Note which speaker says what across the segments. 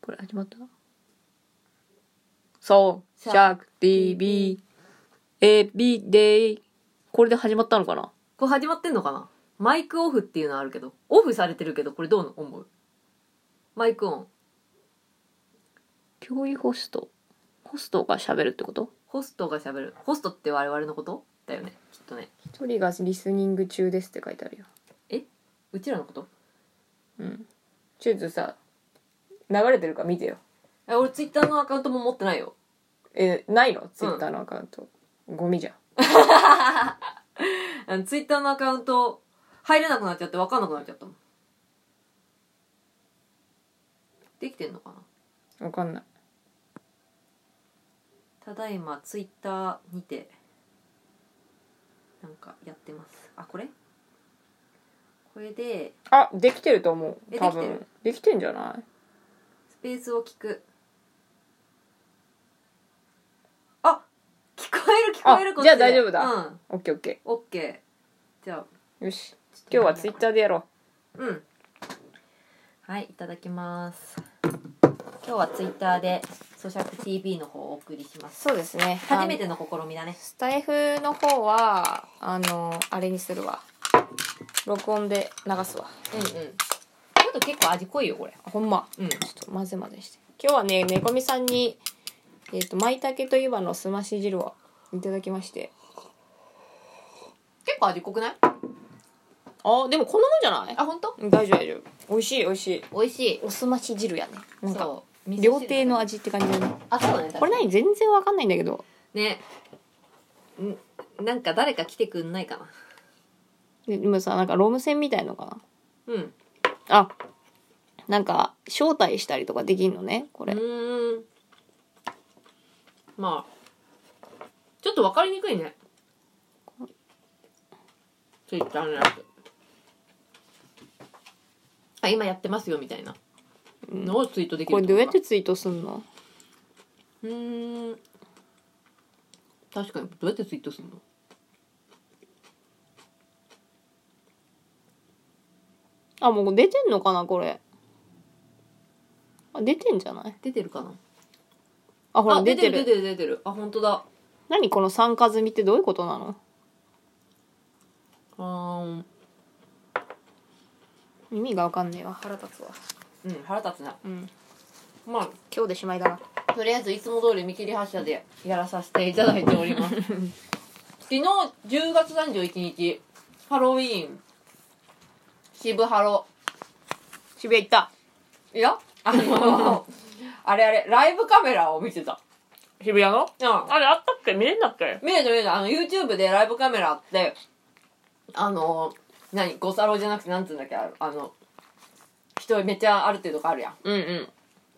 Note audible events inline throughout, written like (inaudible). Speaker 1: これ始まったそう、シ
Speaker 2: シ
Speaker 1: ャ
Speaker 2: ャ
Speaker 1: ーク TV、エビデイ。これで始まったのかな
Speaker 2: これ始まってんのかなマイクオフっていうのはあるけどオフされてるけどこれどう思うマイクオン
Speaker 1: 脅威ホスト。ホストが喋るってこと
Speaker 2: ホストが喋るホストって我々のことだよねきっとね
Speaker 1: 一人がリスニング中ですって書いてあるよ。
Speaker 2: うちらのこと
Speaker 1: うん。ちょっとさ、流れてるか見てよ。
Speaker 2: え俺ツイッターのアカウントも持ってないよ
Speaker 1: え、ないのツイッターのアカウント。ゴミじゃん。
Speaker 2: あのツイッターのアカウント入れなくなっちゃって分かんなくなっちゃったもんできてんのかな
Speaker 1: わかんない。
Speaker 2: ただいまツイッターにてなんかやってますあこれこれで
Speaker 1: あ、できてると思う。
Speaker 2: え
Speaker 1: 多
Speaker 2: できて
Speaker 1: 分。できてんじゃない
Speaker 2: スペースを聞くあ聞こえる聞こえ
Speaker 1: あ
Speaker 2: るこっ
Speaker 1: じ
Speaker 2: ちで
Speaker 1: ゃあ大丈夫だ
Speaker 2: うん
Speaker 1: オッケーオッケ
Speaker 2: オッケーじゃあ
Speaker 1: ー。よし。今日はツイッターでやろう。
Speaker 2: うん。はい、いただきます。今日はツイッターで咀嚼 TV の方をお送りします。
Speaker 1: そうですね。
Speaker 2: 初めての試みだね。
Speaker 1: スタイフの方はあのあれにするわ録音で流すわ
Speaker 2: うんうん。ちょっと結構味濃いよこれ。
Speaker 1: あほんま
Speaker 2: うん。
Speaker 1: ちょっと混ぜ混ぜして今日はねねこみさんにえっ、と舞茸と湯葉のすまし汁をいただきまして
Speaker 2: 結構味濃くない？
Speaker 1: あでもこんなもんじゃない
Speaker 2: あ本当？
Speaker 1: うん大丈夫大丈夫美味しい美味しい
Speaker 2: 美味しい。
Speaker 1: おすまし汁やねなんか
Speaker 2: そう。味噌汁
Speaker 1: 料亭の。味って感じだね
Speaker 2: あそうだね。
Speaker 1: これ何全然わかんないんだけど
Speaker 2: ね。んなんか誰か来てくんないかな。
Speaker 1: ででもさなんかロム線みたいのかな
Speaker 2: うん。
Speaker 1: あなんか招待したりとかできんのねこ
Speaker 2: う
Speaker 1: れ
Speaker 2: ーん。まあ。ちょっとわかりにくいね。ツイッターのやつ。あ、今やってますよみたいな。
Speaker 1: うん
Speaker 2: のをツイートできる
Speaker 1: これどうやっ
Speaker 2: こ
Speaker 1: てツイートすんの
Speaker 2: とかうーん。確かに、どうやってツイートするの
Speaker 1: あ、もう出てんのかな、これ。あ、出てんじゃない
Speaker 2: 出てるかな
Speaker 1: あ、ほら、
Speaker 2: あ、
Speaker 1: 出
Speaker 2: 出
Speaker 1: て
Speaker 2: て
Speaker 1: る。
Speaker 2: る出てる出てる。あ、本当だ。
Speaker 1: 何この三日みってどういうことなの
Speaker 2: あー
Speaker 1: 意味がわかんねえわ。腹立つわ。
Speaker 2: うん、腹立つな。
Speaker 1: うん。
Speaker 2: まあ、
Speaker 1: 今日でしまいだな。
Speaker 2: とりあえずいつも通り見切り発車でやらさせていただいております (laughs) 昨日10月31日ハロウィーン渋ハロ
Speaker 1: 渋谷行った。
Speaker 2: いやあ (laughs) のあれあれライブカメラを見てた
Speaker 1: 渋谷の
Speaker 2: うん
Speaker 1: あれあったっけ見れんだっけ
Speaker 2: 見えた見えたあの YouTube でライブカメラあってあの何ゴサロじゃなくてなんつうんだっけああの人めっちゃあるっていうとこあるやん
Speaker 1: うんうん。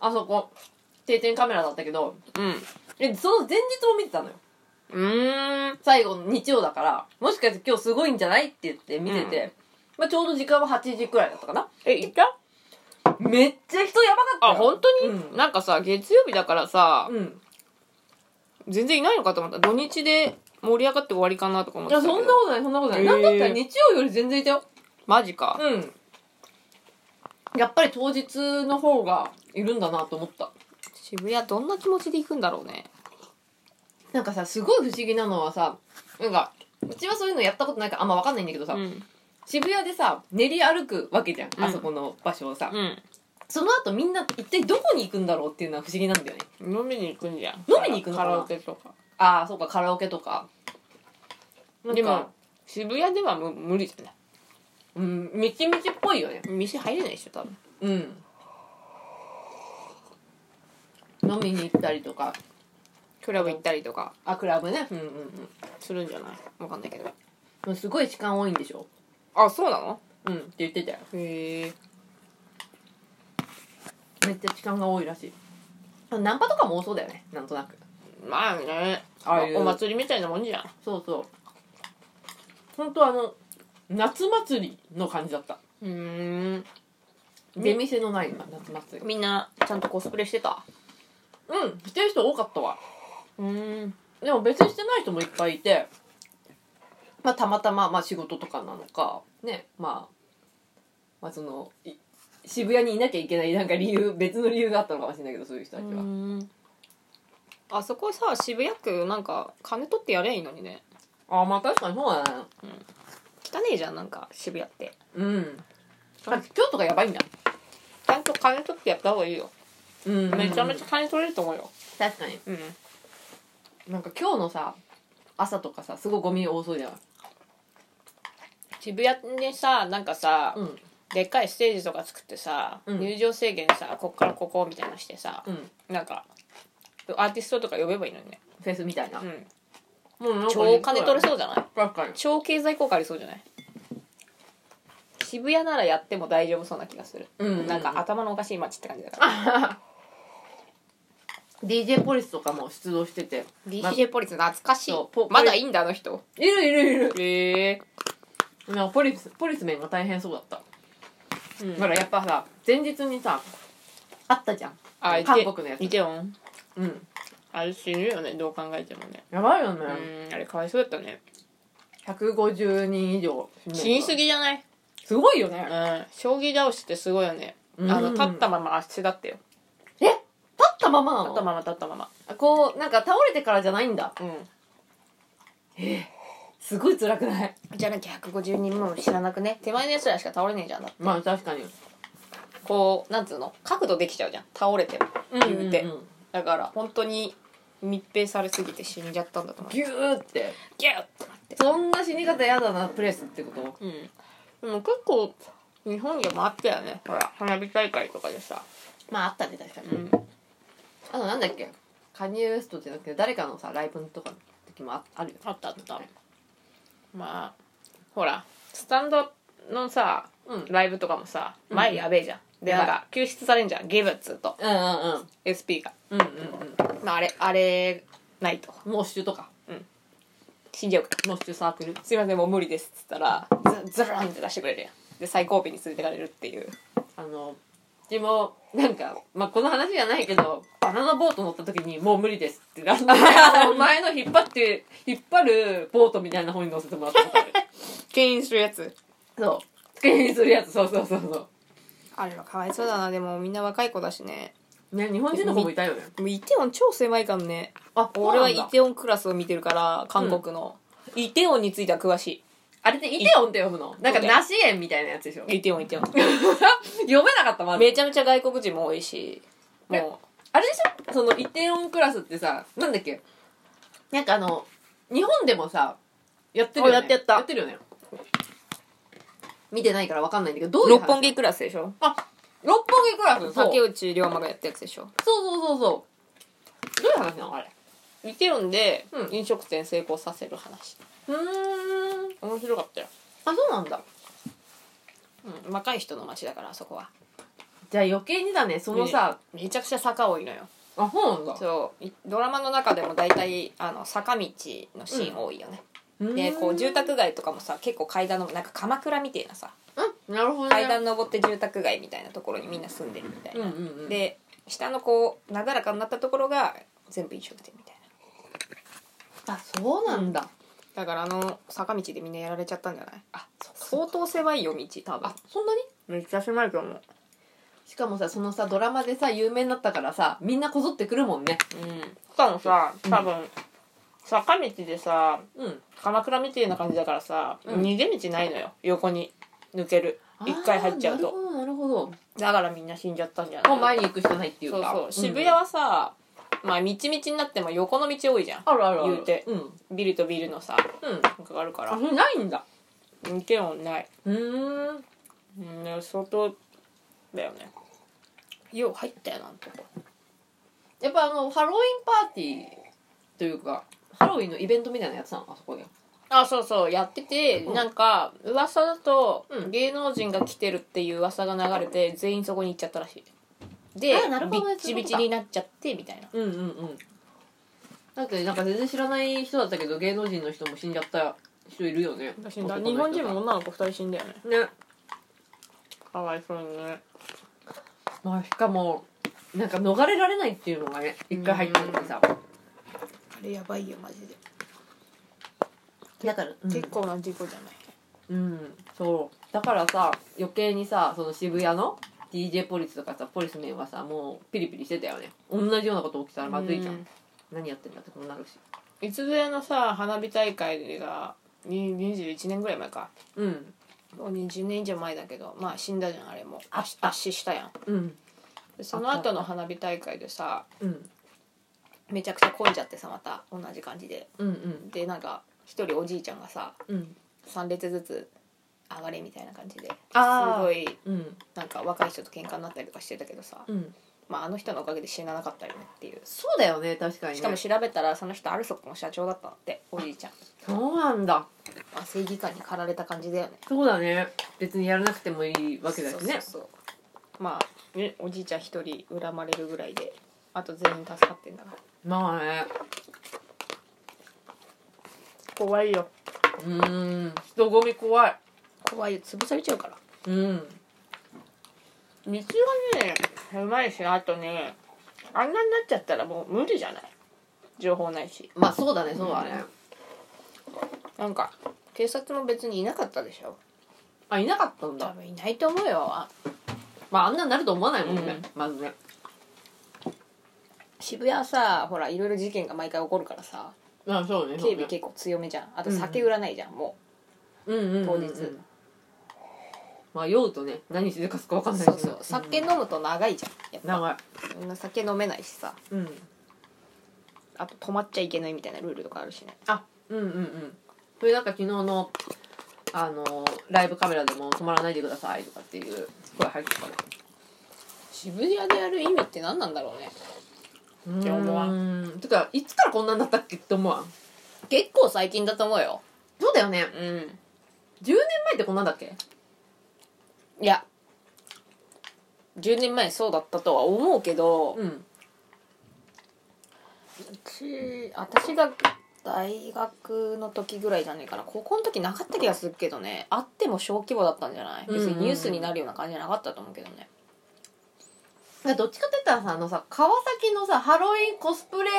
Speaker 2: あそこ定点カメラだったけど
Speaker 1: うん。
Speaker 2: えその前日も見てたのよ
Speaker 1: うーん。
Speaker 2: 最後の日曜だから、もしかして今日すごいんじゃないって言って見てて、まあちょうど時間は8時くらいだったかな。
Speaker 1: え、行った
Speaker 2: めっちゃ人やばかったよ。
Speaker 1: あ、本当に、
Speaker 2: うん
Speaker 1: なんかさ、月曜日だからさ、
Speaker 2: うん。
Speaker 1: 全然いないのかと思った。土日で盛り上がって終わりかなとか思っ
Speaker 2: い
Speaker 1: てた
Speaker 2: や、
Speaker 1: けど。
Speaker 2: そんなことない、そんなことな
Speaker 1: へ
Speaker 2: い。
Speaker 1: ー
Speaker 2: なんだったら日曜より全然いたよ。
Speaker 1: マジか。
Speaker 2: うん。やっぱり当日の方がいるんだなと思った。
Speaker 1: 渋谷どんな気持ちで行くんだろうね。
Speaker 2: なんかさ、すごい不思議なのはさ、なんか、うちはそういうのやったことないからあんまわかんないんだけどさ、
Speaker 1: うん。
Speaker 2: 渋谷でさ、練り歩くわけじゃん。
Speaker 1: うん
Speaker 2: あそこの場所をさ。
Speaker 1: うん。
Speaker 2: その後みんな一体どこに行くんだろうっていうのは不思議なんだよね。
Speaker 1: 飲みに行くんじゃん
Speaker 2: 飲みに行くのか
Speaker 1: カ
Speaker 2: な
Speaker 1: ラオケとか
Speaker 2: ああそうかカラオケとかなん
Speaker 1: で
Speaker 2: か
Speaker 1: も渋谷では無無理じゃない
Speaker 2: うんみちみちっぽいよね
Speaker 1: 店入れないでしょ多分
Speaker 2: うん飲みに行ったりとか
Speaker 1: クラブ行ったりとか
Speaker 2: あクラブねうんうんうん
Speaker 1: するんじゃないわかんないけど
Speaker 2: もうすごい時間多いんでしょ
Speaker 1: あそうなの
Speaker 2: うんって言ってたよ
Speaker 1: へえ
Speaker 2: めっちゃ時間が多いらしいあナンパとかも多そうだよねなんとなく
Speaker 1: まあね
Speaker 2: ああいう
Speaker 1: お祭りみたいなもんじゃん
Speaker 2: そうそう本当あの夏祭りの感じだった
Speaker 1: うーん
Speaker 2: 出店のない今夏祭り
Speaker 1: みんなちゃんとコスプレしてた
Speaker 2: うんしてる人多かったわ
Speaker 1: うーん
Speaker 2: でも別にしてない人もいっぱいいて、まあ、たまたま、まあ、仕事とかなのかねまあ、まあそのい渋谷にいなきゃいけないなんか理由別の理由があったのかもしれないけどそういう人たちは、
Speaker 1: うんあそこさ渋谷区なんか金取ってやりゃいいのにね
Speaker 2: あまあ確かにそうだね
Speaker 1: 汚ねえじゃんなんか渋谷って
Speaker 2: うんあ京都がやばいんだ
Speaker 1: ちゃんと金取ってやった方がいいよ
Speaker 2: うん
Speaker 1: めちゃめちゃ金取れると思うよ
Speaker 2: 確かに
Speaker 1: うん
Speaker 2: なんか今日のさ朝とかさすごいゴミ多そうじゃん
Speaker 1: 渋谷にさなんかさ、
Speaker 2: うん
Speaker 1: でっかいステージとか作ってさ、
Speaker 2: うん
Speaker 1: 入場制限さこっからここみたいなのしてさ、
Speaker 2: うん
Speaker 1: なんかアーティストとか呼べばいいのにね、
Speaker 2: フェスみたいな、
Speaker 1: うん、
Speaker 2: もうなんか
Speaker 1: 超金取れそうじゃない
Speaker 2: 確 (laughs) かに
Speaker 1: 超経済効果ありそうじゃない渋谷ならやっても大丈夫そうな気がする、
Speaker 2: うんうんうん
Speaker 1: なんか頭のおかしい街って感じだから
Speaker 2: DJ ポリスとかも出動してて、ま
Speaker 1: DJ ポリス懐かしい
Speaker 2: そうポ
Speaker 1: まだいいんだあの人
Speaker 2: いるいるいる
Speaker 1: へえ
Speaker 2: なんかポリスポリスメンが大変そうだった、
Speaker 1: うん
Speaker 2: だからやっぱさ前日にさあったじゃん
Speaker 1: あ
Speaker 2: 韓国のやつ
Speaker 1: イテウォン
Speaker 2: うん
Speaker 1: あれ死ぬよねどう考えてもね
Speaker 2: やばいよね、
Speaker 1: うんあれかわいそうだったね
Speaker 2: 150人以上
Speaker 1: 死にすぎじゃない
Speaker 2: すごいよね
Speaker 1: うん将棋倒しってすごいよねあ
Speaker 2: うん
Speaker 1: の立ったまま足だったよ
Speaker 2: え立ったままなの
Speaker 1: 立ったまま立ったまま
Speaker 2: あこうなんか倒れてからじゃないんだ
Speaker 1: うん
Speaker 2: すごい辛くない
Speaker 1: じゃなきゃ150人も知らなくね手前のやつらしか倒れねえじゃんだって
Speaker 2: まあ確かに
Speaker 1: こうなんつうの角度できちゃうじゃん倒れても
Speaker 2: 言
Speaker 1: 言
Speaker 2: う
Speaker 1: う
Speaker 2: て、
Speaker 1: てだから本当に密閉されすぎて死んじゃったんだと思う
Speaker 2: ギューって
Speaker 1: ギュッてなって
Speaker 2: そんな死に方やだなプレスってこと
Speaker 1: うんでも結構日本でもあったよねほら花火大会とかでさ
Speaker 2: まああったね確かに、
Speaker 1: うん
Speaker 2: あとなんだっけカニエ・ウエストじゃなくて誰かのさライブとかの時もああるよ
Speaker 1: あったあったまあほらスタンドのさ
Speaker 2: うんうん
Speaker 1: ライブとかもさ
Speaker 2: うん
Speaker 1: 前やべえじゃん、で
Speaker 2: やば
Speaker 1: ないんか救出されんじゃんゲームっつうと
Speaker 2: うんうん
Speaker 1: SP が、
Speaker 2: うんうん
Speaker 1: まあ、あれあれないと
Speaker 2: うんモッシュとか
Speaker 1: 死んじゃうから
Speaker 2: モッシュサークル
Speaker 1: すいませんもう無理ですっつったらズズルンって出してくれるやんで最後尾に連れてかれるっていう
Speaker 2: あのうちもなんか、まあ、この話じゃないけどバナナボート乗った時にもう無理ですってな (laughs) ってあの前の引っ張って引っ張るボートみたいな方に乗せてもらったことある
Speaker 1: 牽引するやつ
Speaker 2: (laughs) そう敬遠するやつそうそうそうそ
Speaker 1: あれはかわいそうだなでもみんな若い子だしね
Speaker 2: うね日本人の子もいたよね
Speaker 1: もうイテウォン超狭いからね
Speaker 2: あ
Speaker 1: 俺は
Speaker 2: そう
Speaker 1: イ
Speaker 2: なんだ
Speaker 1: テウォンクラスを見てるから韓国の、イテウォンについては詳し
Speaker 2: あれってイテオンって呼ぶのなんか梨園みたいなやつでしょ
Speaker 1: い
Speaker 2: 読
Speaker 1: イテウォンイテウォン
Speaker 2: めなかったまだ
Speaker 1: めちゃめちゃ外国人も多いしも
Speaker 2: あれでしょそのイテオンクラスってさなんだっけなんかあの日本でもさやってるよね
Speaker 1: あやってやった
Speaker 2: やってるよね見てないからわかんないんだけどど
Speaker 1: う
Speaker 2: ういう
Speaker 1: 六
Speaker 2: 話
Speaker 1: 本木クラスでしょ
Speaker 2: あ六本木クラスそう
Speaker 1: 竹内涼真がやったやつでしょ
Speaker 2: そうそうそうそうどういう話なのあれ
Speaker 1: イテウォンで
Speaker 2: うん
Speaker 1: 飲食店成功させる話、
Speaker 2: うーん
Speaker 1: 面白かったよ、
Speaker 2: あそうなんだ
Speaker 1: うん、若い人の街だからあそこは
Speaker 2: じゃあ余計にだねそのさ、
Speaker 1: めちゃくちゃ坂多いのよ
Speaker 2: あそうなんだ
Speaker 1: そういドラマの中でも大体あの坂道のシーン多いよね、
Speaker 2: う
Speaker 1: でこう住
Speaker 2: 宅
Speaker 1: 宅街とかもさ結構階段のなんか鎌倉みたいなさ
Speaker 2: うんなるほどね
Speaker 1: 階段登って住宅街みたいなところにみんな住んでるみたい
Speaker 2: うん
Speaker 1: な、
Speaker 2: うんうん
Speaker 1: で下のこうなだらかになったところが全部飲食店みたいな
Speaker 2: あそうなんだ、
Speaker 1: だからあの坂道でみんなやられちゃったんじゃない
Speaker 2: あそ
Speaker 1: 相当狭いよ道多分
Speaker 2: あそんなに
Speaker 1: めっちゃ狭いと思う
Speaker 2: しかもさそのさドラマでさ有名になったからさみんなこぞってくるもんね
Speaker 1: うんしかもさ多分、坂道でさ
Speaker 2: うん
Speaker 1: 鎌倉みたいな感じだからさ、
Speaker 2: うん
Speaker 1: 逃げ道ないのよ横に抜ける一回入っちゃうと
Speaker 2: あーなるほどなる
Speaker 1: だからみんな死んじゃったんじゃな
Speaker 2: ほど
Speaker 1: い
Speaker 2: もう前に行く人ないっていう
Speaker 1: そう
Speaker 2: か
Speaker 1: そう渋谷
Speaker 2: ん
Speaker 1: はさ、まあ道々になっても横の道多いじゃん
Speaker 2: あるあるある
Speaker 1: 言うて
Speaker 2: うんう
Speaker 1: ビルとビルのさ
Speaker 2: ん
Speaker 1: なんかあるか
Speaker 2: あ
Speaker 1: ら
Speaker 2: それないんだ
Speaker 1: 見てもない、
Speaker 2: うーん
Speaker 1: うん、ね相当だよねよう入ったよなんとこ
Speaker 2: やっぱあのハロウィンパーティーというかハロウィンのイベントみたいなのやつなのあそこで
Speaker 1: あそうそうやってて、
Speaker 2: うん
Speaker 1: なんか噂だと、
Speaker 2: うん
Speaker 1: 芸能人が来てるっていう噂が流れて全員そこに行っちゃったらしいで
Speaker 2: あなるほ
Speaker 1: ビ
Speaker 2: どね
Speaker 1: ッチビチになっちゃってみたいな
Speaker 2: うんうんうんだってなんか全然知らない人だったけど芸能人の人も死んじゃった人いるよね
Speaker 1: 日本人も
Speaker 2: ね
Speaker 1: 女の子2人死んだよねかわいそうにね
Speaker 2: まあしかもなんか逃れられないっていうのがね一回入った時にさ
Speaker 1: あれやばいよマジで、
Speaker 2: だから、うん
Speaker 1: 結構な事故じゃない
Speaker 2: うんそうだからさ余計にさその渋谷の DJ ポリスとかさポリスメンはさもうピリピリしてたよね同じようなこと起きたらまずいじゃん、
Speaker 1: うん
Speaker 2: 何やってんだってこうなるし
Speaker 1: いつぞやのさ花火大会がに21年ぐらい前か
Speaker 2: うん
Speaker 1: もう20年以上前だけどまあ死んだじゃんあれも
Speaker 2: あ
Speaker 1: 圧圧死したやん
Speaker 2: うん
Speaker 1: でその後の花火大会でさ
Speaker 2: うん
Speaker 1: めちゃくちゃ混んじゃってさまた同じ感じで
Speaker 2: うんうん
Speaker 1: でなんか一人おじいちゃんがさ
Speaker 2: うん
Speaker 1: 3列ずつ上がれみたいな感じです
Speaker 2: あー
Speaker 1: ごい
Speaker 2: うん
Speaker 1: なんか若い人と喧嘩になったりとかしてたけどさ、
Speaker 2: うん
Speaker 1: まあ、あの人のおかげで死ななかったよねっていう
Speaker 2: そうだよね確かに、ね、
Speaker 1: しかも調べたらその人アルソックの社長だったんだっておじいちゃん、
Speaker 2: そうなんだ
Speaker 1: まあ、正義感に駆られた感じだよね
Speaker 2: そうだね別にやらなくてもいいわけだし
Speaker 1: そ
Speaker 2: ね
Speaker 1: うそうそうまあ、ね、おじいちゃん一人恨まれるぐらいであと全員助かってんだから
Speaker 2: まあね
Speaker 1: 怖いよ
Speaker 2: うーん人混み怖い
Speaker 1: 怖いよ潰されちゃうから
Speaker 2: うん
Speaker 1: 道がね狭いしあとねあんなになっちゃったらもう無理じゃない情報ないし
Speaker 2: まあそうだねそうだね
Speaker 1: なんか警察も別にいなかったでしょ
Speaker 2: あいなかったん
Speaker 1: 多
Speaker 2: だ
Speaker 1: 分いないと思うよあ
Speaker 2: まああんなになると思わないもんね、まずね
Speaker 1: 渋谷さほらいろいろ事件が毎回起こるからさ
Speaker 2: あそうね
Speaker 1: 警備結構強めじゃんあと酒売らないじゃん、も
Speaker 2: うんうんうんう
Speaker 1: うん当日、
Speaker 2: まあ酔うとね何しでかすか分かんないし
Speaker 1: そ
Speaker 2: ね
Speaker 1: うそう酒飲むと長いじゃんやっぱ
Speaker 2: 長い
Speaker 1: みんな酒飲めないしさ
Speaker 2: うん
Speaker 1: あと止まっちゃいけないみたいなルールとかあるしね
Speaker 2: あうんうんうんそれなんか昨日のあのライブカメラでも止まらないでくださいとかっていう声入ってたね
Speaker 1: 渋谷でやる意味って何なんだろうね
Speaker 2: う
Speaker 1: って思わん
Speaker 2: ーんてかいつからこんなんなったっけって思わん
Speaker 1: 結構最近だと思うよ
Speaker 2: そうだよね
Speaker 1: うん
Speaker 2: 10年前ってこんなんだっけ
Speaker 1: いや10年前そうだったとは思うけど、
Speaker 2: うん
Speaker 1: 私私が大学の時ぐらいじゃないかな高校の時なかった気がするけどねあっても小規模だったんじゃない別にニュースになるような感じじゃなかったと思うけどね
Speaker 2: どっちかって言ったらさあのさ川崎のさハロウィンコスプレ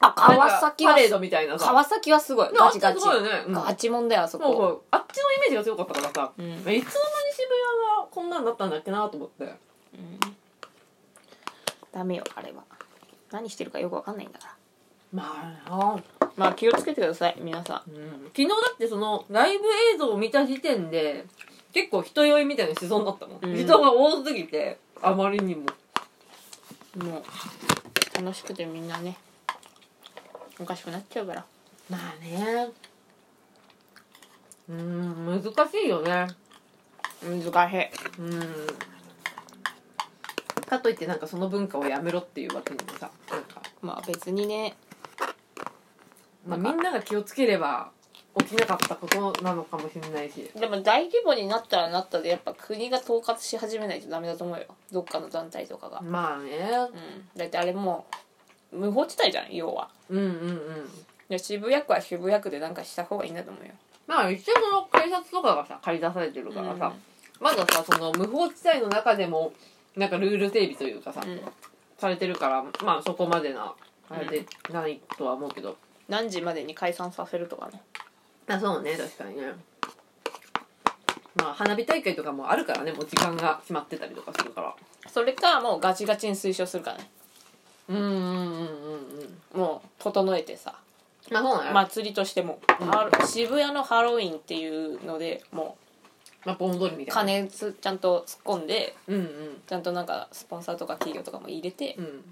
Speaker 1: あ川崎は
Speaker 2: パレードみたいなさ
Speaker 1: 川崎はすごい
Speaker 2: な
Speaker 1: ガ
Speaker 2: あ
Speaker 1: チガチ
Speaker 2: すごいよね、うん
Speaker 1: ガチもんだよあそ
Speaker 2: もう
Speaker 1: こ
Speaker 2: こうあっちのイメージが強かったからさ、
Speaker 1: うん
Speaker 2: いつの間に渋谷がこんなんだったんだっけなと思って
Speaker 1: ダメよあれは何してるかよくわかんないんだか
Speaker 2: まあな
Speaker 1: らまあ気をつけてください皆さん
Speaker 2: うん昨日だってそのライブ映像を見た時点で結構人酔いみたいな思想だったもん、
Speaker 1: うん
Speaker 2: 人が多すぎてあまりにも
Speaker 1: もう楽しくてみんなねおかしくなっちゃうから
Speaker 2: まあねうん難しいよね
Speaker 1: 難しい
Speaker 2: うんかといってなんかその文化をやめろっていうわけにもさなんか、
Speaker 1: まあ別にね
Speaker 2: まあ、
Speaker 1: な
Speaker 2: み
Speaker 1: んか
Speaker 2: んなが気をつければ起きなかったことなのかもしれないし
Speaker 1: でも大規模になったらなったでやっぱ国が統括し始めないとダメだと思うよどっかの団体とかが、
Speaker 2: まあね
Speaker 1: うん、だってあれもう無法地帯じゃん要は
Speaker 2: うんうんうん
Speaker 1: で渋谷区は渋谷区でなんかした方がいいんだと思うよ
Speaker 2: まあ一応その警察とかがさ借り出されてるからさ、
Speaker 1: うん
Speaker 2: まださその無法地帯の中でもなんかルール整備というかさ、
Speaker 1: うん
Speaker 2: されてるからまあそこまでなあれでないとは思うけど、
Speaker 1: 何時までに解散させるとかね
Speaker 2: あそうね確かにねまあ花火大会とかもあるからねもう時間が決まってたりとかするから
Speaker 1: それかもうガチガチに推奨するからね
Speaker 2: うんうんうんうんうん
Speaker 1: もう整えてさ
Speaker 2: まあそうねまあ、
Speaker 1: 祭りとしても、
Speaker 2: うん
Speaker 1: ハロ渋谷のハロウィンっていうのでも
Speaker 2: まあ、盆踊りみ
Speaker 1: う
Speaker 2: たいな
Speaker 1: 金つちゃんと突っ込んで
Speaker 2: うんうん
Speaker 1: ちゃんとなんかスポンサーとか企業とかも入れて、
Speaker 2: うん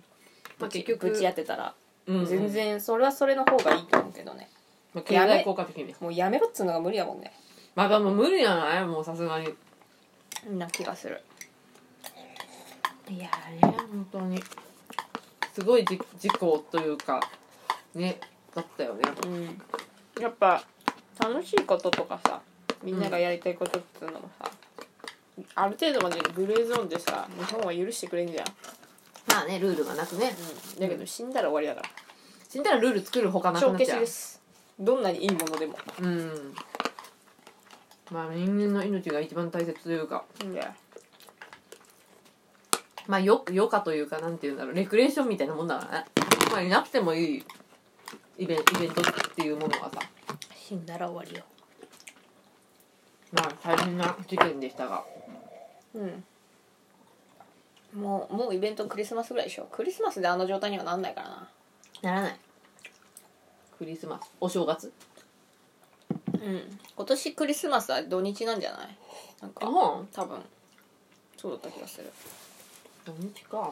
Speaker 2: まあ結
Speaker 1: ぶ
Speaker 2: 局
Speaker 1: ち当てたら
Speaker 2: うんうん
Speaker 1: 全、然それはそれの方がいいと思うけどね
Speaker 2: まあ、経済効果的に
Speaker 1: もうやめろっつうのが無理やもんね
Speaker 2: まあでも無理じゃないもうさすがに
Speaker 1: な気がする
Speaker 2: いやーね本当にすごいじ事故というかねだったよね
Speaker 1: うんやっぱ楽しいこととかさみんながやりたいことっていうのもさ、ある程度までグレーゾーンでさ日本は許してくれんじゃん、
Speaker 2: まあねルールがなくね
Speaker 1: うん、だけど死んだら終わりだか
Speaker 2: 死んだらルール作るほからな
Speaker 1: 帳
Speaker 2: くなっ
Speaker 1: 消
Speaker 2: ち
Speaker 1: し
Speaker 2: ゃう
Speaker 1: ですどんなにいいものでも
Speaker 2: うんまあ人間の命が一番大切というか
Speaker 1: うんだよ
Speaker 2: まあよ余暇というかなんていうんだろうレクレーションみたいなもんだからねまあいなくてもいいイベンイベントっていうものはさ
Speaker 1: 死んだら終わりよ
Speaker 2: まあ大変な事件でしたが
Speaker 1: うんもうもうイベントクリスマスぐらいでしょクリスマスであの状態にはなんないからなならない
Speaker 2: クリスマスお正月
Speaker 1: うん今年クリスマスは土日なんじゃないなんか
Speaker 2: 本
Speaker 1: 多分そうだった気がする
Speaker 2: 土日か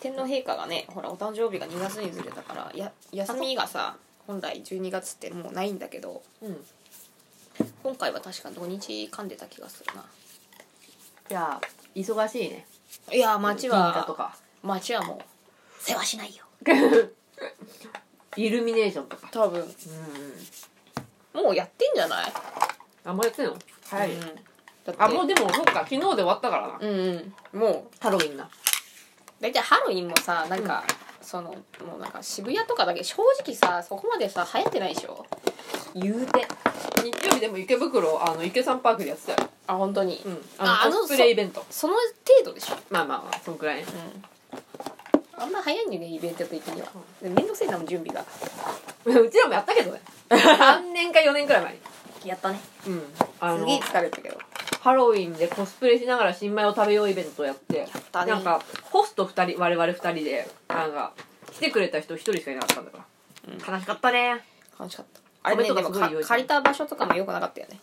Speaker 1: 天皇陛下がねほらお誕生日が2月にずれたからや休みがさ本来12月ってもうないんだけど
Speaker 2: うん
Speaker 1: 今回は確か土日噛んでた気がするな
Speaker 2: じゃあ忙しいね
Speaker 1: いや街
Speaker 2: 銀座と
Speaker 1: は
Speaker 2: (laughs) か
Speaker 1: 街はもう世話しないよ
Speaker 2: イルミネーションとか
Speaker 1: 多分
Speaker 2: うん
Speaker 1: もうやってんじゃない
Speaker 2: あんまやってんの早い、
Speaker 1: うん、だって
Speaker 2: あもうでもそっか昨日で終わったからな、
Speaker 1: うんうんもう
Speaker 2: ハロウィンが
Speaker 1: 大体ハロウィンもさなんか、そのもうなんか渋谷とかだけ正直さそこまでさ流行ってないでしょ言うて
Speaker 2: 日曜日でも池袋あの池さんパークでやってたよ、
Speaker 1: あ本当に、
Speaker 2: うん、
Speaker 1: あ
Speaker 2: あ
Speaker 1: あ
Speaker 2: の
Speaker 1: の
Speaker 2: コスプレイベント
Speaker 1: その程度でしょ
Speaker 2: まあまあまあそんくらいね
Speaker 1: うんあんま早いんだよねイベント的にはでめんどくせえなもん準備が
Speaker 2: (laughs) うちらもやったけどね3年か4年くらい前に
Speaker 1: やったね
Speaker 2: うんあ
Speaker 1: す
Speaker 2: の
Speaker 1: げえ疲れたけど
Speaker 2: ハロウィンでコスプレしながら新米を食べようイベントをやって
Speaker 1: たね
Speaker 2: なんかホスト2人我々2人でなんか来てくれた人1人しかいなかったんだから、
Speaker 1: うん
Speaker 2: 悲しかったね
Speaker 1: 楽しかったあれね
Speaker 2: コメ
Speaker 1: でも
Speaker 2: ントがすごい
Speaker 1: か
Speaker 2: 用意され
Speaker 1: 借
Speaker 2: て
Speaker 1: りた場所とかもよくなかったよね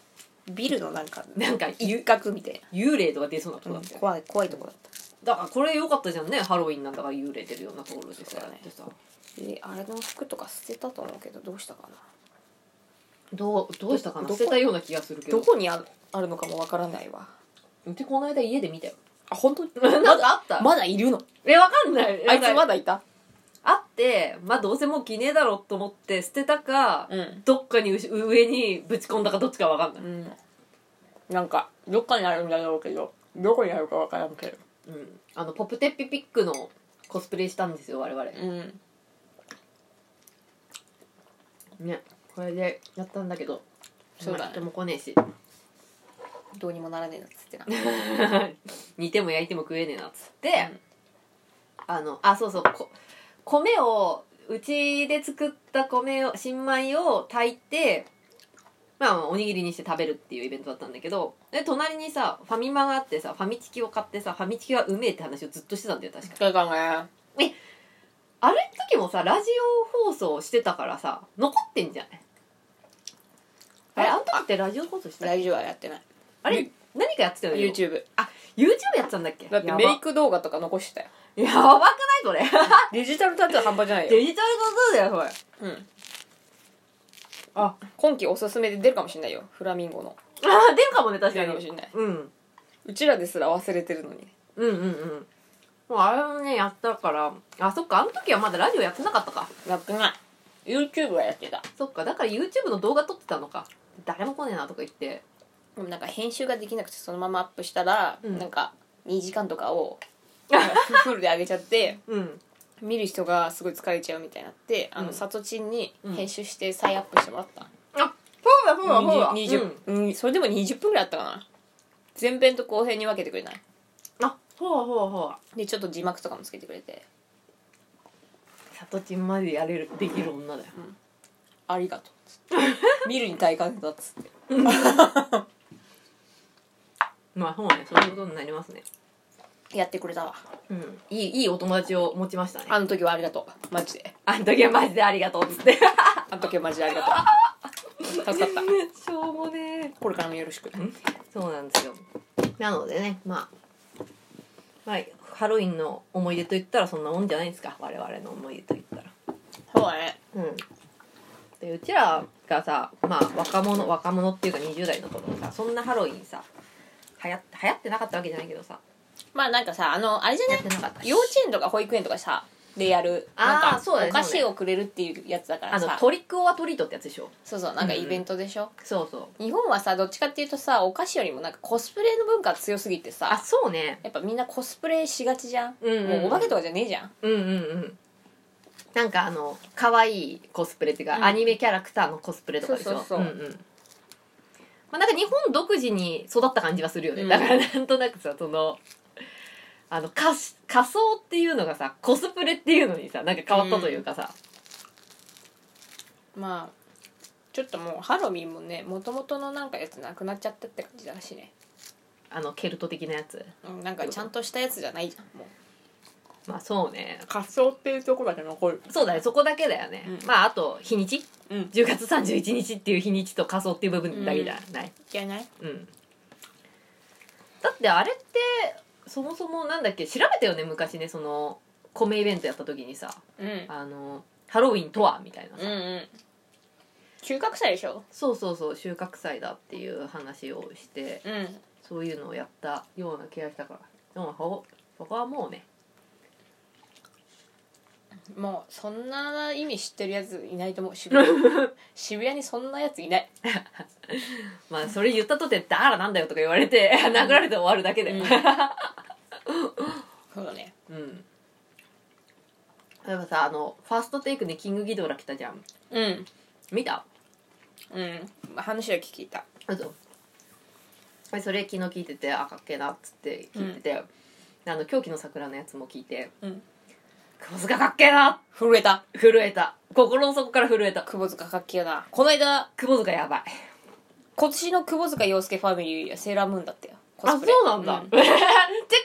Speaker 1: ビルのなんか
Speaker 2: なんか
Speaker 1: (laughs) 一角みたい
Speaker 2: 幽霊とか出そうなとこ
Speaker 1: な、
Speaker 2: だったよ
Speaker 1: 怖い怖いとこだった
Speaker 2: だからこれ良かったじゃんねハロウィンなんだから幽霊出るようなところでさやってさ
Speaker 1: えあれの服とか捨てたと思うけどどうしたかな
Speaker 2: どうどうしたかな
Speaker 1: ど
Speaker 2: 捨
Speaker 1: こ
Speaker 2: てたような気がするけ
Speaker 1: ど
Speaker 2: ど
Speaker 1: こにああるのかもわからないわ
Speaker 2: うちこの間家で見たよ
Speaker 1: あ本 (laughs) 当に
Speaker 2: (laughs) なんかあった、
Speaker 1: まだいるの
Speaker 2: (laughs) えわかんない
Speaker 1: あいつま
Speaker 2: は
Speaker 1: だいた
Speaker 2: あってまあどうせもう着ねえだろうと思って捨てたか、
Speaker 1: うん
Speaker 2: どっかにうし上にぶち込んだかどっちかわかんない、
Speaker 1: うんなんかどっかにあるんだろうけどどこにあるかわからんけど
Speaker 2: うん、あのポプテピピックのコスプレしたんですよ我
Speaker 1: う
Speaker 2: 々
Speaker 1: ん
Speaker 2: ねこれでやったんだけど
Speaker 1: そうだね
Speaker 2: 人も来ねえし
Speaker 1: どうにもならねえなっつってな
Speaker 2: (laughs) 煮ても焼いても食えねえなっつって、あのあそうそうこ米をうちで作った米を新米を炊いてまあおにぎりにして食べるっていうイベントだったんだけどで隣にさファミマがあってさファミチキを買ってさファミチキがうめえって話をずっとしてたんだよ確か
Speaker 1: だからね
Speaker 2: あれ時もさラジオ放送してたからさ残ってんじゃないあれあの時ってラジオ放送してた
Speaker 1: ラジオはやってない
Speaker 2: あれ何かやってたよね
Speaker 1: YouTube
Speaker 2: YouTube やってたんだっけ
Speaker 1: だって
Speaker 2: やば
Speaker 1: メイク動画とか残してたよ
Speaker 2: やばくないそれ
Speaker 1: デジタルタトゥー半端じゃないよ、
Speaker 2: デジタル画像だよそ
Speaker 1: うん、
Speaker 2: れあ
Speaker 1: 今期おすすめで出るかもしれないよフラミンゴの
Speaker 2: あ出るかもね確
Speaker 1: 出
Speaker 2: か
Speaker 1: るかも
Speaker 2: に
Speaker 1: しれないう
Speaker 2: うん
Speaker 1: うちらですら忘れてるのに
Speaker 2: うんうんうんもうあれをねやったからあそっかあの時はまだラジオやってなかったか
Speaker 1: やってない YouTube はやってた
Speaker 2: そっかだから YouTube の動画撮ってたのか誰も来ねえなとか言って
Speaker 1: でもなんか編集ができなくてそのままアップしたら、
Speaker 2: うん
Speaker 1: なんか2時間とか
Speaker 2: (laughs)
Speaker 1: をなんかフルで上げちゃって
Speaker 2: うん
Speaker 1: 見る人がすごい疲れちゃうみたいになってあ
Speaker 2: うん
Speaker 1: のさとちんに編集して再アップしてもらった、
Speaker 2: あそうだそうだそうだ
Speaker 1: にじゅう
Speaker 2: うん
Speaker 1: にじゅううんそれでも20分ぐらいあったかな前編と後編に分けてくれない
Speaker 2: あそうだそうだそうだ
Speaker 1: でちょっと字幕とかもつけてくれて
Speaker 2: さとちんまでやれるできる女だよ
Speaker 1: ありがとうつ
Speaker 2: (laughs)
Speaker 1: って見るに大感謝だっつって
Speaker 2: まあそうねそういうことになりますね
Speaker 1: やってくれたわ
Speaker 2: うんいいいいお友達を持ちましたね
Speaker 1: あの時はありがとうマジで
Speaker 2: あの時はマジでありがとうっつって (laughs)
Speaker 1: あの時はマジでありがとう助かった
Speaker 2: しょうもね
Speaker 1: これからもよろしく
Speaker 2: そうなんですよなのでねまあはいハロウィンの思い出といったらそんなもんじゃないですか我々の思い出といったら
Speaker 1: そうだね
Speaker 2: うんでうちらがさまあ若者若者っていうか20代の頃さそんなハロウィンさはや流行ってなかったわけじゃないけどさ
Speaker 1: まあなんかさあのあれじゃな
Speaker 2: や
Speaker 1: い
Speaker 2: ってなかったし
Speaker 1: 幼稚園とか保育園とかさでやる
Speaker 2: あー
Speaker 1: なんか
Speaker 2: そうだね
Speaker 1: お菓子をくれるっていうやつだか
Speaker 2: あ
Speaker 1: ら
Speaker 2: の
Speaker 1: さ
Speaker 2: トリック・オア・トリートってやつでしょ
Speaker 1: そうそうなんかイベントでしょ、
Speaker 2: そうそう
Speaker 1: 日本はさどっちかっていうとさお菓子よりもなんかコスプレの文化強すぎて
Speaker 2: あ
Speaker 1: さ
Speaker 2: そうね
Speaker 1: やっぱみんなコスプレしがちじゃん、
Speaker 2: うんうんうん
Speaker 1: もうお化けとかじゃねえじゃん
Speaker 2: うんうんうんなんかあの可愛いコスプレっていうか、
Speaker 1: うん
Speaker 2: アニメキャラクターのコスプレとかでしょ
Speaker 1: そうそうそう
Speaker 2: うんうんまあ、なんか日本独自に育った感じはするよね、
Speaker 1: うん
Speaker 2: だからなんとなくさそのあの仮し仮装っていうのがさコスプレっていうのにさなんか変わったというかさ、
Speaker 1: まあちょっともうハロウィンもねもともとのなんかやつなくなっちゃったって感じだしね
Speaker 2: あのケルト的なやつ
Speaker 1: うんなんかちゃんとしたやつじゃないじゃんもう
Speaker 2: まあそうね
Speaker 1: 仮想っていうとこだけ残る
Speaker 2: そうだねそこだけだよね、
Speaker 1: うん
Speaker 2: まああと日にち
Speaker 1: うん
Speaker 2: 10月31日っていう日にちと仮想っていう部分だけじゃない、
Speaker 1: いけない
Speaker 2: うん、だってあれってそもそもなんだっけ調べたよね昔ねその米イベントやった時にさ
Speaker 1: うんう
Speaker 2: あのハロウィンとはみたいなさ、
Speaker 1: んうん収穫祭でしょ
Speaker 2: そうそうそう収穫祭だっていう話をして
Speaker 1: うん
Speaker 2: そういうのをやったような気がしたからでもほそこはもうね
Speaker 1: もうそんな意味知ってるやついないと思う (laughs) 渋谷渋谷にそんなやついない
Speaker 2: まあそれ言ったとて「だからなんだよ」とか言われて殴られて終わるだけで
Speaker 1: うん (laughs) そうだね
Speaker 2: うん例えばさあのファーストテイクでキングギドラ来たじゃん
Speaker 1: うん
Speaker 2: 見た
Speaker 1: うん話は聞いた
Speaker 2: あとそれ昨日聞いててあかっけえなっつって聞いてて、あの狂気の桜のやつも聞いて
Speaker 1: うん
Speaker 2: 窪塚かっけえな
Speaker 1: 震えた
Speaker 2: 震えた心の底から震えた
Speaker 1: 窪塚かっけえなこの間
Speaker 2: 窪塚やばい
Speaker 1: 今年の窪塚洋介ファミリーはセーラームーンだったよコスプレ
Speaker 2: (laughs) チェッ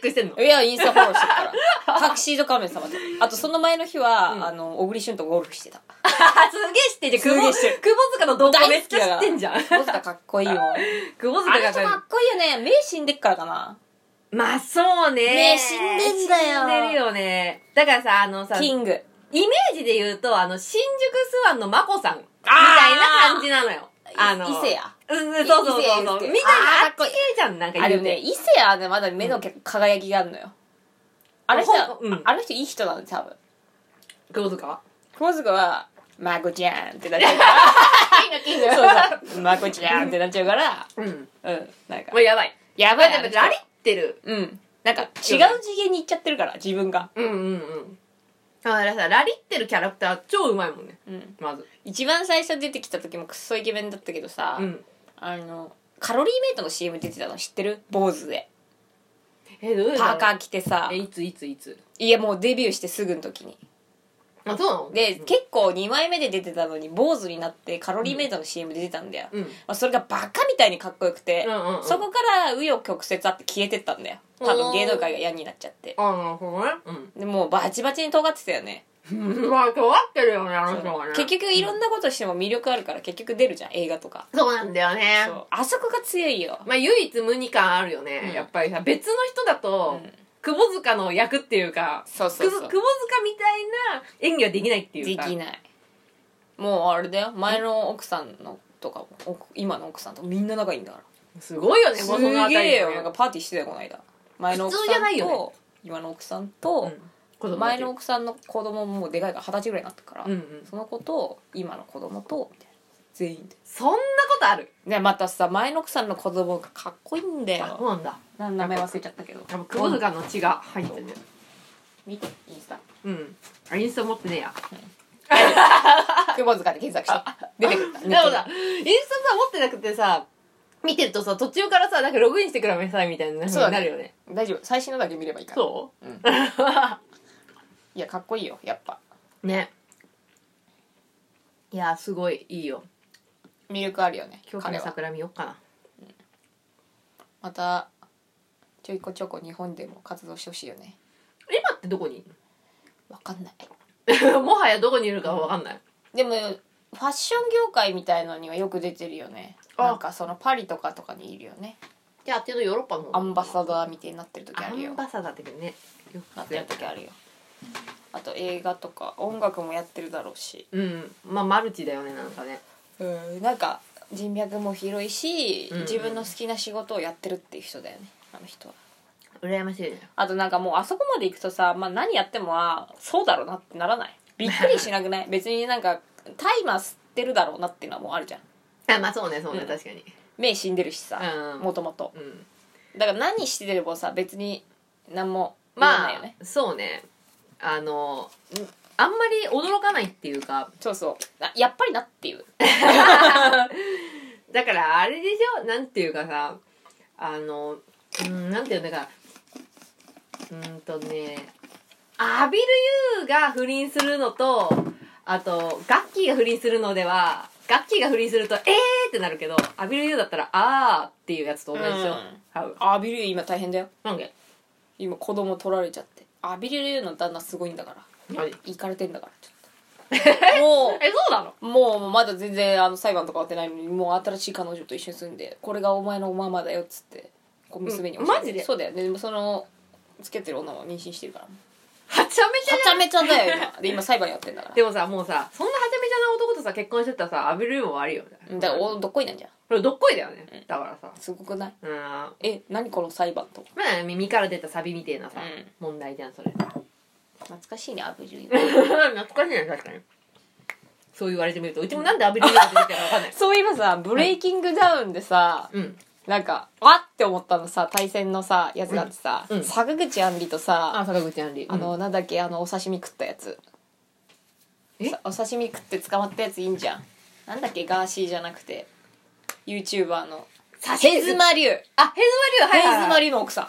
Speaker 2: クしてんの
Speaker 1: いやインスタフォローしてるからタキシード仮面 (laughs) 様であとその前の日は、
Speaker 2: うん
Speaker 1: あの小栗旬とゴルフして (laughs) た
Speaker 2: あすげえ知ってんじゃん
Speaker 1: すげえ
Speaker 2: 窪
Speaker 1: 知って
Speaker 2: 窪塚の動画めっち
Speaker 1: 大
Speaker 2: ゃ
Speaker 1: 好
Speaker 2: 知っ
Speaker 1: き
Speaker 2: て
Speaker 1: だ
Speaker 2: んじゃん
Speaker 1: 窪塚かっこいいよ
Speaker 2: 窪
Speaker 1: あ
Speaker 2: 塚
Speaker 1: れ
Speaker 2: が
Speaker 1: 人かっこいいよね目死んでっからかな
Speaker 2: まあそうね
Speaker 1: ね死んでんだよ
Speaker 2: 死んでるよねだからさあのさ
Speaker 1: キング
Speaker 2: イメージで言うとあの新宿スワンの眞子さんみたいな感じなのよあ
Speaker 1: 伊
Speaker 2: の
Speaker 1: 勢や
Speaker 2: うん、うんそうそうそう
Speaker 1: 伊勢
Speaker 2: そう。
Speaker 1: 祐介
Speaker 2: みたいな、あ
Speaker 1: あーか
Speaker 2: っ
Speaker 1: っこ
Speaker 2: ち系
Speaker 1: いい
Speaker 2: じゃん、なんか
Speaker 1: あれ
Speaker 2: 言う
Speaker 1: ね
Speaker 2: て。
Speaker 1: 伊勢はねまだ目の輝きがあるのよ、あの人
Speaker 2: ほんうん
Speaker 1: あの人いい人なの多分
Speaker 2: どうとか
Speaker 1: 窪塚は「マコちゃん」ってなっちゃうから (laughs) そうそう「マコちゃん」ってなっちゃうから
Speaker 2: (laughs) うん。
Speaker 1: うんなんか
Speaker 2: もうやばい。
Speaker 1: やば
Speaker 2: まあ
Speaker 1: い
Speaker 2: で
Speaker 1: あ
Speaker 2: も、
Speaker 1: の人
Speaker 2: ラリってる。
Speaker 1: うんなんか違う次元に行っちゃってるから自分が
Speaker 2: うんうんうん。だからさ、ラリってるキャラクター超うまいもんね。
Speaker 1: うん
Speaker 2: まず。
Speaker 1: 一番最初出てきた時もクッソイケメンだったけどさ、
Speaker 2: うん。
Speaker 1: あのカロリーメイトの CM 出てたの知ってる坊主で
Speaker 2: え、どういう
Speaker 1: パーカー着てさ
Speaker 2: え、いついついつ。
Speaker 1: いやもうデビューしてすぐの時に
Speaker 2: あ、そうなの
Speaker 1: で、結構2枚目で出てたのに坊主になってカロリーメイトの CM で出てたんだよ、
Speaker 2: うん。
Speaker 1: まあ、それがバカみたいにかっこよくて、
Speaker 2: うんうんうん
Speaker 1: そこから紆余曲折あって消えてったんだよ多分芸能界が嫌になっちゃって
Speaker 2: あ、なるほどね。うん。
Speaker 1: でもうバチバチに尖ってたよね
Speaker 2: うん。まあ、尖ってるよね、あの人がね。
Speaker 1: 結局いろんなことしても魅力あるから結局出るじゃん映画とか
Speaker 2: そうなんだよね
Speaker 1: そ。うあそこが強いよ
Speaker 2: まあ、唯一無二感あるよね
Speaker 1: う。ん
Speaker 2: やっぱりさ、別の人だと
Speaker 1: うん、
Speaker 2: 久保塚の役っていうか、
Speaker 1: そうそ
Speaker 2: く
Speaker 1: う
Speaker 2: ぼ
Speaker 1: そう
Speaker 2: 窪塚みたいな演技はできないっていう
Speaker 1: で
Speaker 2: か
Speaker 1: きないもうあれだよ前の奥さんのとかも奥今の奥さんとみんな仲いいんだから
Speaker 2: すごいよね
Speaker 1: す
Speaker 2: もうそのあ
Speaker 1: げ
Speaker 2: たり
Speaker 1: えよなん
Speaker 2: ね
Speaker 1: かパーティーしてたよこの間前の奥
Speaker 2: 普通じ
Speaker 1: さ
Speaker 2: ゃなんいよ
Speaker 1: と今の奥さんと
Speaker 2: うん
Speaker 1: 前の奥さんの子供ももうでかいから二十歳ぐらいになったから
Speaker 2: うんうん
Speaker 1: その子と今の子供とみたいな全員で
Speaker 2: そんなことある
Speaker 1: でまたさ前の奥さんの子供がかっこいいんだ
Speaker 2: あ
Speaker 1: よ
Speaker 2: そうなんだ
Speaker 1: な名前忘れちゃったけど
Speaker 2: やっぱ窪
Speaker 1: (laughs)
Speaker 2: 塚の血が入ってる
Speaker 1: 見てインスタ
Speaker 2: うんあインスタ持ってねえや
Speaker 1: 窪塚で検索して出てくる
Speaker 2: (laughs) でもさインスタさ持ってなくてさ見てるとさ途中からさなんかログインしてくださいみたいな
Speaker 1: そうだ
Speaker 2: に
Speaker 1: ね
Speaker 2: なるよね
Speaker 1: 大丈夫最新のだけ見ればいいから
Speaker 2: そ
Speaker 1: うんいやかっこいいよやっぱ
Speaker 2: うねいやすごいいいよ
Speaker 1: 魅力あるよね
Speaker 2: 今日
Speaker 1: 彼
Speaker 2: の
Speaker 1: は
Speaker 2: 桜見よっかな
Speaker 1: またちょいこちょこ日本でも活動してほしいよね
Speaker 2: 今ってどこにい
Speaker 1: わかんない
Speaker 2: るの (laughs) もはやどこにいるかわかんない
Speaker 1: でもファッション業界みたいのにはよく出てるよね
Speaker 2: あ
Speaker 1: なんかそのパリとかとかにいるよね
Speaker 2: じゃああっちのヨーロッパの方
Speaker 1: アンバサダーみたいになってる時あ
Speaker 2: ア
Speaker 1: るよ
Speaker 2: ンバサダーってねよ
Speaker 1: な
Speaker 2: く
Speaker 1: ってる時あるよあと映画とか音楽もやってるだろうし
Speaker 2: うんまあマルチだよねなんかね
Speaker 1: うんなんか人脈も広いし、
Speaker 2: うんうん
Speaker 1: 自分の好きな仕事をやってるっていう人だよねあの人は
Speaker 2: 羨ましいね
Speaker 1: あとなんかもうあそこまで行くとさ、まあ、何やってもあそうだろうなってならないびっくりしなく
Speaker 2: (laughs)
Speaker 1: ない別になんかタイマー吸ってるだろうなっていうのはもうあるじゃん
Speaker 2: あ (laughs) まあそうねそうね、
Speaker 1: うん
Speaker 2: 確かに
Speaker 1: 目死んでるしさ
Speaker 2: うん
Speaker 1: もともと
Speaker 2: うん
Speaker 1: だから何してでもさ別に何も言わ
Speaker 2: ま
Speaker 1: ない
Speaker 2: あ
Speaker 1: よね、
Speaker 2: そうねあのんあんまり驚かないっていうか
Speaker 1: そうそうあやっぱりなっていう
Speaker 2: だからあれでしょなんていうかさあのうんなんていうんだかうんとねアビル・ユーが不倫するのとあとガッキーが不倫するのではガッキーが不倫すると「えー!」ってなるけどアビル・ユーだったら「あー」っていうやつと同じでし
Speaker 1: う
Speaker 2: ょ、
Speaker 1: ん
Speaker 2: ハウ
Speaker 1: アビリュー今大変だよ
Speaker 2: なんで
Speaker 1: 今子供取られちゃってアビリューの旦那すごいんだから
Speaker 2: 何
Speaker 1: 行かれてんだからちょっ (laughs) ともう
Speaker 2: えそうなの
Speaker 1: もうまだ全然あの裁判とか終わってないのにもう新しい彼女と一緒に住んでこれがお前のママだよっつってこう娘に教えて、
Speaker 2: うんマジで
Speaker 1: そうだよねでもそのつけてる女は妊娠してる (laughs) からは
Speaker 2: はちゃめちゃじゃん
Speaker 1: ちゃめちゃだよ (laughs) 今で今裁判やってんだから
Speaker 2: でもさもうさそんなはちゃめちゃな男とさ結婚してたらさアビル・ユーも悪いよね
Speaker 1: うんだからおどっこいなんじゃん
Speaker 2: これどっこいだよね、だからさ
Speaker 1: すごくない
Speaker 2: うんま
Speaker 1: え何この裁判と
Speaker 2: あ耳から出たサビみたいなさ、
Speaker 1: うん
Speaker 2: 問題じゃんそれ
Speaker 1: 懐かしいねアブジュ
Speaker 2: (laughs) 懐かしいね確かにそう言われてみるとうちもなんでアビル・ユーが出てきたか分かんない
Speaker 1: そういえばさブレイキングダウンでさ、
Speaker 2: うん
Speaker 1: なんかあっって思ったのさ対戦のさやつだってさ、
Speaker 2: うんうん
Speaker 1: 坂口あんりとさ
Speaker 2: あ坂口アンリ
Speaker 1: あの、なんだっけあのお刺身食ったやつ
Speaker 2: え
Speaker 1: さお刺身食って捕まったやついいんじゃんなんだっけガーシーじゃなくて YouTuber の
Speaker 2: さ
Speaker 1: ヘズマリュウ
Speaker 2: あヘズマリュウはい
Speaker 1: ヘズ
Speaker 2: は
Speaker 1: マ
Speaker 2: い
Speaker 1: リュウの奥さ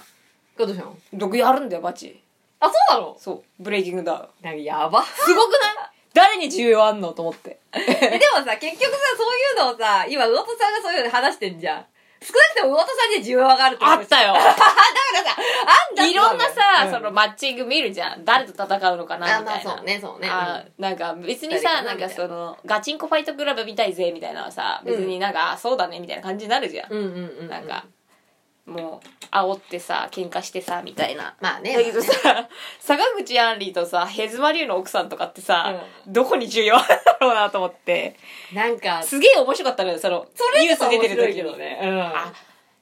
Speaker 2: どうしたの
Speaker 1: ん毒やるんだよバチ
Speaker 2: あそうなの
Speaker 1: そうブレイキングダウン
Speaker 2: なんかやば
Speaker 1: すごくない誰に重要あんのと思って
Speaker 2: (laughs) えでもさ結局さそういうのをさ今魚戸さんがそういうの話してんじゃん少なくとも魚戸さんには需要があるってこと
Speaker 1: あった (laughs) よ
Speaker 2: だからさあんた
Speaker 1: いろんなさ、
Speaker 2: うん
Speaker 1: そのマッチング見るじゃん誰と戦うのかな
Speaker 2: あ
Speaker 1: みた
Speaker 2: まあ
Speaker 1: いな
Speaker 2: そうねそうね
Speaker 1: あなんか別にさ
Speaker 2: 誰かな
Speaker 1: なん
Speaker 2: みたいな
Speaker 1: かそのガチンコファイトクラブ見たいぜみたいなのはさ別になんか、あそうだねみたいな感じになるじゃん
Speaker 2: うんうんうんうん
Speaker 1: なんか、もう煽ってさ喧嘩してさみたいな、
Speaker 2: まあね
Speaker 1: だけどさ坂口アンリーとさヘズマリュウの奥さんとかってさ、どこに重要あるんだろうなと思って
Speaker 2: なん (laughs) か
Speaker 1: すげえ面白かったのよその
Speaker 2: それ
Speaker 1: ニュー
Speaker 2: と
Speaker 1: ス
Speaker 2: か
Speaker 1: 出
Speaker 2: 面
Speaker 1: てる
Speaker 2: 白い
Speaker 1: 時
Speaker 2: けど
Speaker 1: に
Speaker 2: ね、うん、
Speaker 1: あ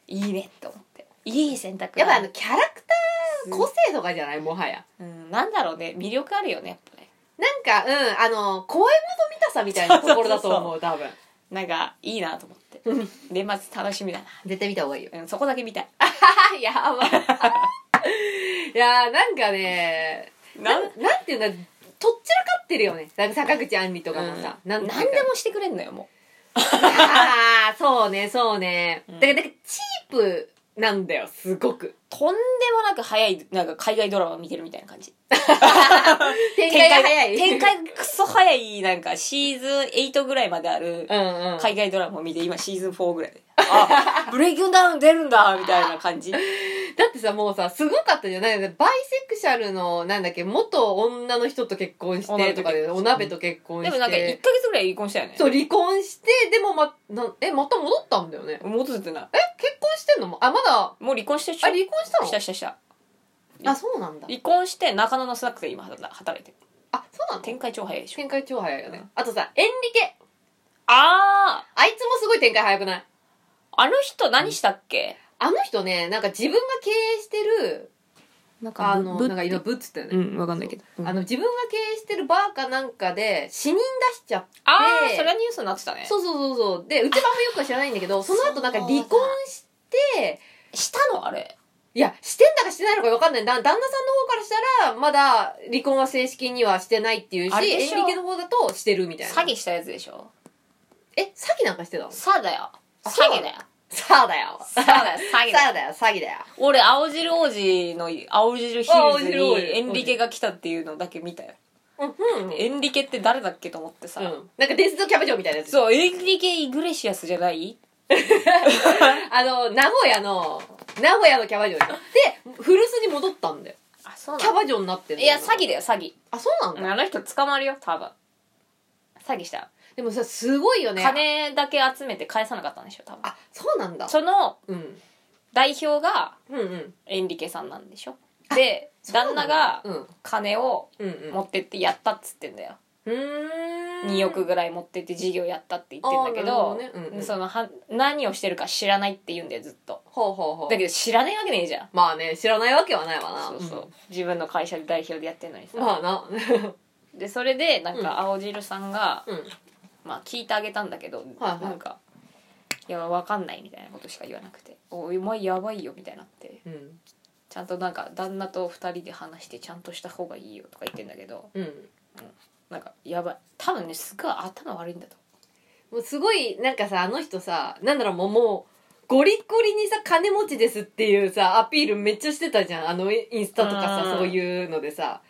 Speaker 1: いいねって思っていい選択
Speaker 2: や
Speaker 1: だ
Speaker 2: っぱあのキャラクター個性とかじゃないもはや
Speaker 1: うん、なんだろうね魅力あるよねやっぱね
Speaker 2: なんかうんあの声もの見たさみたいなところだと思う多分
Speaker 1: なんかいいなと思って年末楽しみだ
Speaker 2: 絶対見た方がいいよ
Speaker 1: な、うん、そこだけ見たい
Speaker 2: あやば (laughs) いやーなんかね
Speaker 1: な
Speaker 2: (laughs) なんんなんていうんだとっちらかってるよねなんか坂口あんりとかもさ、
Speaker 1: うん
Speaker 2: なんていうか
Speaker 1: 何でもしてくれんのよも
Speaker 2: ああそうねそうね、
Speaker 1: うん
Speaker 2: だからだからチープなんだよすごく
Speaker 1: うとんでもなく早いなんか海外ドラマ見てるみたいな感じ
Speaker 2: 展開が早い
Speaker 1: 展開がクソ早いなんかシーズン8ぐらいまである
Speaker 2: うんうん
Speaker 1: 海外ドラマを見て今シーズン4ぐらいで
Speaker 2: (laughs)
Speaker 1: あブレイキングダウン出るんだみたいな感じ
Speaker 2: だってさもうさすごかったじゃないバイセクシャルのなんだっけ元女の人と結婚してとかでお鍋と結婚
Speaker 1: で
Speaker 2: して
Speaker 1: もなんか1ヶ月ぐらい離婚したよね
Speaker 2: そう離婚してでもまなえまた戻ったんだよね
Speaker 1: 戻ってない
Speaker 2: え結婚してんのあまだあ
Speaker 1: もう離婚してるでしょ
Speaker 2: 離婚したの
Speaker 1: したしたした
Speaker 2: あそうなんだ
Speaker 1: 離婚して中野のスナックで今働いてる
Speaker 2: あそうなの
Speaker 1: 展開超早いでしょ
Speaker 2: 展開超早いよね、
Speaker 1: うん
Speaker 2: あとさエンリケ
Speaker 1: あ
Speaker 2: あいつもすごい展開早くない
Speaker 1: ああの人何したっけ、
Speaker 2: あの人ねなんか自分が経営してる
Speaker 1: なん
Speaker 2: あのなんか今ブッつったよね、
Speaker 1: うんわかんないけど、
Speaker 2: あの自分が経営してるバーかなんかで死人出しちゃっ
Speaker 1: あー
Speaker 2: で
Speaker 1: それはニュースになってたね
Speaker 2: そうそうそうそうでうちばんもよくは知らないんだけどその後なんか離婚して
Speaker 1: したのあれ
Speaker 2: いやしてんだかしてないのか分かんないだ旦那さんの方からしたらまだ離婚は正式にはしてないっていうし
Speaker 1: あれで
Speaker 2: エ
Speaker 1: し
Speaker 2: ン
Speaker 1: ょ
Speaker 2: リケの方だとしてるみたいな
Speaker 1: 詐欺したやつでしょ
Speaker 2: え詐欺なんかしてたの
Speaker 1: さあだよ
Speaker 2: あ
Speaker 1: 詐欺だよ
Speaker 2: さあだよ
Speaker 1: さあだよ詐欺だよ
Speaker 2: さあだよ詐欺だよ
Speaker 1: 俺青汁王子の青汁ヒ
Speaker 2: あ青
Speaker 1: ルズ
Speaker 2: 汁王子
Speaker 1: にエンリケが来たっていうのだけ見たよ
Speaker 2: うんうん
Speaker 1: エンリケって誰だっけと思ってさ、
Speaker 2: なんか伝説のキャバ嬢みたいなやつ
Speaker 1: そうエンリケ・イグレシアスじゃない
Speaker 2: あの名古屋の名古屋のキャバ嬢でしょで古巣に戻ったんだよ
Speaker 1: あそう
Speaker 2: キャバ嬢になってんだ
Speaker 1: い
Speaker 2: よ
Speaker 1: や詐欺だよ詐欺
Speaker 2: あそうなんだ、
Speaker 1: あの人捕まるよ多分詐欺した
Speaker 2: でもさすごいよね
Speaker 1: 金だけ集めて返さなかったんでしょ多分
Speaker 2: あそうなんだ
Speaker 1: その
Speaker 2: うん
Speaker 1: 代表が
Speaker 2: うんうん
Speaker 1: エンリケさんなんでしょで旦那が
Speaker 2: うん
Speaker 1: 金を
Speaker 2: うん
Speaker 1: 持ってってやったっつってんだよ、
Speaker 2: うんう
Speaker 1: 2億ぐらい持ってって事業やったって言ってんだけ
Speaker 2: あー
Speaker 1: ど
Speaker 2: なるほどねうんうん
Speaker 1: そのは何をしてるか知らないって言うんだよずっと
Speaker 2: ほうほうほう
Speaker 1: だけど知らないわけねえじゃん
Speaker 2: まあね知らないわけはないわな
Speaker 1: そうそう、自分の会社で代表でやってんのに
Speaker 2: うん
Speaker 1: さ
Speaker 2: まあな
Speaker 1: でそれでなん
Speaker 2: うん
Speaker 1: か青汁さんが、
Speaker 2: うん
Speaker 1: まあ、聞いてあげたんだけど、
Speaker 2: はいはい
Speaker 1: なんか「いやわかんない」みたいなことしか言わなくて「おお前やばいよ」みたいになって
Speaker 2: うん
Speaker 1: ちゃんとなんか旦那と2人で話してちゃんとした方がいいよとか言ってんだけど
Speaker 2: うん
Speaker 1: なんかやばい多分ねすごい頭悪いんだと
Speaker 2: もうすごいなんかさあの人さなんだろうもうもうゴリゴリにさ金持ちですっていうさアピールめっちゃしてたじゃんあのインスタとか
Speaker 1: う
Speaker 2: さ
Speaker 1: ん
Speaker 2: そういうのでさ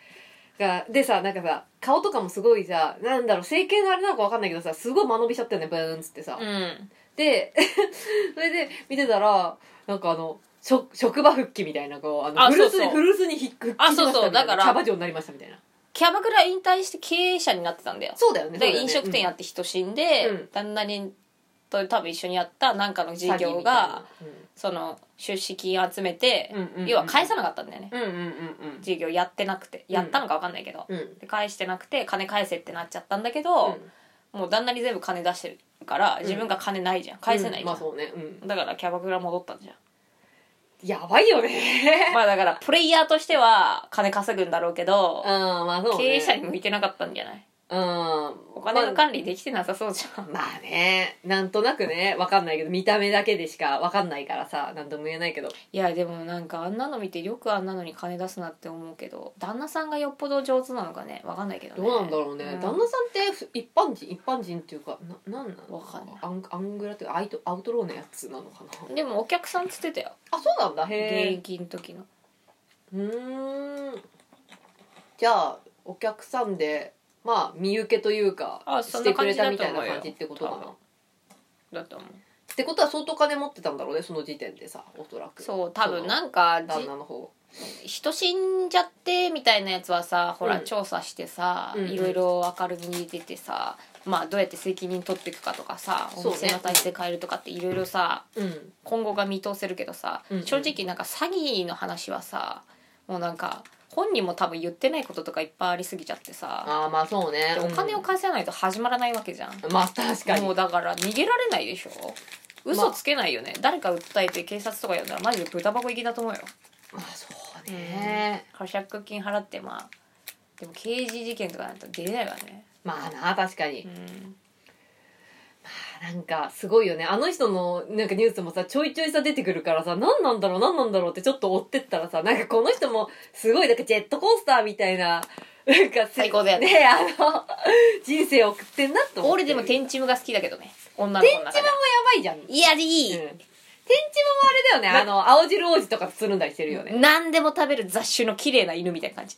Speaker 2: がでさなんかさ顔とかもすごいさなんだろう整形のあれなのかわかんないけどさすごい間延びしちゃったよねブーンっつってさ、
Speaker 1: うん
Speaker 2: で (laughs) それで見てたらなんかあの職職場復帰みたいなこうあの
Speaker 1: あ
Speaker 2: フルーツ
Speaker 1: そうそう
Speaker 2: フルーツにひ復帰しま
Speaker 1: あ
Speaker 2: した
Speaker 1: そう
Speaker 2: み
Speaker 1: そう
Speaker 2: たいな
Speaker 1: だから
Speaker 2: キャバ嬢になりましたみたいな
Speaker 1: キャバクラ引退して経営者になってたんだよ
Speaker 2: そうだよね
Speaker 1: で飲食店やって人死んで、
Speaker 2: うん
Speaker 1: 旦那にと多分一緒にやったなんかの事業が、その出資金集めて、要は返
Speaker 2: さ
Speaker 1: さなかったんだよね、
Speaker 2: うんうんうんうん
Speaker 1: 事業やってなくて
Speaker 2: うん
Speaker 1: やったのか分かんないけど、
Speaker 2: うんうん
Speaker 1: で返してなくて金返せってなっちゃったんだけど、もう旦那に全部金出してるから自分が金ないじゃん返せないじゃん、
Speaker 2: まあそうねうん
Speaker 1: だからキャバクラ戻ったんじゃん
Speaker 2: やばいよね
Speaker 1: まあだからプレイヤーとしては金稼ぐんだろうけど
Speaker 2: うん、まあそうね
Speaker 1: 経営者に向いてなかったんじゃない
Speaker 2: うん
Speaker 1: お
Speaker 2: お
Speaker 1: 金の管理できてなさそうじゃん、
Speaker 2: まあねなんとなくねわかんないけど見た目だけでしかわかんないからさなんとも言えないけど
Speaker 1: いやでもなんかあんなの見てよくあんなのに金出すなって思うけど旦那さんがよっぽど上手なのかねわかんないけどね
Speaker 2: どうなんだろうね、
Speaker 1: ん
Speaker 2: 旦那さんってふ一般人一般人っていうかななんなの
Speaker 1: わかんない
Speaker 2: アンアングラっていうかアイトアウトローのやつなのかな
Speaker 1: でもお客さんつってたよ
Speaker 2: あそうなんだ
Speaker 1: 現
Speaker 2: へえ
Speaker 1: 役の時の
Speaker 2: うーんじゃあお客さんでまあ見受けというか
Speaker 1: あそ
Speaker 2: し
Speaker 1: ん
Speaker 2: て
Speaker 1: な
Speaker 2: く
Speaker 1: 感
Speaker 2: れ
Speaker 1: じだ
Speaker 2: た
Speaker 1: と
Speaker 2: み
Speaker 1: 思う
Speaker 2: た
Speaker 1: よ
Speaker 2: いな感じってことかな
Speaker 1: 多分
Speaker 2: っ
Speaker 1: だと思う
Speaker 2: てことは相当金持ってたんだろうねその時点でさおそらく
Speaker 1: そう多分なんか
Speaker 2: 旦那の方
Speaker 1: じ人死んじゃってみたいなやつはさほら
Speaker 2: うん
Speaker 1: 調査してさ、
Speaker 2: うん
Speaker 1: いろいろ明るみに出てさまあどうやって責任取っていくかとかさ
Speaker 2: そう
Speaker 1: お
Speaker 2: ね
Speaker 1: 店の体制変えるとかっていろいろさ
Speaker 2: うん
Speaker 1: 今後が見通せるけどさ、
Speaker 2: うんうん
Speaker 1: 正直なんか詐欺の話はさもうなんか本人も多分言ってないこととかいっぱいありすぎちゃってさ
Speaker 2: ああまあそうね
Speaker 1: でお金を返さないと始まらないわけじゃん、
Speaker 2: うんまあ確かに
Speaker 1: もうだから逃げられないでしょ嘘つけないよね、誰か訴えて警察とか呼んだらマジで豚箱行きだと思うよ
Speaker 2: まあそうね
Speaker 1: 保釈金払ってまあでも刑事事件とかだと出れないわね
Speaker 2: まあな確かに
Speaker 1: うん
Speaker 2: なんかすごいよねあの人のなんかニュースもさちょいちょいさ出てくるからさ何なんだろう何なんだろうってちょっと追ってったらさなんかこの人もすごいなんかジェットコースターみたいななんか
Speaker 1: 最高だよね
Speaker 2: ねあの人生送ってんなと思っ
Speaker 1: 俺
Speaker 2: て
Speaker 1: でも
Speaker 2: 天
Speaker 1: 天チムが好きだけどね女の
Speaker 2: 天
Speaker 1: 子
Speaker 2: チ
Speaker 1: の
Speaker 2: マも
Speaker 1: 中
Speaker 2: や
Speaker 1: で
Speaker 2: ばいじゃん、うん、天
Speaker 1: いやいい、
Speaker 2: チマもあれだよねあの青汁王子とかつるんだりしてるよね、
Speaker 1: 何でも食べる雑種の綺麗な犬みたいな
Speaker 2: (laughs)
Speaker 1: 感じ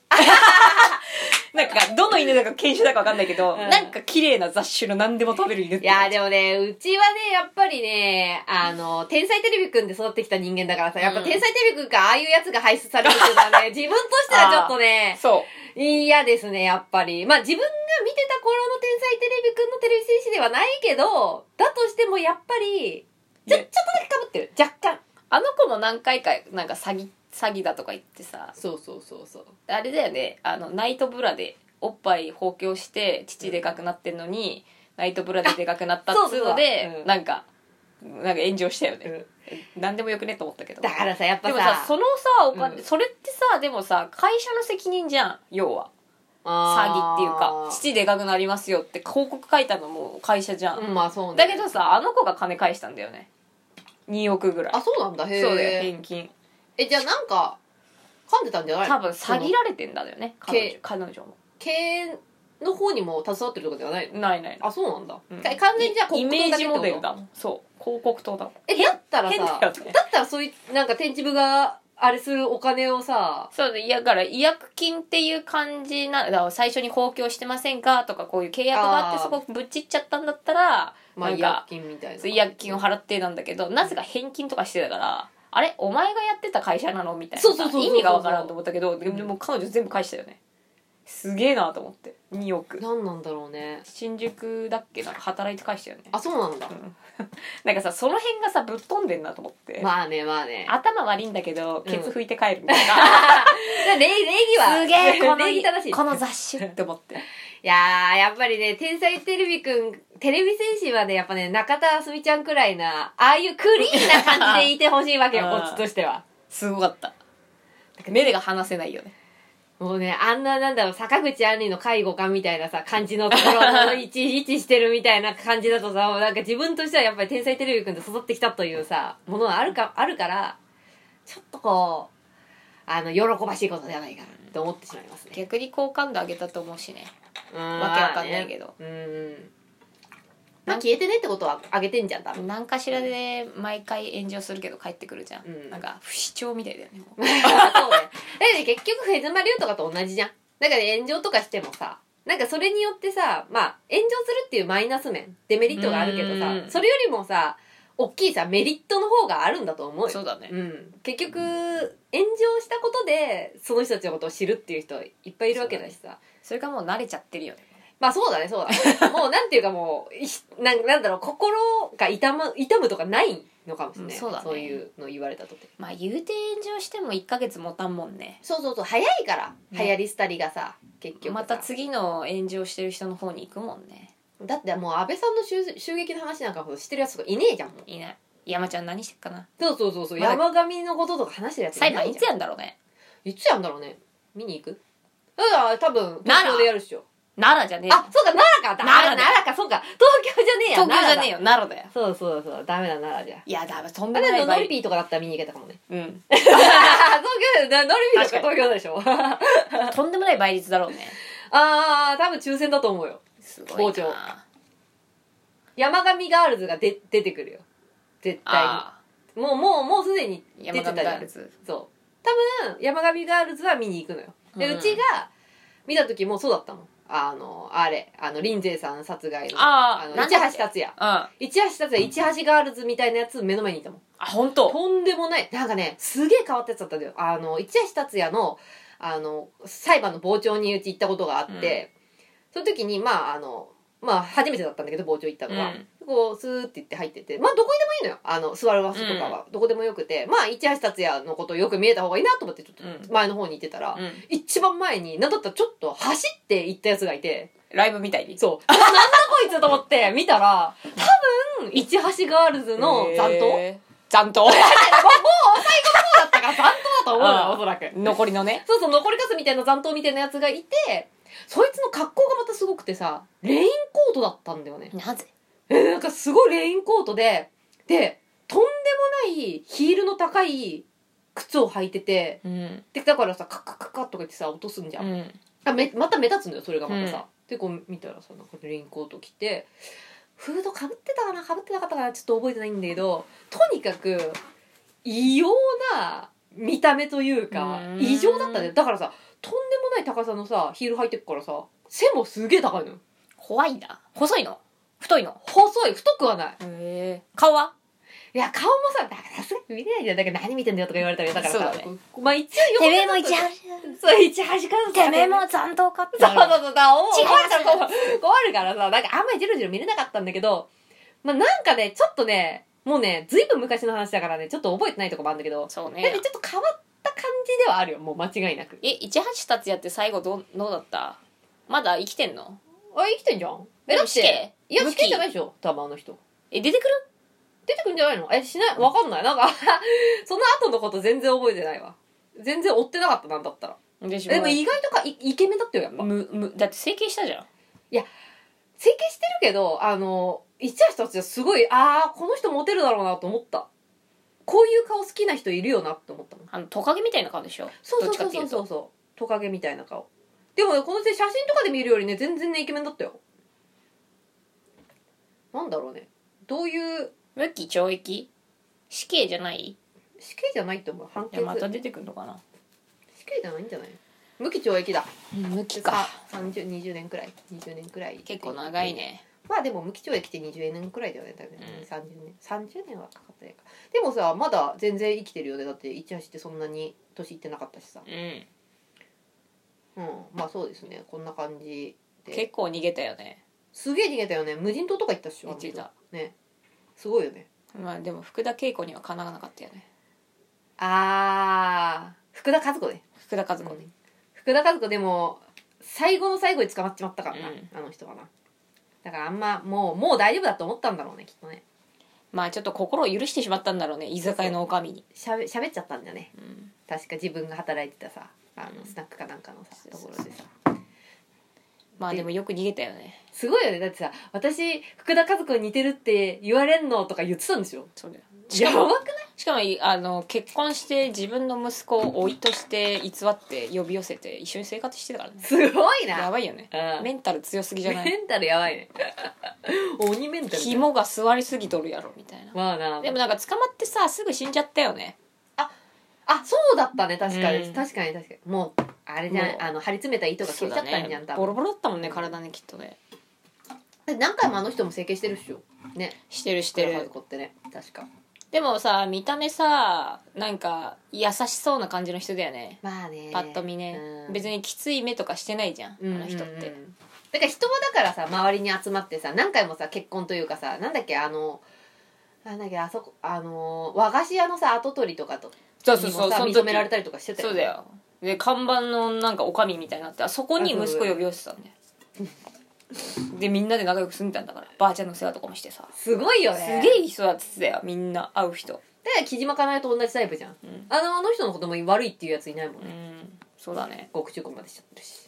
Speaker 1: なんかどの犬だか犬種だか分かんないけど、
Speaker 2: うん
Speaker 1: なんか綺麗な雑種の何でも食べる犬って
Speaker 2: いやーでもね、うちはね、やっぱりね、あの、天才テレビくんで育ってきた人間だからさ、やっぱ
Speaker 1: うん
Speaker 2: 天才テレビくんがああいうやつが排出されるっていうの (laughs) はね、自分としてはちょっとね、
Speaker 1: そう
Speaker 2: 嫌ですね、やっぱり。まあ自分が見てた頃の天才テレビくんのテレビ戦士ではないけど、だとしてもやっぱり、ちょ、ちょっとだ
Speaker 1: ね
Speaker 2: け被ってる。若干。
Speaker 1: あの子も何回かなんか詐欺詐欺だとか言ってさ
Speaker 2: そうそうそうそう。
Speaker 1: あれだよねあのナイトブラでおっぱい包茎して父でかくなってんのに、ナイトブラででかくなったっつうの
Speaker 2: あそう
Speaker 1: で
Speaker 2: そううん
Speaker 1: なんかなんか炎上したよね、何でもよくねと思ったけど
Speaker 2: だからさ、やっぱ
Speaker 1: で
Speaker 2: さ、
Speaker 1: もさそのさお金、
Speaker 2: うん
Speaker 1: それってさでもさ会社の責任じゃん要は詐欺っていうか父でかくなりますよって広告書いたのも会社じゃん、
Speaker 2: うか、うん、まあそうね。
Speaker 1: だけ、どさあの子が金返したんだよね2億ぐらい
Speaker 2: あ、そうなんだ、へえ。
Speaker 1: そうだよ返金
Speaker 2: え、じゃあなんか、噛んでたんじゃないの
Speaker 1: 多分詐欺られてんだよね彼女
Speaker 2: け
Speaker 1: 彼女も
Speaker 2: 経営の方にも携わってるとかではないの
Speaker 1: ないないない
Speaker 2: あそうなんだ、
Speaker 1: うん
Speaker 2: か完全にじゃあ
Speaker 1: イ
Speaker 2: 広
Speaker 1: メー
Speaker 2: 告塔だけ
Speaker 1: ジ
Speaker 2: ってこ
Speaker 1: モ
Speaker 2: と
Speaker 1: デルだもんそう広告塔だもん
Speaker 2: えだったら
Speaker 1: 変だ
Speaker 2: さ
Speaker 1: よ
Speaker 2: だ
Speaker 1: ね
Speaker 2: ったらそういうなんか天地部があれするお金をさ
Speaker 1: そうだいやだから違約金っていう感じなだから最初に公共してませんかとかこういう契約があって
Speaker 2: あ
Speaker 1: そ
Speaker 2: ー
Speaker 1: こぶっちっちゃったんだったら
Speaker 2: まあ
Speaker 1: なん
Speaker 2: 違
Speaker 1: か
Speaker 2: 約金みたいな
Speaker 1: 違約金を払ってなんだけどなぜか返金とかしてたからあれお前がやってた会社なのみたいなさ
Speaker 2: そうそうそうそう
Speaker 1: 意味がわからんと思ったけどで
Speaker 2: うん
Speaker 1: も彼女全部返したよねすげえなと思って2億
Speaker 2: 何なんだろうね
Speaker 1: 新宿だっけなんか働いて返したよね
Speaker 2: あそうなんだ、
Speaker 1: うん (laughs) なんかさその辺がさぶっ飛んでんなと思って、
Speaker 2: まあねまあね
Speaker 1: 頭悪いんだけど
Speaker 2: うん
Speaker 1: ケツ拭いて帰るみたい
Speaker 2: (laughs)
Speaker 1: な、
Speaker 2: じゃあ礼礼儀は
Speaker 1: すげえ
Speaker 2: (laughs)
Speaker 1: この
Speaker 2: 礼儀正しい
Speaker 1: この雑種って思って
Speaker 2: いやー、やっぱりね、天才テレビくん、テレビ戦士はね、やっぱね、中田あすみちゃんくらいな、ああいうクリーンな感じでいてほしいわけ (laughs) よ、
Speaker 1: あ
Speaker 2: こ
Speaker 1: ー
Speaker 2: っちとしては。
Speaker 1: すごかった目が離せないよね
Speaker 2: もうね、あんな、なんだろう、坂口杏里の介護官みたいなさ、感じのところ (laughs) の位置、位置してるみたいな感じだとさ、もうなんか自分としてはやっぱり天才テレビくんで育ってきたというさ、ものがあるか、あるから、ちょっとこう、あの、喜ばしいことではないかなって思ってしまいますね。
Speaker 1: 逆に好感度上げたと思うしね
Speaker 2: うん、
Speaker 1: わけわかんないけど。
Speaker 2: うん。まあ、消えてねってことはあげてんじゃん、多分。
Speaker 1: 何かしらで毎回炎上するけど帰ってくるじゃん、
Speaker 2: うん (laughs)
Speaker 1: なんか不死鳥みたいだよねもう
Speaker 2: そうね。だって結局、フェズマリュウとかと同じじゃん。なんかね炎上とかしてもさなんかそれによってさまあ炎上するっていうマイナス面デメリットがあるけど
Speaker 1: うん
Speaker 2: さそれよりもさ大きいさメリットの方があるんだと思うよ
Speaker 1: そうだね
Speaker 2: うん、結局炎上したことでその人たちのことを知るっていう人いっぱいいるわけだしさ
Speaker 1: それがもう慣れちゃってるよね
Speaker 2: まあそうだねそうだね (laughs) もうなんていうかもういなんなんだろう心が痛む痛むとかないのかもしれない、
Speaker 1: うんそうだね
Speaker 2: いうの言われたとって
Speaker 1: まあ言うて炎上しても1ヶ月持たんもんね
Speaker 2: そうそうそう早いから、
Speaker 1: ね
Speaker 2: 流行り廃りがさ結局さ
Speaker 1: また次の炎上してる人の方に行くもんね
Speaker 2: だってもう安倍さんの襲襲撃の話なんかほど知ってるやつとかいねえじゃんもう
Speaker 1: いない山ちゃん何してっかな
Speaker 2: そうそうそうそう、
Speaker 1: まだ
Speaker 2: 山上のこととか話してるやつい
Speaker 1: 裁
Speaker 2: ないじゃん
Speaker 1: 判いつやんだろうね
Speaker 2: いつやんだろうね見に行くだから多分東京でやるっしょ
Speaker 1: 奈良じゃねえよ
Speaker 2: あそうか奈良か
Speaker 1: 奈良
Speaker 2: あ
Speaker 1: だ
Speaker 2: 奈良かそうか東京じゃねえや
Speaker 1: 東京じゃねえ
Speaker 2: よ
Speaker 1: よ奈良だよ
Speaker 2: そうそうそうダメだ奈良じゃ
Speaker 1: いやだめとん
Speaker 2: あ
Speaker 1: でもな
Speaker 2: れの
Speaker 1: い
Speaker 2: ノ
Speaker 1: バ
Speaker 2: リ
Speaker 1: イ
Speaker 2: ピーとかだったら見に行けたかも (laughs) ね。
Speaker 1: うん、
Speaker 2: 東京だよ、ノリピーとか
Speaker 1: 確か
Speaker 2: 東京でしょ。あ
Speaker 1: とんでもない倍率だろうね
Speaker 2: あー、多分抽選だと思うよ。
Speaker 1: すごい
Speaker 2: 傍聴
Speaker 1: な
Speaker 2: 山上ガールズがで出てくるよ。絶対
Speaker 1: あ
Speaker 2: に。もう、もう、もうすでに
Speaker 1: ー
Speaker 2: 出て
Speaker 1: 山
Speaker 2: た
Speaker 1: 上
Speaker 2: じゃ
Speaker 1: ガー
Speaker 2: ん
Speaker 1: ル。ズ
Speaker 2: そう。多分、山上ガールズは見に行くのよ。で、
Speaker 1: うん
Speaker 2: うちが見た時もそうだったもん。あの、あれ、あの、林勢さん殺害の。
Speaker 1: あー
Speaker 2: の、
Speaker 1: なん
Speaker 2: 市
Speaker 1: だ
Speaker 2: 橋
Speaker 1: っけ
Speaker 2: 達也。
Speaker 1: うんあ
Speaker 2: 市橋達也、市橋ガールズみたいなやつ目の前にいたもん。
Speaker 1: 本当
Speaker 2: とんでもないなんかねすげえ変わったやつだったんだよあの一橋達也のあの裁判の傍聴にうち行ったことがあって、その時にまああのまあ初めてだったんだけど傍聴行ったのは、こうスーって行って入っててまあどこにでもいいのよあの座る場所とかは、どこでもよくてまあ一橋達也のことよく見えた方がいいなと思ってちょっ
Speaker 1: うん
Speaker 2: と前の方に行ってたら、
Speaker 1: うん
Speaker 2: 一番前になんだったらちょっと走って行ったやつがいて
Speaker 1: ライブみたいに
Speaker 2: そう (laughs) なんだこいつと思って見たら多分一橋ガールズの残党、
Speaker 1: へー残 (laughs) 党
Speaker 2: だったから残党だと思う
Speaker 1: ああ
Speaker 2: よ、おそらく。
Speaker 1: 残りのね
Speaker 2: そうそう、残りカスみたいな残党みたいなやつがいて、そいつの格好がまたすごくてさ、レインコートだったんだよね。
Speaker 1: なぜ
Speaker 2: えーなんかすごいレインコートで、で、とんでもないヒールの高い靴を履いてて、
Speaker 1: うん
Speaker 2: で、だからさ、カッカッカッカッとか言ってさ、落とすんじゃん。
Speaker 1: うん
Speaker 2: あめまた目立つんだよそれがまたさ、
Speaker 1: うん
Speaker 2: でこう見たらさなんかレインコート着てフードかぶってたかなかぶってなかったかなちょっと覚えてないんだけどとにかく異様な見た目というか
Speaker 1: うん
Speaker 2: 異常だったねだからさとんでもない高さのさヒール履いてくからさ背もすげえ高いのよ
Speaker 1: 怖いな細いの太いの
Speaker 2: 細い太くはない
Speaker 1: へえ顔はい
Speaker 2: や顔もさだからさすがに見れないじゃんだから何見てんだよとか言われたらだからさ
Speaker 1: そうだね
Speaker 2: こうまあ一応
Speaker 1: てめえも一
Speaker 2: 一
Speaker 1: 橋
Speaker 2: そう一端か
Speaker 1: てめえも残党かって
Speaker 2: そう
Speaker 1: な
Speaker 2: そう
Speaker 1: るわ
Speaker 2: そう、だからお
Speaker 1: 違い
Speaker 2: 困
Speaker 1: ます
Speaker 2: るから困る困るからさ、なんかあんまりジロジロ見れなかったんだけど、まあなんかね、ちょっとね、もうね、ずいぶん昔の話だからね、ちょっと覚えてないとこもあるんだけど、
Speaker 1: そう
Speaker 2: なんか
Speaker 1: ね
Speaker 2: ちょっと変わった感じではあるよ、もう間違いなく。
Speaker 1: え一橋達也って最後どうどうだったまだ生きてんの
Speaker 2: あ、生きてんじゃん。
Speaker 1: で
Speaker 2: え、
Speaker 1: も
Speaker 2: だっ
Speaker 1: 死刑
Speaker 2: て、いや、
Speaker 1: 無
Speaker 2: 死
Speaker 1: 期
Speaker 2: 刑じゃないでしょ、多分あの人。
Speaker 1: え出てくる
Speaker 2: 出てくんじゃないのえ、しない、わかんない。なんか、 (laughs) その後のこと全然覚えてないわ。全然追ってなかった、なんだったら。
Speaker 1: でし
Speaker 2: でも意外とか、いイケメンだったよ、やっぱ。
Speaker 1: むむだって整形したじゃん
Speaker 2: 整形してるけどあの一夜たちはすごいああこの人モテるだろうなと思ったこういう顔好きな人いるよなって思ったもん
Speaker 1: あのトカゲみたいな顔でしょ
Speaker 2: そう
Speaker 1: ど
Speaker 2: そうそ
Speaker 1: っ
Speaker 2: う
Speaker 1: ちか
Speaker 2: そ
Speaker 1: っていうう
Speaker 2: そう
Speaker 1: と
Speaker 2: そうトカゲみたいな顔でもねこの人写真とかで見るよりね全然ねイケメンだったよなんだろうねどういう
Speaker 1: 無期懲役死刑じゃない
Speaker 2: 死刑じゃないと思う判
Speaker 1: い
Speaker 2: 決
Speaker 1: やまた出てくるのかな
Speaker 2: 死刑じゃないんじゃない無期懲役だ
Speaker 1: 無期か
Speaker 2: 30 20年くらい20年くらい
Speaker 1: 結構長いね
Speaker 2: まあでも無期懲役って20年くらいだよね多分ね、
Speaker 1: うん
Speaker 2: 30年30年はかかってないかでもさまだ全然生きてるよねだって一橋ってそんなに年いってなかったしさ
Speaker 1: うん
Speaker 2: うんまあそうですねこんな感じで
Speaker 1: 結構逃げたよね
Speaker 2: すげえ逃げたよね無人島とか行ったっしょ
Speaker 1: 行ってた
Speaker 2: ねすごいよね
Speaker 1: まあでも福田恵子にはかなわなかったよね
Speaker 2: あー福田和子ね
Speaker 1: 福田和子に、
Speaker 2: 福田和子でも最後の最後に捕まっちまったからな、
Speaker 1: うん
Speaker 2: あの人はなだからあんまもうもう大丈夫だと思ったんだろうねきっとね
Speaker 1: まあちょっと心を許してしまったんだろうね居酒屋の女将に、
Speaker 2: しゃべ喋っちゃったんだね
Speaker 1: うん
Speaker 2: 確か自分が働いてたさあの
Speaker 1: うん
Speaker 2: スナックかなんかのさ、
Speaker 1: そう
Speaker 2: と
Speaker 1: そう
Speaker 2: こ
Speaker 1: そう
Speaker 2: ろでさ
Speaker 1: まあでもよく逃げたよね
Speaker 2: すごいよねだってさ「私福田和子に似てるって言われんの?」とか言ってたんでしょ
Speaker 1: そうだよし
Speaker 2: や
Speaker 1: かも
Speaker 2: ばくない
Speaker 1: しかもあの結婚して自分の息子を甥いとして偽って呼び寄せて一緒に生活してたからね
Speaker 2: すごい
Speaker 1: や
Speaker 2: な
Speaker 1: ばいよね
Speaker 2: うん
Speaker 1: メンタル強すぎじゃない
Speaker 2: (laughs) メンタルやばいね鬼メンタルだよ
Speaker 1: 肝が座りすぎとるやろみたいな
Speaker 2: まあな
Speaker 1: でもなんか捕まってさすぐ死んじゃったよね
Speaker 2: あそうだったね確かに、
Speaker 1: うん
Speaker 2: 確かに確かにもうあれじゃ
Speaker 1: もうん
Speaker 2: あの張り詰めた糸が消えちゃったんじゃん、
Speaker 1: そうだね
Speaker 2: 多
Speaker 1: ボ
Speaker 2: 分
Speaker 1: ロボロだったもんね体ねきっとね
Speaker 2: で何回もあの人も整形してるっしょね
Speaker 1: してるし
Speaker 2: しててるはず
Speaker 1: る
Speaker 2: こってね確か
Speaker 1: でもさ見た目さなんか優しそうな感じの人だよね
Speaker 2: まあね
Speaker 1: パッと見ね、
Speaker 2: うん
Speaker 1: 別にきつい目とかしてないじゃん、
Speaker 2: うん
Speaker 1: あの人って、
Speaker 2: うんうんだから人もだからさ周りに集まってさ何回もさ結婚というかさなんだっけあのなんだっけあそこあの和菓子屋のさ跡取りとかと
Speaker 1: そう
Speaker 2: に
Speaker 1: そう
Speaker 2: も
Speaker 1: そう
Speaker 2: さ
Speaker 1: その時
Speaker 2: 認められたりとかしてた
Speaker 1: そうだよで看板のなんかおかみみたいになってあそこに息子呼び寄せたんだよでみんなで仲良く住んでたんだからばあちゃんの世話とかもしてさ
Speaker 2: すごいよ
Speaker 1: す
Speaker 2: ね
Speaker 1: げえいい人だってたよみんな会う人
Speaker 2: だから木島かなえと同じタイプじゃん、
Speaker 1: ん
Speaker 2: あのあの人のことも悪いっていうやついないもん
Speaker 1: う
Speaker 2: ね、
Speaker 1: んそうだね
Speaker 2: 極中婚までしちゃってるし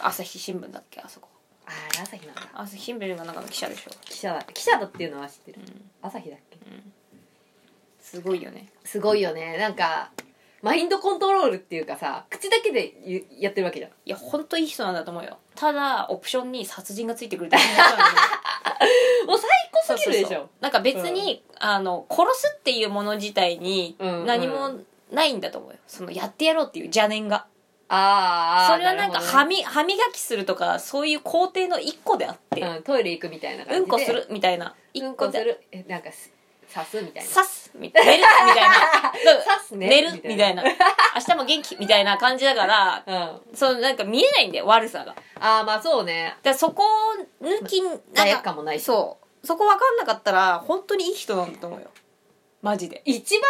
Speaker 1: 朝日新聞だっけあそこ
Speaker 2: あれ朝日なんだ
Speaker 1: 朝日新聞の中の記者でしょ
Speaker 2: 記者だ記者だっていうのは知ってる、朝日だっけ
Speaker 1: すごいよね
Speaker 2: すごいよねなんかマインドコントロールっていうかさ口だけで言うやってるわけじゃん
Speaker 1: いや本当いい人なんだと思うよただオプションに殺人がついてくるだけの人なんだよね
Speaker 2: もう最高すぎるでしょ
Speaker 1: そうそうそうなんか別に、あの殺すっていうもの自体に
Speaker 2: うんうん
Speaker 1: 何もないんだと思うよそのやってやろうっていう邪念が
Speaker 2: あーあー
Speaker 1: それはなんか
Speaker 2: るほどね
Speaker 1: 歯み歯磨きするとかそういう工程の一個であって、
Speaker 2: うん、トイレ行くみたいな感
Speaker 1: う
Speaker 2: じで
Speaker 1: んこするみたいな
Speaker 2: う
Speaker 1: 一
Speaker 2: ん
Speaker 1: 個
Speaker 2: こす
Speaker 1: で
Speaker 2: るえなんかす刺すみたいな
Speaker 1: 刺すみたいな
Speaker 2: (laughs)
Speaker 1: 寝るみたいな寝る
Speaker 2: 刺すね
Speaker 1: みたいな明日も元気みたいな感じだから
Speaker 2: うんあ
Speaker 1: そのなんか見えないんだよ悪さがだか
Speaker 2: あーまあそうね
Speaker 1: らそこを抜きなんか
Speaker 2: 罪悪感もないし
Speaker 1: そうそこ分かんなかったら本当にいい人なんだと思うよマジで
Speaker 2: 一番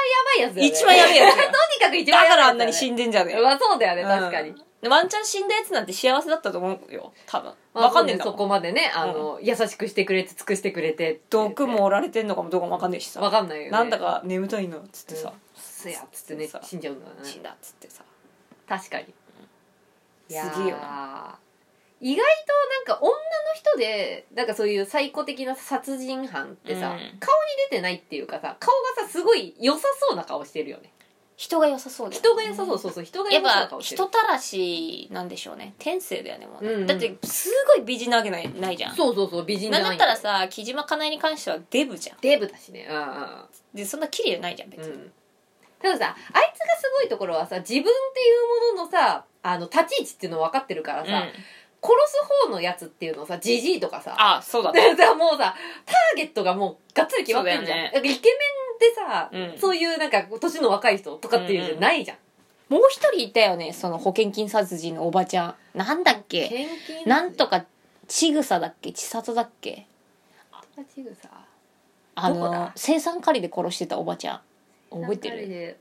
Speaker 2: やばいやつだよね
Speaker 1: 一番やべえやつ
Speaker 2: とにかく (laughs) 一
Speaker 1: だ
Speaker 2: 番やばいやつ
Speaker 1: からあんなに死
Speaker 2: ん
Speaker 1: んでんじゃねえ
Speaker 2: まあそうだよね確かに、
Speaker 1: うんでワンチャン死んだやつなんて幸せだったと思うよ多分
Speaker 2: まあ
Speaker 1: 分かんねえんだ
Speaker 2: そ
Speaker 1: も
Speaker 2: うんねそこまでねあの、優しくしてくれて尽くしてくれて
Speaker 1: 毒も折られてんのかもどうかも分かんないしさ
Speaker 2: わかんないよね
Speaker 1: なんだか眠たいなっつってさ、
Speaker 2: すやっつってね
Speaker 1: さ
Speaker 2: 死んじゃうんだよね
Speaker 1: 死んだっつってさ
Speaker 2: 確かにいやー
Speaker 1: すげえよ
Speaker 2: 意外となんか女の人でなんかそういう最古的な殺人犯ってさ、
Speaker 1: うん
Speaker 2: 顔に出てないっていうかさ顔がさすごい良さそうな顔してるよね
Speaker 1: 人が良さそうだよね
Speaker 2: 人が良さそうそうそう人が
Speaker 1: や
Speaker 2: 良
Speaker 1: っ
Speaker 2: さそうな
Speaker 1: ぱ
Speaker 2: 顔してる
Speaker 1: 人たらしなんでしょうね天性だよねもうね、
Speaker 2: うんうん
Speaker 1: だってすごい美人なわけないないじゃん
Speaker 2: そうそうそう美人じ
Speaker 1: な
Speaker 2: ゃ
Speaker 1: んだ
Speaker 2: ない
Speaker 1: ったらさ木島かなえに関してはデブじゃん
Speaker 2: デブだしねうんうん
Speaker 1: でそんな綺麗じゃないじゃん別
Speaker 2: う
Speaker 1: に、
Speaker 2: んたださあいつがすごいところはさ自分っていうもののさあの立ち位置っていうの分かってるからさ、
Speaker 1: うん
Speaker 2: 殺す方のやつっていうのをさじじいとかさ
Speaker 1: あそうだね
Speaker 2: だ (laughs) からもうさターゲットがもうがっつり決まってんじゃ
Speaker 1: そうだ
Speaker 2: ん、
Speaker 1: よね
Speaker 2: なんかイケメンでさ、
Speaker 1: うん
Speaker 2: そういうなんか年の若い人とかっていうじゃないじゃん、
Speaker 1: もう一人いたよねその保険金殺人のおばちゃんなんだっけ
Speaker 2: 献金
Speaker 1: なんとかちぐさだっけ千里だっけ
Speaker 2: ちぐさ
Speaker 1: あ
Speaker 2: どこだ
Speaker 1: の生産狩りで殺してたおばちゃん覚えて
Speaker 2: なんか
Speaker 1: る
Speaker 2: あれで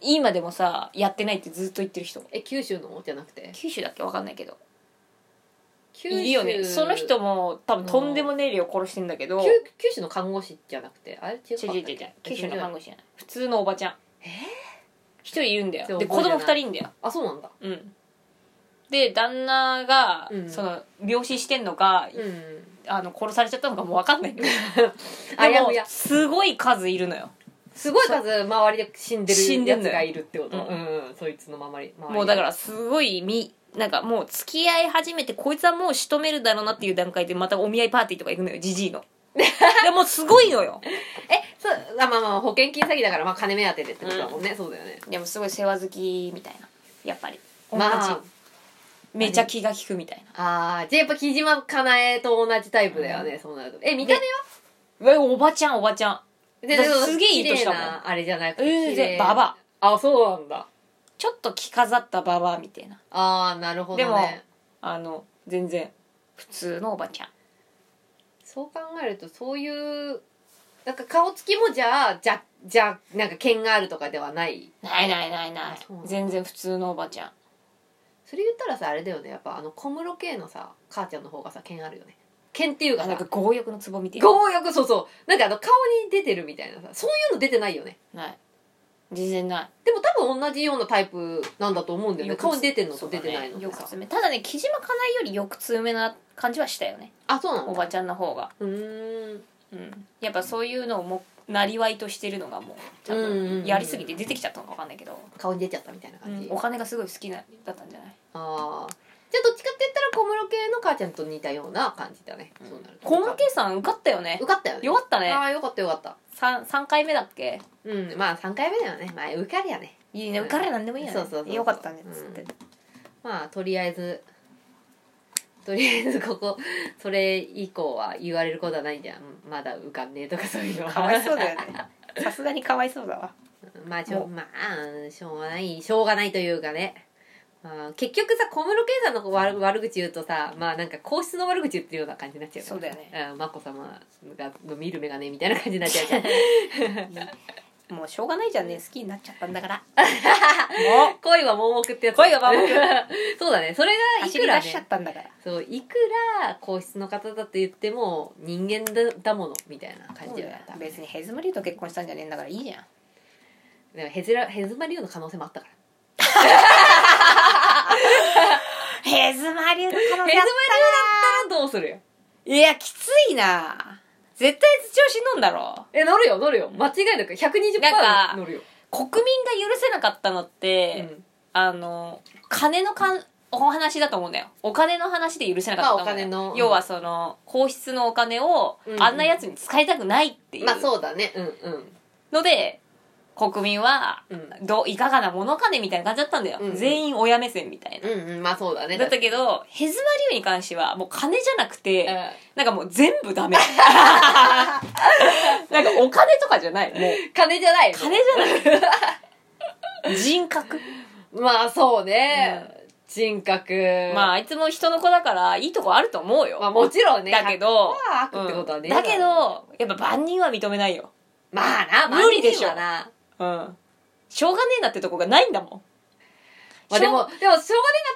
Speaker 1: 今でもさやってないってずっと言ってる人
Speaker 2: え九州のじゃなくて
Speaker 1: 九州だっけわかんないけど
Speaker 2: 九州
Speaker 1: いるよねその人も多分とんでもねえ量殺してんだけど
Speaker 2: 九九州の看護師じゃなくてあれ違う
Speaker 1: 違う違う違う九州の看
Speaker 2: 師
Speaker 1: 護師じゃない普通のおばちゃん
Speaker 2: えー
Speaker 1: 一人いるんだよで
Speaker 2: そう
Speaker 1: 子供二
Speaker 2: 覚
Speaker 1: 人
Speaker 2: えてない
Speaker 1: いんだよ
Speaker 2: あそうなんだ
Speaker 1: うんで旦那が、
Speaker 2: うん
Speaker 1: その病死してんのか、
Speaker 2: うん
Speaker 1: あの殺されちゃったのかもう分かん (laughs) ないんだけど
Speaker 2: あ
Speaker 1: で
Speaker 2: や
Speaker 1: も
Speaker 2: ふや
Speaker 1: すごい数いるのよ
Speaker 2: すごい数周りで死んで
Speaker 1: 死ん
Speaker 2: る
Speaker 1: で
Speaker 2: や
Speaker 1: ん
Speaker 2: つ
Speaker 1: だよ
Speaker 2: がいるってこと
Speaker 1: う
Speaker 2: うんん、うんそいつの周り周り
Speaker 1: もうだからすごいみなんかもう付き合い始めてこいつはもう仕留めるだろうなっていう段階でまたお見合いパーティーとか行くのよじじい (laughs) のでもうすごいのよ
Speaker 2: えそうあまあまあ保険金詐欺だからまあ金目当てでってことだもんね、そうだよね
Speaker 1: でもすごい世話好きみたいなやっぱり同じ、
Speaker 2: まあ
Speaker 1: めちゃ気が利くみたいな
Speaker 2: あーじゃあやっぱ木島かなえと同じタイプだよね、そうなるとえ見た目は
Speaker 1: うわおばちゃんおばちゃん
Speaker 2: 全
Speaker 1: だってすげえいい
Speaker 2: 綺
Speaker 1: 年し
Speaker 2: 麗
Speaker 1: たもん
Speaker 2: なあれじゃなくて
Speaker 1: うん
Speaker 2: 綺
Speaker 1: で
Speaker 2: 麗
Speaker 1: ババ
Speaker 2: あそうなんだ
Speaker 1: ちょっと着飾ったババアみたいな
Speaker 2: ああなるほど
Speaker 1: でも
Speaker 2: ね
Speaker 1: あの全然普通のおばちゃん
Speaker 2: そう考えるとそういうなんか顔つきもじゃあじゃじゃなんか剣があるとかではない
Speaker 1: ないないないない
Speaker 2: あそうなんだ
Speaker 1: 全然普通のおばちゃん
Speaker 2: それ言ったらさあれだよねやっぱあの小室圭のさ母ちゃんの方がさ剣あるよね剣っていうか
Speaker 1: あなん
Speaker 2: さ
Speaker 1: か強欲のツボみたいな
Speaker 2: 強欲そうそうなんかあの顔に出てるみたいなさそういうの出てないよね
Speaker 1: ない全然ない
Speaker 2: でも多分同じようなタイプなんだと思うんだよね
Speaker 1: 抑
Speaker 2: 顔に出てんの
Speaker 1: そう
Speaker 2: と
Speaker 1: だ
Speaker 2: 出
Speaker 1: ね
Speaker 2: てないのと
Speaker 1: 抑
Speaker 2: さ
Speaker 1: うめただね木島かなえより抑うめな感じはしたよね
Speaker 2: あそうな
Speaker 1: お
Speaker 2: の
Speaker 1: ばちゃんの方が、
Speaker 2: うーん
Speaker 1: うん、やっぱそういうのをもなりわいとしてるのがもう多
Speaker 2: うんうんう
Speaker 1: 分
Speaker 2: ん
Speaker 1: やりすぎて出てきちゃったのか分かんないけど、
Speaker 2: 顔に出ちゃったみたいな感じ、
Speaker 1: うんお金がすごい好きなだったんじゃない
Speaker 2: ああじゃあどっちかって言ったら小室圭の母ちゃんと似たような感じだね、そうなると
Speaker 1: 小室圭さん受かったよね
Speaker 2: 受かったよね
Speaker 1: よかったね
Speaker 2: ああよかったよかった
Speaker 1: 3, 三回目だっけ
Speaker 2: うんまあ3回目だよねまあ受かるやね
Speaker 1: いいね受かれなんでもいいよね
Speaker 2: そうそうそうそう
Speaker 1: よかったねっつって、
Speaker 2: うんまあとりあえずとりあえずここそれ以降は言われることはないんじゃんまだ浮かんねえとかそういうのは
Speaker 1: かわいそうだよねさすがにかわいそうだわ
Speaker 2: (laughs) まあし
Speaker 1: も
Speaker 2: ょ
Speaker 1: う
Speaker 2: まあしょうがないしょうがないというかね、まあ、結局さ小室圭さんの悪悪口言うとさまあなんか皇室の悪口言ってるような感じになっちゃう
Speaker 1: そうだよね
Speaker 2: うん、眞子さまがの見る目がねみたいな感じになっちゃ
Speaker 1: (laughs)
Speaker 2: うじゃん
Speaker 1: もうしょうがないじゃんね好きになっちゃったんだからも
Speaker 2: 恋は盲目ってやつ
Speaker 1: 恋は盲目
Speaker 2: そうだねそれ
Speaker 1: う
Speaker 2: がい
Speaker 1: 走
Speaker 2: く
Speaker 1: り
Speaker 2: ら
Speaker 1: 出しちゃ
Speaker 2: ね
Speaker 1: ったんだから
Speaker 2: そういくら皇室の方だって言っても人間だだものみたいな感じだった、
Speaker 1: 別にヘズマリーと結婚したんじゃねえんだからいいじゃん
Speaker 2: でもヘズラヘズマリオの可能性もあったから
Speaker 1: ヘズマリーの可能
Speaker 2: ヘズマリオ
Speaker 1: 性あっ
Speaker 2: だったらどうするよ
Speaker 1: たいやきついな絶対調子乗んだろ
Speaker 2: え乗るよ乗るよ間違いなく
Speaker 1: なん
Speaker 2: 120%
Speaker 1: か
Speaker 2: 乗るよ
Speaker 1: 国民が許せなかったのって、
Speaker 2: うん
Speaker 1: あの金のかんお話だと思うんだよお金の話で許せなかったと思うんだよ
Speaker 2: まあお金のうん
Speaker 1: 要はその皇室のお金を
Speaker 2: うん
Speaker 1: あんなやつに使いたくないっていう
Speaker 2: まあそうだねうんうん
Speaker 1: ので国民は
Speaker 2: うん
Speaker 1: どういかがなものかねみたいな感じだったんだよ、
Speaker 2: うんうん
Speaker 1: 全員親目線みたいな、
Speaker 2: うんうんまあそうだね
Speaker 1: だったけどヘズマリュウに関してはもう金じゃなくて、
Speaker 2: うん
Speaker 1: なんかもう全部ダ
Speaker 2: (laughs)
Speaker 1: メなんかお金とかじゃないもう
Speaker 2: 金じゃないよ
Speaker 1: 金じゃない人格
Speaker 2: まあそうね、人格
Speaker 1: まあ
Speaker 2: あ
Speaker 1: あいつも人の子だからいいとこあると思うよ、
Speaker 2: まあもちろんね
Speaker 1: だけど、
Speaker 2: 100%悪ってことは
Speaker 1: うん
Speaker 2: ね、
Speaker 1: だけどやっぱ万人は認めないよ
Speaker 2: まあな
Speaker 1: 無理でしょ
Speaker 2: 万人はな
Speaker 1: うんしょうがねえなってとこがないんだもん
Speaker 2: まあでも、でも、しょうがねえなっ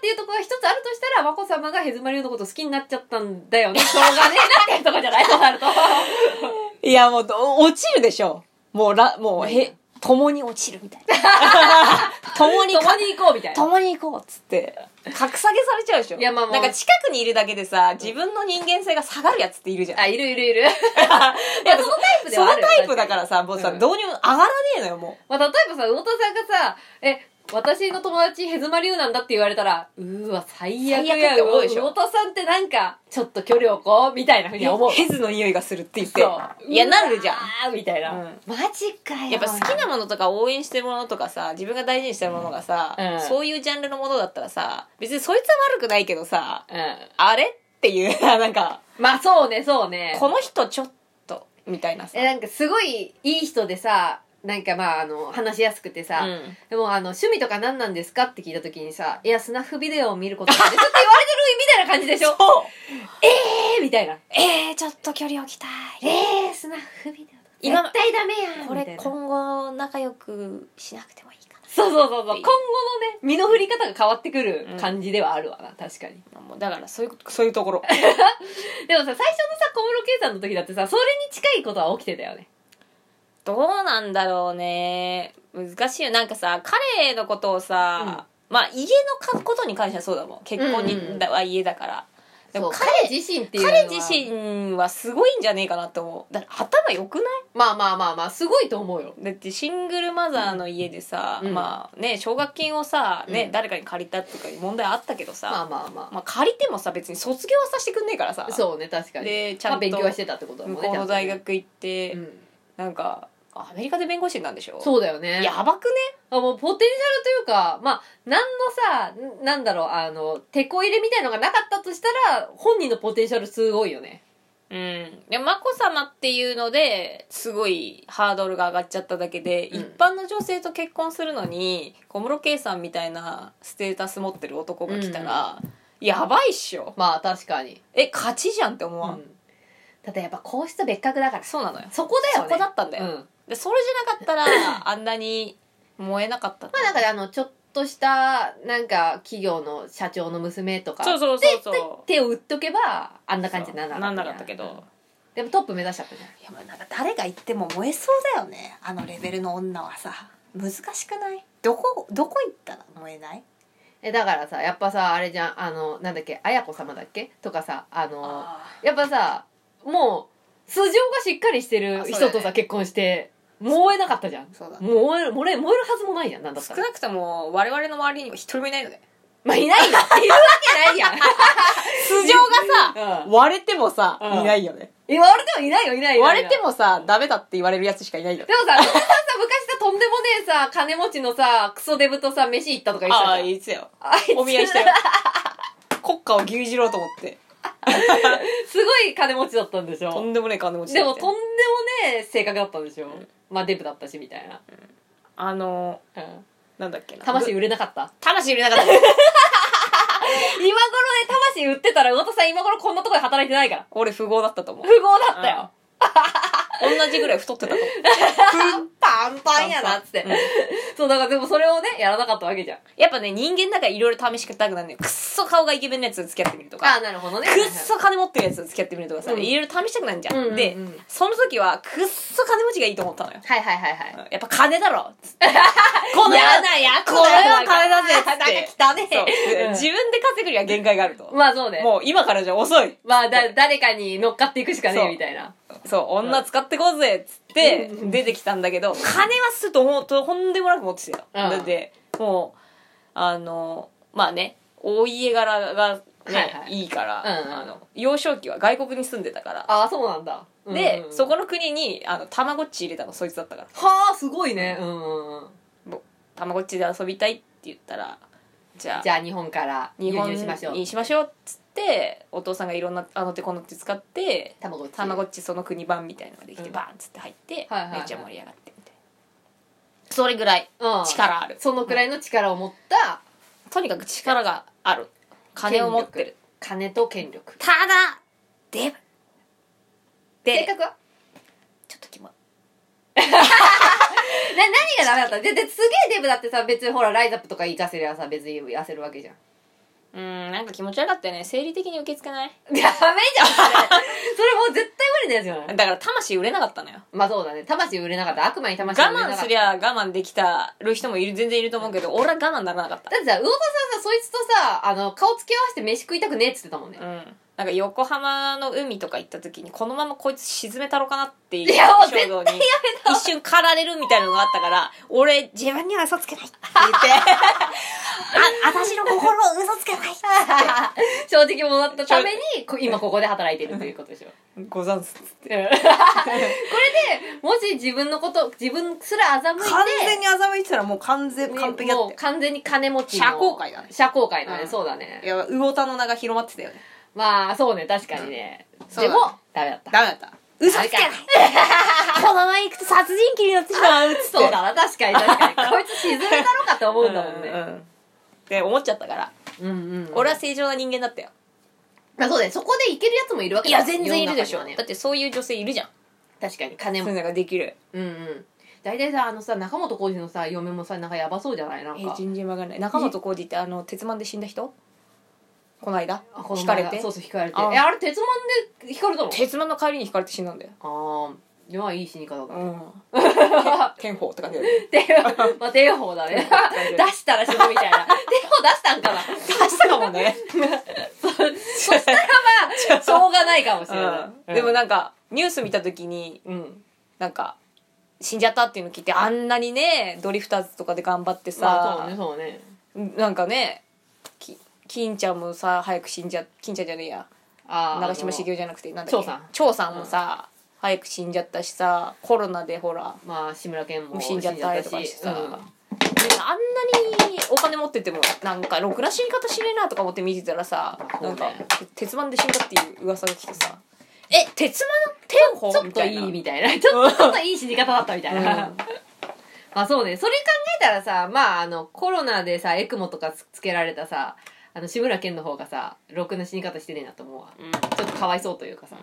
Speaker 2: ていうところが一つあるとしたら、和子様がヘズマリオのこと好きになっちゃったん
Speaker 1: (laughs)
Speaker 2: だよね。しょうがねえなっていうところじゃないとなると。
Speaker 1: いやもうど落ちるでしょもうらもうへ共に落ちるみたいな (laughs) 共に
Speaker 2: 共に行こうみたいな。
Speaker 1: 共に行こうっつって格下げされちゃうでしょ
Speaker 2: いやまあま
Speaker 1: な
Speaker 2: あ
Speaker 1: んか近くにいるだけでさ自分の人間性が下がるやつっているじゃん
Speaker 2: あ、いるいる
Speaker 1: (laughs)
Speaker 2: いる。
Speaker 1: やっぱ
Speaker 2: そのタイプではある
Speaker 1: そのタイプだから
Speaker 2: ら。
Speaker 1: さもうさ、
Speaker 2: うん
Speaker 1: どうにも上がらねえのよも
Speaker 2: まあ、例えばさ、魚田さんがさ、え、私の友達ヘズマリオなんだって言われたら、うーわ、最悪
Speaker 1: 最悪っ
Speaker 2: や、
Speaker 1: て思うでしょ
Speaker 2: 魚田さんってなんか、ちょっと距離を置こう、みたいなふう
Speaker 1: う
Speaker 2: に思う。
Speaker 1: ヘズの匂いがするって言って
Speaker 2: そう。
Speaker 1: いやなるじゃん
Speaker 2: ん。みたいな。
Speaker 1: うん
Speaker 2: マジかよ。
Speaker 1: やっぱ好きなものとか応援してるものとかさ自分が大事にしてるものがさ、
Speaker 2: うん
Speaker 1: そういうジャンルのものだったらさ別にそいつは悪くないけどさ
Speaker 2: う
Speaker 1: あれっていう (laughs) なんか
Speaker 2: ん。まあ、そうね、そうね。
Speaker 1: この人ちょっとみたいなさ、
Speaker 2: えなんかすごいいい人でさなんかまああの話しやすくてさ、
Speaker 1: うん
Speaker 2: でもあの趣味とか何なんですかって聞いた時にさ「いやスナッフビデオを見ることなんです」って言われてるみたいな感じでしょ
Speaker 1: そう
Speaker 2: (laughs) えー、みたいな「
Speaker 1: えー、ちょっと距離置きたい
Speaker 2: えー、スナッフビデオ
Speaker 1: 今
Speaker 2: 絶対ダメやん」
Speaker 1: こ
Speaker 2: みた
Speaker 1: れ
Speaker 2: いなそう
Speaker 1: 今後仲良くしなくてもいいか
Speaker 2: そうそうそう今後のね身の振り方が変わってくる感じではあるわな確かに
Speaker 1: なもうだからそういうそういうところ
Speaker 2: でもさ最初のさ小室圭さんの時だってさそれに近いことは起きてたよね
Speaker 1: (laughs) どうなんだろうね難しいよなんかさ彼のことをさ、まあ家のかことに関してはそうだもん結婚に、
Speaker 2: うんうんうん
Speaker 1: だは家だからでも
Speaker 2: そう
Speaker 1: 彼
Speaker 2: 彼自身っていうのは
Speaker 1: 彼自身はすごいんじゃねえかなと思うだって頭良くない
Speaker 2: まあまあまあまあすごいと思うよ
Speaker 1: だってシングルマザーの家でさ、
Speaker 2: うん
Speaker 1: まあね奨学金をさ、ね
Speaker 2: うん
Speaker 1: 誰かに借りたっていうか問題あったけどさ、
Speaker 2: ま
Speaker 1: ま
Speaker 2: あまあま
Speaker 1: あ、借りてもさ別に卒業はさせてくんねえからさ
Speaker 2: あそうね確かに
Speaker 1: でちゃんと
Speaker 2: まあ、勉強はしてたってことだもん
Speaker 1: 向
Speaker 2: ね
Speaker 1: こうの大
Speaker 2: ちゃんと
Speaker 1: 学行って、
Speaker 2: ね
Speaker 1: なんかアメリカで弁護士になるんでし
Speaker 2: う
Speaker 1: ょ
Speaker 2: ん、そうだよね
Speaker 1: やばく
Speaker 2: あもうポテンシャルというかまあ何のさんなんだろうあの手こ入れみたいのがなかったとしたら本人のポテンシャルすごいよね
Speaker 1: ねうんで眞子さまっていうのですごいハードルが上がっちゃっただけで、
Speaker 2: うん
Speaker 1: 一般の女性と結婚するのに小室圭さんみたいなステータス持ってる男が来たら、やばいっしょ
Speaker 2: まあ確かに、
Speaker 1: え勝ちじゃんって思
Speaker 2: う
Speaker 1: わん、
Speaker 2: ん、ただやっぱ皇室は別格だから
Speaker 1: そうなのよ
Speaker 2: そこだよね
Speaker 1: そこだったんだよ
Speaker 2: うん、
Speaker 1: でそれじゃなかったら (laughs) あんなに燃えなかったま
Speaker 2: まあなんかあのちょっとしたなんか企業の社長の娘とか
Speaker 1: そうそうそうそう
Speaker 2: 手を打っとけばあんな感じになら
Speaker 1: なん
Speaker 2: な
Speaker 1: な
Speaker 2: か
Speaker 1: か
Speaker 2: っ
Speaker 1: ったた
Speaker 2: け
Speaker 1: け
Speaker 2: ど、
Speaker 1: ど、
Speaker 2: うんでもトップ目指しちゃったじゃん
Speaker 1: いやまあなんか誰が言っても燃えそうだよねあのレベルの女はさ難しくないどこどこ行ったら燃えない
Speaker 2: えだからさやっぱさあれじゃんあのなんだっけ綾子様だっけとかさあの
Speaker 1: あ
Speaker 2: やっぱさもう素性がしっかりしてる
Speaker 1: あそうだ
Speaker 2: 人
Speaker 1: よね
Speaker 2: とさ、結婚して燃えなかったじゃん
Speaker 1: そうだ
Speaker 2: 燃える燃え燃えるはずもないじゃんなんだった
Speaker 1: 少
Speaker 2: ら
Speaker 1: なくとも我々の周りには一人もいないので
Speaker 2: まあ
Speaker 1: (laughs)
Speaker 2: いないよいるわけないじゃん
Speaker 1: 素
Speaker 2: 性
Speaker 1: が
Speaker 2: う
Speaker 1: (laughs)
Speaker 2: ん
Speaker 1: 割れてもさ
Speaker 2: うん
Speaker 1: いよね
Speaker 2: 言われてもいないよいないよいないよ
Speaker 1: もさダメだって言われるやつしかいないよ
Speaker 2: でもささ昔さとんでもねえさ、金持ちのさ、クソデブとさ、飯行ったとか言ってた
Speaker 1: あ
Speaker 2: じゃ
Speaker 1: あ
Speaker 2: ん
Speaker 1: いつよ
Speaker 2: あいつ
Speaker 1: お見合い (laughs) したよ国家を牛耳ろうと思って
Speaker 2: (laughs) すごい金持ちだったんでし
Speaker 1: と
Speaker 2: ょ
Speaker 1: んでもねえ金持ち
Speaker 2: で
Speaker 1: だ
Speaker 2: も
Speaker 1: っ
Speaker 2: と
Speaker 1: て
Speaker 2: んでもねえ性格だったんでしょ、まあデブだったしみたいな、
Speaker 1: あの
Speaker 2: うん、
Speaker 1: なんだっけな
Speaker 2: 魂
Speaker 1: ぶ
Speaker 2: 売れなかった
Speaker 1: 魂売れなか
Speaker 2: (laughs)
Speaker 1: った
Speaker 2: 今頃ね魂売ってたら魚田さん今頃こんなとこで働いてないから
Speaker 1: 俺富豪だったと思う
Speaker 2: 不合だったよ、
Speaker 1: 同じぐらい太ってた
Speaker 2: (laughs)
Speaker 1: と思う
Speaker 2: パンパ
Speaker 1: パ
Speaker 2: ンやなっつって、
Speaker 1: うん
Speaker 2: そうだからでもそれをねやらなかったわけじゃん
Speaker 1: やっぱね人間だからいろいろ試したくなるのよくっそ顔がイケメンのやつと付き合ってみるとか
Speaker 2: あなるほどね
Speaker 1: くっそ金持ってるやつと付き合ってみるとかさ
Speaker 2: うん
Speaker 1: いろいろ試したくなるじゃん、
Speaker 2: うんうんうん
Speaker 1: でその時はくっそ金持ちがいいと思ったのよ
Speaker 2: はいはいはいはい
Speaker 1: やっぱ金だろっつって
Speaker 2: (laughs)
Speaker 1: この世
Speaker 2: やなや
Speaker 1: この世は金だぜっつって
Speaker 2: つってなんか汚ね
Speaker 1: そう
Speaker 2: え
Speaker 1: で自分で稼ぐには限界があると、
Speaker 2: うんまあそうね
Speaker 1: もう今からじゃ遅い
Speaker 2: まあだ誰かに乗っかっていくしかね
Speaker 1: そ
Speaker 2: え
Speaker 1: う
Speaker 2: みたいな
Speaker 1: そう女使ってこうぜっつって
Speaker 2: うん
Speaker 1: 出てきたんだけど金はすとほんとほんでもなく持ってたよ、
Speaker 2: うん
Speaker 1: だってもうあのまあねお家柄がね、
Speaker 2: はい
Speaker 1: い
Speaker 2: はい
Speaker 1: いから、
Speaker 2: うんうん
Speaker 1: あの幼少期は外国に住んでたから
Speaker 2: ああそうなんだ
Speaker 1: で、そ
Speaker 2: こ
Speaker 1: この国にあのたまごっち入れたのそいつだったから
Speaker 2: はあすごいねうんうんうん
Speaker 1: たまごっちで遊びたいって言ったらじゃあ
Speaker 2: じゃあ日本から輸
Speaker 1: 日本
Speaker 2: 入しましょう
Speaker 1: にしましょうっつってお父さんがいろんなあの手この手使って
Speaker 2: 卵
Speaker 1: たまごっちその国版みたいなのができて、
Speaker 2: うん
Speaker 1: バーンっつって入って、
Speaker 2: はいはいはい
Speaker 1: めっちゃ盛り上がってみたいなそれぐらい
Speaker 2: うん
Speaker 1: 力ある、
Speaker 2: そのくらいの力を持った
Speaker 1: とにかく力がある金を持ってる
Speaker 2: 金と権力
Speaker 1: ただデブ
Speaker 2: 性
Speaker 1: で
Speaker 2: 格は
Speaker 1: ちょっとキモい
Speaker 2: な何がダメだったでですげえデブだってさ別にほらライザップとか行かせりゃさ別に痩せるわけじゃん
Speaker 1: うんなんか気持ち悪かったよね生理的に受け付けない
Speaker 2: ダメじゃんそれそれもう絶対無理なやつじゃない
Speaker 1: だから魂売れなかったのよ
Speaker 2: まあそうだね魂売れなかった悪魔に
Speaker 1: 我
Speaker 2: 魂売れなかった
Speaker 1: 慢すりゃ我慢できたる人もいる全然いると思う (laughs) けど俺は我慢ならなかった
Speaker 2: だってさ魚田さんさそいつとさあの顔付き合わせて飯食いたくねえっつってた
Speaker 1: (laughs)
Speaker 2: もんね
Speaker 1: うん、なんか横浜の海とか行った時にこのままこいつ沈めたろかなっていう
Speaker 2: いやもう
Speaker 1: 衝動に一瞬駆られるみたいなのがあったから俺自分には嘘つけないって言って (laughs) あ私の心を嘘つけない
Speaker 2: 正直者だったためにこ今ここで働いてるということでしょ
Speaker 1: ござんす
Speaker 2: うんこれでもし自分のこと自分すら欺いて
Speaker 1: 完全に欺いてたらもう完全完璧だっ
Speaker 2: もう完全に金持ちの
Speaker 1: 社交界だね
Speaker 2: 社交界だね、
Speaker 1: うん
Speaker 2: そうだ
Speaker 1: てい
Speaker 2: ね
Speaker 1: や魚田の名が広まってたよね
Speaker 2: まあそうね確かにね、
Speaker 1: そう
Speaker 2: で
Speaker 1: だね
Speaker 2: もダメだった
Speaker 1: ダメだった嘘つけないこのまま行くと殺人鬼になってしまうっつって
Speaker 2: そうだな確かに確か (laughs) にこいつ沈めたろかって思
Speaker 1: う
Speaker 2: うん
Speaker 1: ん
Speaker 2: だもん
Speaker 1: う
Speaker 2: ね
Speaker 1: んって思っちゃったから、
Speaker 2: うんうん、うん、
Speaker 1: 俺は正常な人間だったよ
Speaker 2: まあそうだねそこでいけるやつもいるわけ
Speaker 1: い
Speaker 2: だ
Speaker 1: や全然いるでしょ、
Speaker 2: 世の中には
Speaker 1: だ
Speaker 2: ね
Speaker 1: ってそういう女性いるじゃん
Speaker 2: 確かに金
Speaker 1: そうい
Speaker 2: も
Speaker 1: うのができる
Speaker 2: うんうん大体さあのさ中本浩二のさ嫁もさなんかやばそうじゃないなん
Speaker 1: え
Speaker 2: か
Speaker 1: 全然わかんない中本浩二ってあの鉄腕で死んだ人この間
Speaker 2: あこの
Speaker 1: 引か
Speaker 2: 前
Speaker 1: れて
Speaker 2: そうそう引かれて
Speaker 1: あー
Speaker 2: えあれ鉄腕で引かれたの
Speaker 1: 鉄腕の帰りに引かれて死んだんだよ
Speaker 2: ああまあいい死に (laughs) 方だ
Speaker 1: うん (laughs) 天宝って感じだよね
Speaker 2: てまあ、手法だね。出したら死ぬみたい (laughs) な。手法出したんかな。
Speaker 1: 出したかも (laughs) ね
Speaker 2: そしたらまあ、しょうがないかもしれない。
Speaker 1: うんでも
Speaker 2: な、
Speaker 1: なんかニュース見た時に
Speaker 2: うん。
Speaker 1: なんか死んじゃったっていうの聞いてあんなにねドリフターズとかで頑張ってさ、
Speaker 2: まあ、そうね、そうね。
Speaker 1: なんかねき金ちゃんもさ早く死んじゃ金ちゃんじゃねえや
Speaker 2: ああ。
Speaker 1: 長嶋茂
Speaker 2: 雄。
Speaker 1: 雄じゃなくてなんだっけ
Speaker 2: 張さん
Speaker 1: 張さんもさ、早く死んじゃったしさコロナでほら
Speaker 2: まあ、志村けんも
Speaker 1: 死んじゃったりとかしてさ、
Speaker 2: う
Speaker 1: ね
Speaker 2: ん
Speaker 1: あんなにお金持っててもなんかろくな死に方しねえなとか思って見てたらさ、
Speaker 2: そうね
Speaker 1: なんか鉄腕で死んだっていう噂が来てさ「え鉄腕天
Speaker 2: ち
Speaker 1: 保?」
Speaker 2: ょっ
Speaker 1: み
Speaker 2: と
Speaker 1: たい
Speaker 2: い
Speaker 1: ない
Speaker 2: みたいな。ちょっと、ちょっといい死に方だったみたいな。
Speaker 1: うん
Speaker 2: (laughs) まあそうね。それ考えたらさ、まああの、コロナでさ、エクモとかつつけられたさ、あの、志村けんの方がさ、ろくな死に方してねえなと思うわ。
Speaker 1: うん
Speaker 2: ちょっとかわいそうというかさ。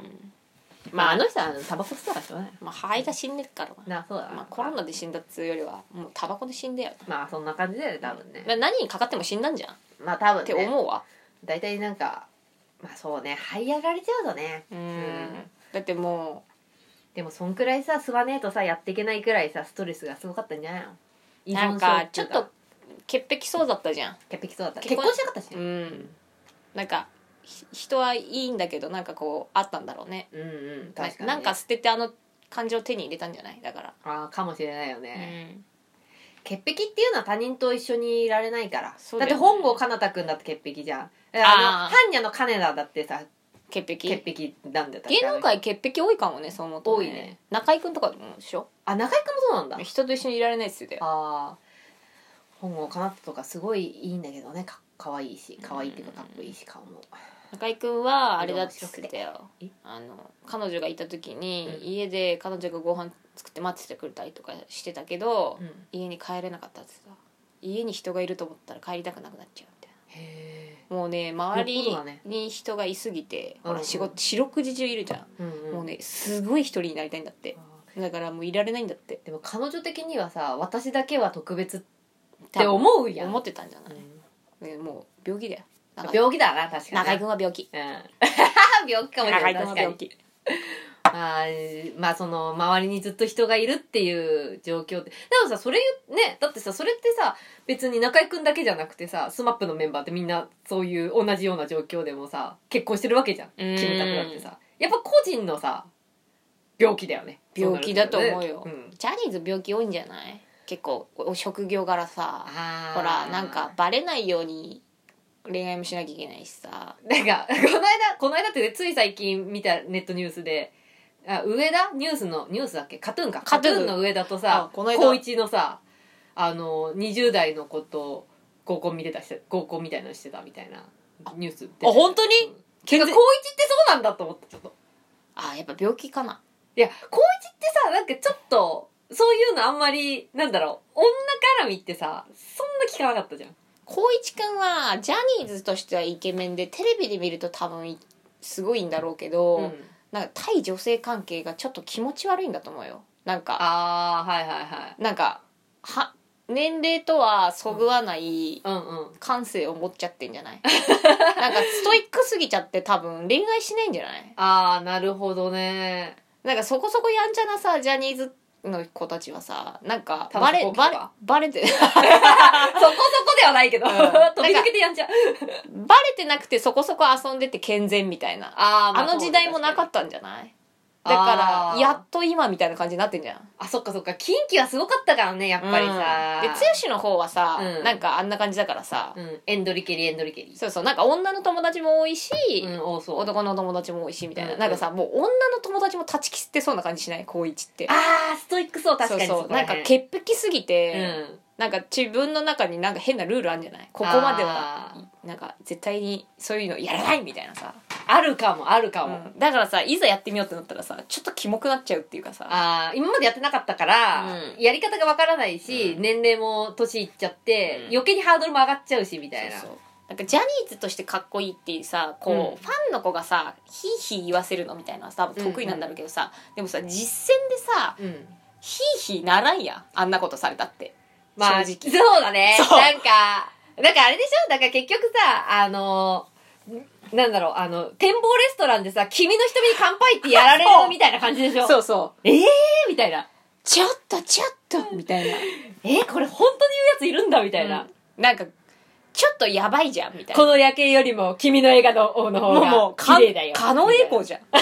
Speaker 2: まああの人はタバコ吸ったからしょうがない。
Speaker 1: まあ、肺が死んでるからな、
Speaker 2: なそうだな、
Speaker 1: まあ、コロナで死んだっつうよりはもうタバコで死んだよ
Speaker 2: まあそんな感じだよね多分ね
Speaker 1: な何にかかっても死んだんじゃんっ
Speaker 2: まあ多分
Speaker 1: て
Speaker 2: ね
Speaker 1: 思うわ
Speaker 2: 大体なんかまあそうね這い上がれちゃうとね
Speaker 1: うんだっても
Speaker 2: でもそんくらいさ吸わねえとさやっていけないくらいさストレスがすごかったんじゃないの
Speaker 1: う
Speaker 2: 依
Speaker 1: な
Speaker 2: 存
Speaker 1: ん
Speaker 2: 症
Speaker 1: か
Speaker 2: て
Speaker 1: ちょ
Speaker 2: いう
Speaker 1: っと潔癖そうだったじゃん
Speaker 2: 潔癖そうだった
Speaker 1: 結
Speaker 2: 結
Speaker 1: 婚
Speaker 2: 婚しなかったし
Speaker 1: う
Speaker 2: ね
Speaker 1: んなんかひ人はいいんだけどなんかこうあったんだろうね
Speaker 2: うんうん
Speaker 1: な
Speaker 2: 確かにね
Speaker 1: なんか捨ててあの感情を手に入れたんじゃないだから、
Speaker 2: ああかもしれないよ
Speaker 1: う
Speaker 2: ね、
Speaker 1: ん、
Speaker 2: 潔癖っていうのは他人と一緒にいられないから
Speaker 1: そう
Speaker 2: だ
Speaker 1: だ
Speaker 2: っ
Speaker 1: よ
Speaker 2: て
Speaker 1: ね
Speaker 2: 本郷奏多君だって潔癖じゃんあの
Speaker 1: あー
Speaker 2: 般若の金田だってさ
Speaker 1: 潔癖
Speaker 2: 潔癖なんだった
Speaker 1: 芸能界潔癖多いかもねそう思うと
Speaker 2: 多いね
Speaker 1: 中居君とかでもでしょ
Speaker 2: あ中居君もそうなんだ
Speaker 1: 人と一緒にいられないっすよね
Speaker 2: ああ本郷かなとかすごいいいんだけどねかかわいいしかわいいっていうかかっこいいし顔も
Speaker 1: 中居君はあれだっつってたよ
Speaker 2: え
Speaker 1: あの彼女がいた時に、
Speaker 2: うん
Speaker 1: 家で彼女がご飯作って待っててくれたりとかしてたけど、
Speaker 2: うん
Speaker 1: 家に帰れなかったってさ家に人がいると思ったら帰りたくなくなっちゃうみたい
Speaker 2: へ
Speaker 1: なもうね周
Speaker 2: よっぽ
Speaker 1: り
Speaker 2: どだね
Speaker 1: に人がいすぎて、ほ
Speaker 2: うんう
Speaker 1: ら
Speaker 2: ん
Speaker 1: 仕事四六時中いるじゃん、
Speaker 2: え、うんうん、
Speaker 1: もうねすごい一人になりたいんだって
Speaker 2: あ
Speaker 1: だからもういられないんだって
Speaker 2: ーでも彼女的にはさ私だけは特別って
Speaker 1: 多分
Speaker 2: 思うやん
Speaker 1: 思ってたんじゃない、
Speaker 2: うん
Speaker 1: ねもう病気だよ中居
Speaker 2: 病気だな確かに
Speaker 1: 中居君は病気
Speaker 2: うん (laughs) 病気かもしれな
Speaker 1: 中
Speaker 2: い
Speaker 1: 居君
Speaker 2: 確
Speaker 1: は
Speaker 2: か
Speaker 1: 病
Speaker 2: に
Speaker 1: 気
Speaker 2: あーまあその周りにずっと人がいるっていう状況ってでもさそれ言うねだってさそれってさ別に中居君だけじゃなくてさ SMAP のメンバーってみんなそういう同じような状況でもさ結婚してるわけじゃん
Speaker 1: うん
Speaker 2: キムタクだってさやっぱ個人のさ病気だよね
Speaker 1: 病気だと思うよ
Speaker 2: そなるねん
Speaker 1: ジャニーズ病気多いんじゃない結構お職業柄さ
Speaker 2: あー
Speaker 1: ほらなんかバレないように恋愛もしなきゃいけないしさ
Speaker 2: なんか、この間、この間ってね、つい最近見たネットニュースで、あ、上田ニュースの、ニュースだっけカトゥーンか。
Speaker 1: カ
Speaker 2: カ
Speaker 1: ト
Speaker 2: ト
Speaker 1: ゥ
Speaker 2: ゥ
Speaker 1: ーン
Speaker 2: ーンの上田とさ
Speaker 1: あ、この間
Speaker 2: 高一のさ、あの、20代の子と合コン見てたして、合コンみたいなのしてたみたいなニュースって。
Speaker 1: あ本当に
Speaker 2: うんてか高一ってそうなんだと思った、ちょっと。
Speaker 1: あやっぱ病気かない
Speaker 2: や、高一ってさ、なんかちょっと、そういうのあんまり、なんだろう、女絡みってさ、そんな聞かなかったじゃん。
Speaker 1: 光一くんはジャニーズとしてはイケメンでテレビで見ると多分いすごいんだろうけど、
Speaker 2: うん
Speaker 1: なんか対女性関係がちょっと気持ち悪いんだと思うよなんか
Speaker 2: あー、はいはいはい。
Speaker 1: なんかは年齢とはそぐわない
Speaker 2: うんうん。
Speaker 1: 感性を持っちゃってんじゃないなんかストイックすぎちゃって多分恋愛しないんじゃない
Speaker 2: あー、なるほどね。
Speaker 1: なんかそこそこやんちゃなさジャニーズの子たちはさなんか
Speaker 2: タバ
Speaker 1: バ
Speaker 2: コ
Speaker 1: レ
Speaker 2: と
Speaker 1: バレ
Speaker 2: か
Speaker 1: バレて (laughs)
Speaker 2: (laughs) そこそこではないけど、
Speaker 1: うん
Speaker 2: 飛び抜けてやんちゃう。
Speaker 1: バレてなくてそこそこ遊んでて健全みたいな
Speaker 2: あ
Speaker 1: あの時代もなか
Speaker 2: った。
Speaker 1: ったんじゃないだ
Speaker 2: 確かに
Speaker 1: か
Speaker 2: あ
Speaker 1: ら
Speaker 2: ー
Speaker 1: やっと今みたいな感じになってんじゃん
Speaker 2: あ、そっかそっか。近畿はすごかったからね、やっぱりさ。
Speaker 1: うんで剛の方はさ、
Speaker 2: うん
Speaker 1: なんかあんな感じだからさ、
Speaker 2: うん、エンドリケリ、エンドリケリ。
Speaker 1: そうそうなんか女の友達も多いし、
Speaker 2: うん、多そう。
Speaker 1: 男の友達も多いしみたいな、
Speaker 2: うん
Speaker 1: なんかさもう女の友達も断ち切ってそうな感じしない高一って
Speaker 2: あー、ストイックそう、確かに
Speaker 1: そうそうなんか
Speaker 2: け
Speaker 1: 潔癖すぎて、
Speaker 2: うん。
Speaker 1: なんか自分の中になんか変なルールあるんじゃないここまでは
Speaker 2: あ
Speaker 1: なんか絶対にそういうのやらないみたいなさ、
Speaker 2: あるかも、あるか
Speaker 1: う
Speaker 2: も。
Speaker 1: んだからさいざやってみようってなったらさちょっとキモくなっちゃうっていうかさ
Speaker 2: あー今までやってなかったから、
Speaker 1: うん
Speaker 2: やり方がわからないし、
Speaker 1: うん
Speaker 2: 年齢も年いっちゃって、
Speaker 1: うん
Speaker 2: 余計にハードルも上がっちゃうし、みたいな。
Speaker 1: そうそうなんかジャニーズとしてかっこいいっていうさこう、
Speaker 2: うん
Speaker 1: ファンの子がさヒーヒー言わせるのみたいなのはさ多分得意なんだろうけどさ、でもさ実践でさ
Speaker 2: うん。
Speaker 1: ヒーヒーならんやんあんなことされたって
Speaker 2: まあ、
Speaker 1: 正直
Speaker 2: そうだね。
Speaker 1: そう
Speaker 2: なんか、なんかあれでしょなんか結局さ、あの、なんだろう、あの、展望レストランでさ、君の瞳に乾杯ってやられる
Speaker 1: そう
Speaker 2: みたいな感じでしょ
Speaker 1: そうそう
Speaker 2: ええー、みたいな。
Speaker 1: ちょっとちょっとみたいな
Speaker 2: えー、これ本当に言うやついるんだみたいな。
Speaker 1: うんなんかちょっとやばいじゃんみたいな
Speaker 2: この夜景よりも君の映画の方の方が
Speaker 1: もう
Speaker 2: 綺麗だよ。
Speaker 1: 狩野英孝じゃん
Speaker 2: (laughs)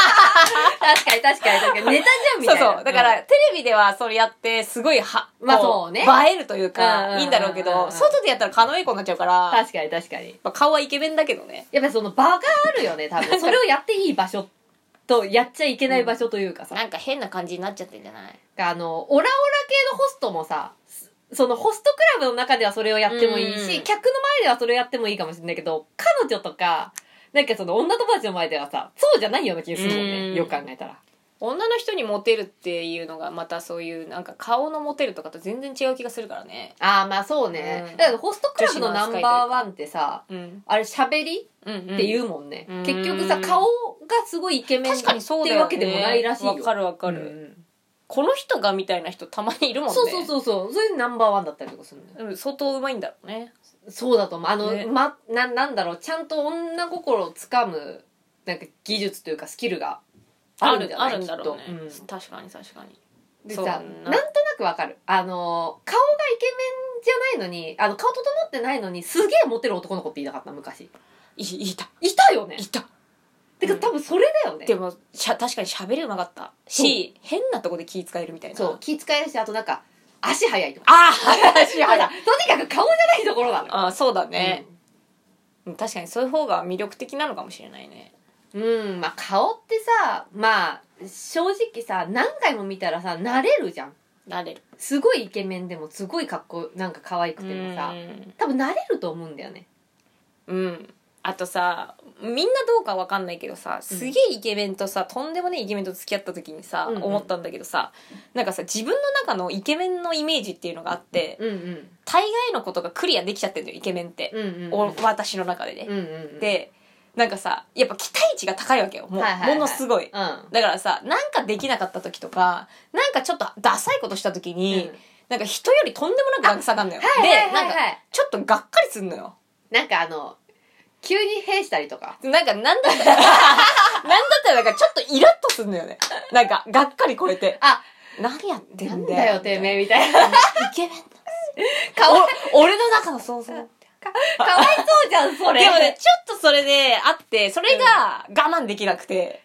Speaker 2: 確かに確かに確かに。ネタじゃんみ
Speaker 1: そ
Speaker 2: た
Speaker 1: う
Speaker 2: いな。
Speaker 1: そう。だから、テレビではそれやって、すごいは、
Speaker 2: まあ
Speaker 1: こ
Speaker 2: そうね
Speaker 1: 映えるという
Speaker 2: うんうんうんう
Speaker 1: か、
Speaker 2: ん
Speaker 1: いいんだろうけど、外でやったら狩野英孝になっちゃうから、
Speaker 2: 確かに確かに。
Speaker 1: まあ顔はイケメンだけどね。
Speaker 2: やっぱりその場があるよね、多分。それをやっていい場所と、やっちゃいけない場所というかさ。
Speaker 1: なんか変な感じになっちゃってんじゃない
Speaker 2: あの、オラオラ系のホストもさ、すそのホストクラブの中ではそれをやってもいいし、
Speaker 1: うん
Speaker 2: 客の前ではそれをやってもいいかもしれないけど、彼女とか、なんかその女友達の前ではさ、そうじゃないような気がするもん
Speaker 1: う
Speaker 2: ね。
Speaker 1: ん
Speaker 2: よく考えたら。
Speaker 1: 女の人にモテるっていうのが、またそういう、なんか顔のモテるとかと全然違う気がするからね。
Speaker 2: ああ、まあそう
Speaker 1: ね
Speaker 2: だからホストクラブのナンバーワンってさ、
Speaker 1: うん。
Speaker 2: あれ喋り
Speaker 1: うん、うん。。
Speaker 2: っていううもんね。
Speaker 1: うん
Speaker 2: 結局さ、顔がすごいイケメン
Speaker 1: 確かにそうだよ、ね。
Speaker 2: っていうわけでもないらしいよ。
Speaker 1: わかるわかる、
Speaker 2: うん
Speaker 1: この人がみたいな人たまにいるもんね。
Speaker 2: そうそうそうそう。それでナンバーワンだったりとかするんだよ。
Speaker 1: うん。相当うまいんだろうね。
Speaker 2: そうだと思う。あの、
Speaker 1: ね
Speaker 2: ま、な、なんだろう、ちゃんと女心をつかむ、なんか技術というかスキルがあるんじゃない
Speaker 1: あるんだろうね
Speaker 2: きっと。うん
Speaker 1: 確かに確かに。
Speaker 2: で
Speaker 1: そ
Speaker 2: さ、
Speaker 1: う
Speaker 2: な
Speaker 1: だなん
Speaker 2: となくわかる。あの、顔がイケメンじゃないのに、あの、顔整ってないのに、すげえモテる男の子っていなかった、昔。
Speaker 1: い、いた。
Speaker 2: いたよね
Speaker 1: いた。
Speaker 2: てか、多分それだよね
Speaker 1: で。もしゃ確かに喋りうまかったし変なとこで気使えるみたいな
Speaker 2: そう、気遣えるし、あとなんか、足早いとか。
Speaker 1: ああ足
Speaker 2: だか
Speaker 1: 早
Speaker 2: ら
Speaker 1: い
Speaker 2: とにかく顔じゃないところなのよ。
Speaker 1: あーそうだね、うん確かにそういう方が魅力的なのかもしれないね
Speaker 2: うんまあ顔ってさまあ正直さ何回も見たらさ慣れるじゃん
Speaker 1: なれる
Speaker 2: すごいイケメンでもすごいかっこなんか可愛くてもさ多分慣れると思うんだよね
Speaker 1: うんあとさみんなどうかわかんないけどさすげえイケメンとさ、とんでもねえイケメンと付き合った時にさ、
Speaker 2: うんうん
Speaker 1: 思ったんだけどさなんかさ自分の中のイケメンのイメージっていうのがあって、
Speaker 2: うんうん
Speaker 1: 大概のことがクリアできちゃってんだよイケメンって、
Speaker 2: うんうん
Speaker 1: お私の中でね
Speaker 2: う、んうん
Speaker 1: でなんかさやっぱ期待値が高いわけよもう、
Speaker 2: はいはいはい
Speaker 1: ものすごい
Speaker 2: うんうん
Speaker 1: だからさなんかできなかった時とかなんかちょっとダサいことした時に、なんか人よりとんでもなく落差があるのよ、
Speaker 2: はいはい
Speaker 1: で
Speaker 2: はい
Speaker 1: なんか
Speaker 2: はい
Speaker 1: ちょっとがっかりすんのよ
Speaker 2: なんかあの急に「へい」したりとか
Speaker 1: なんか、なん (laughs) だったら、なんだったら、なんか、ちょっとイラッとすんのよね。なんか、がっかりこれて。
Speaker 2: あ、
Speaker 1: 何やってんだ
Speaker 2: な
Speaker 1: よ。
Speaker 2: んだよてめ
Speaker 1: え。
Speaker 2: えみたいな
Speaker 1: イケメン
Speaker 2: かわい
Speaker 1: お俺の中の想像。でも
Speaker 2: かわいそうじゃんそれ
Speaker 1: ね、ちょっとそれであって、それが我慢できなくて。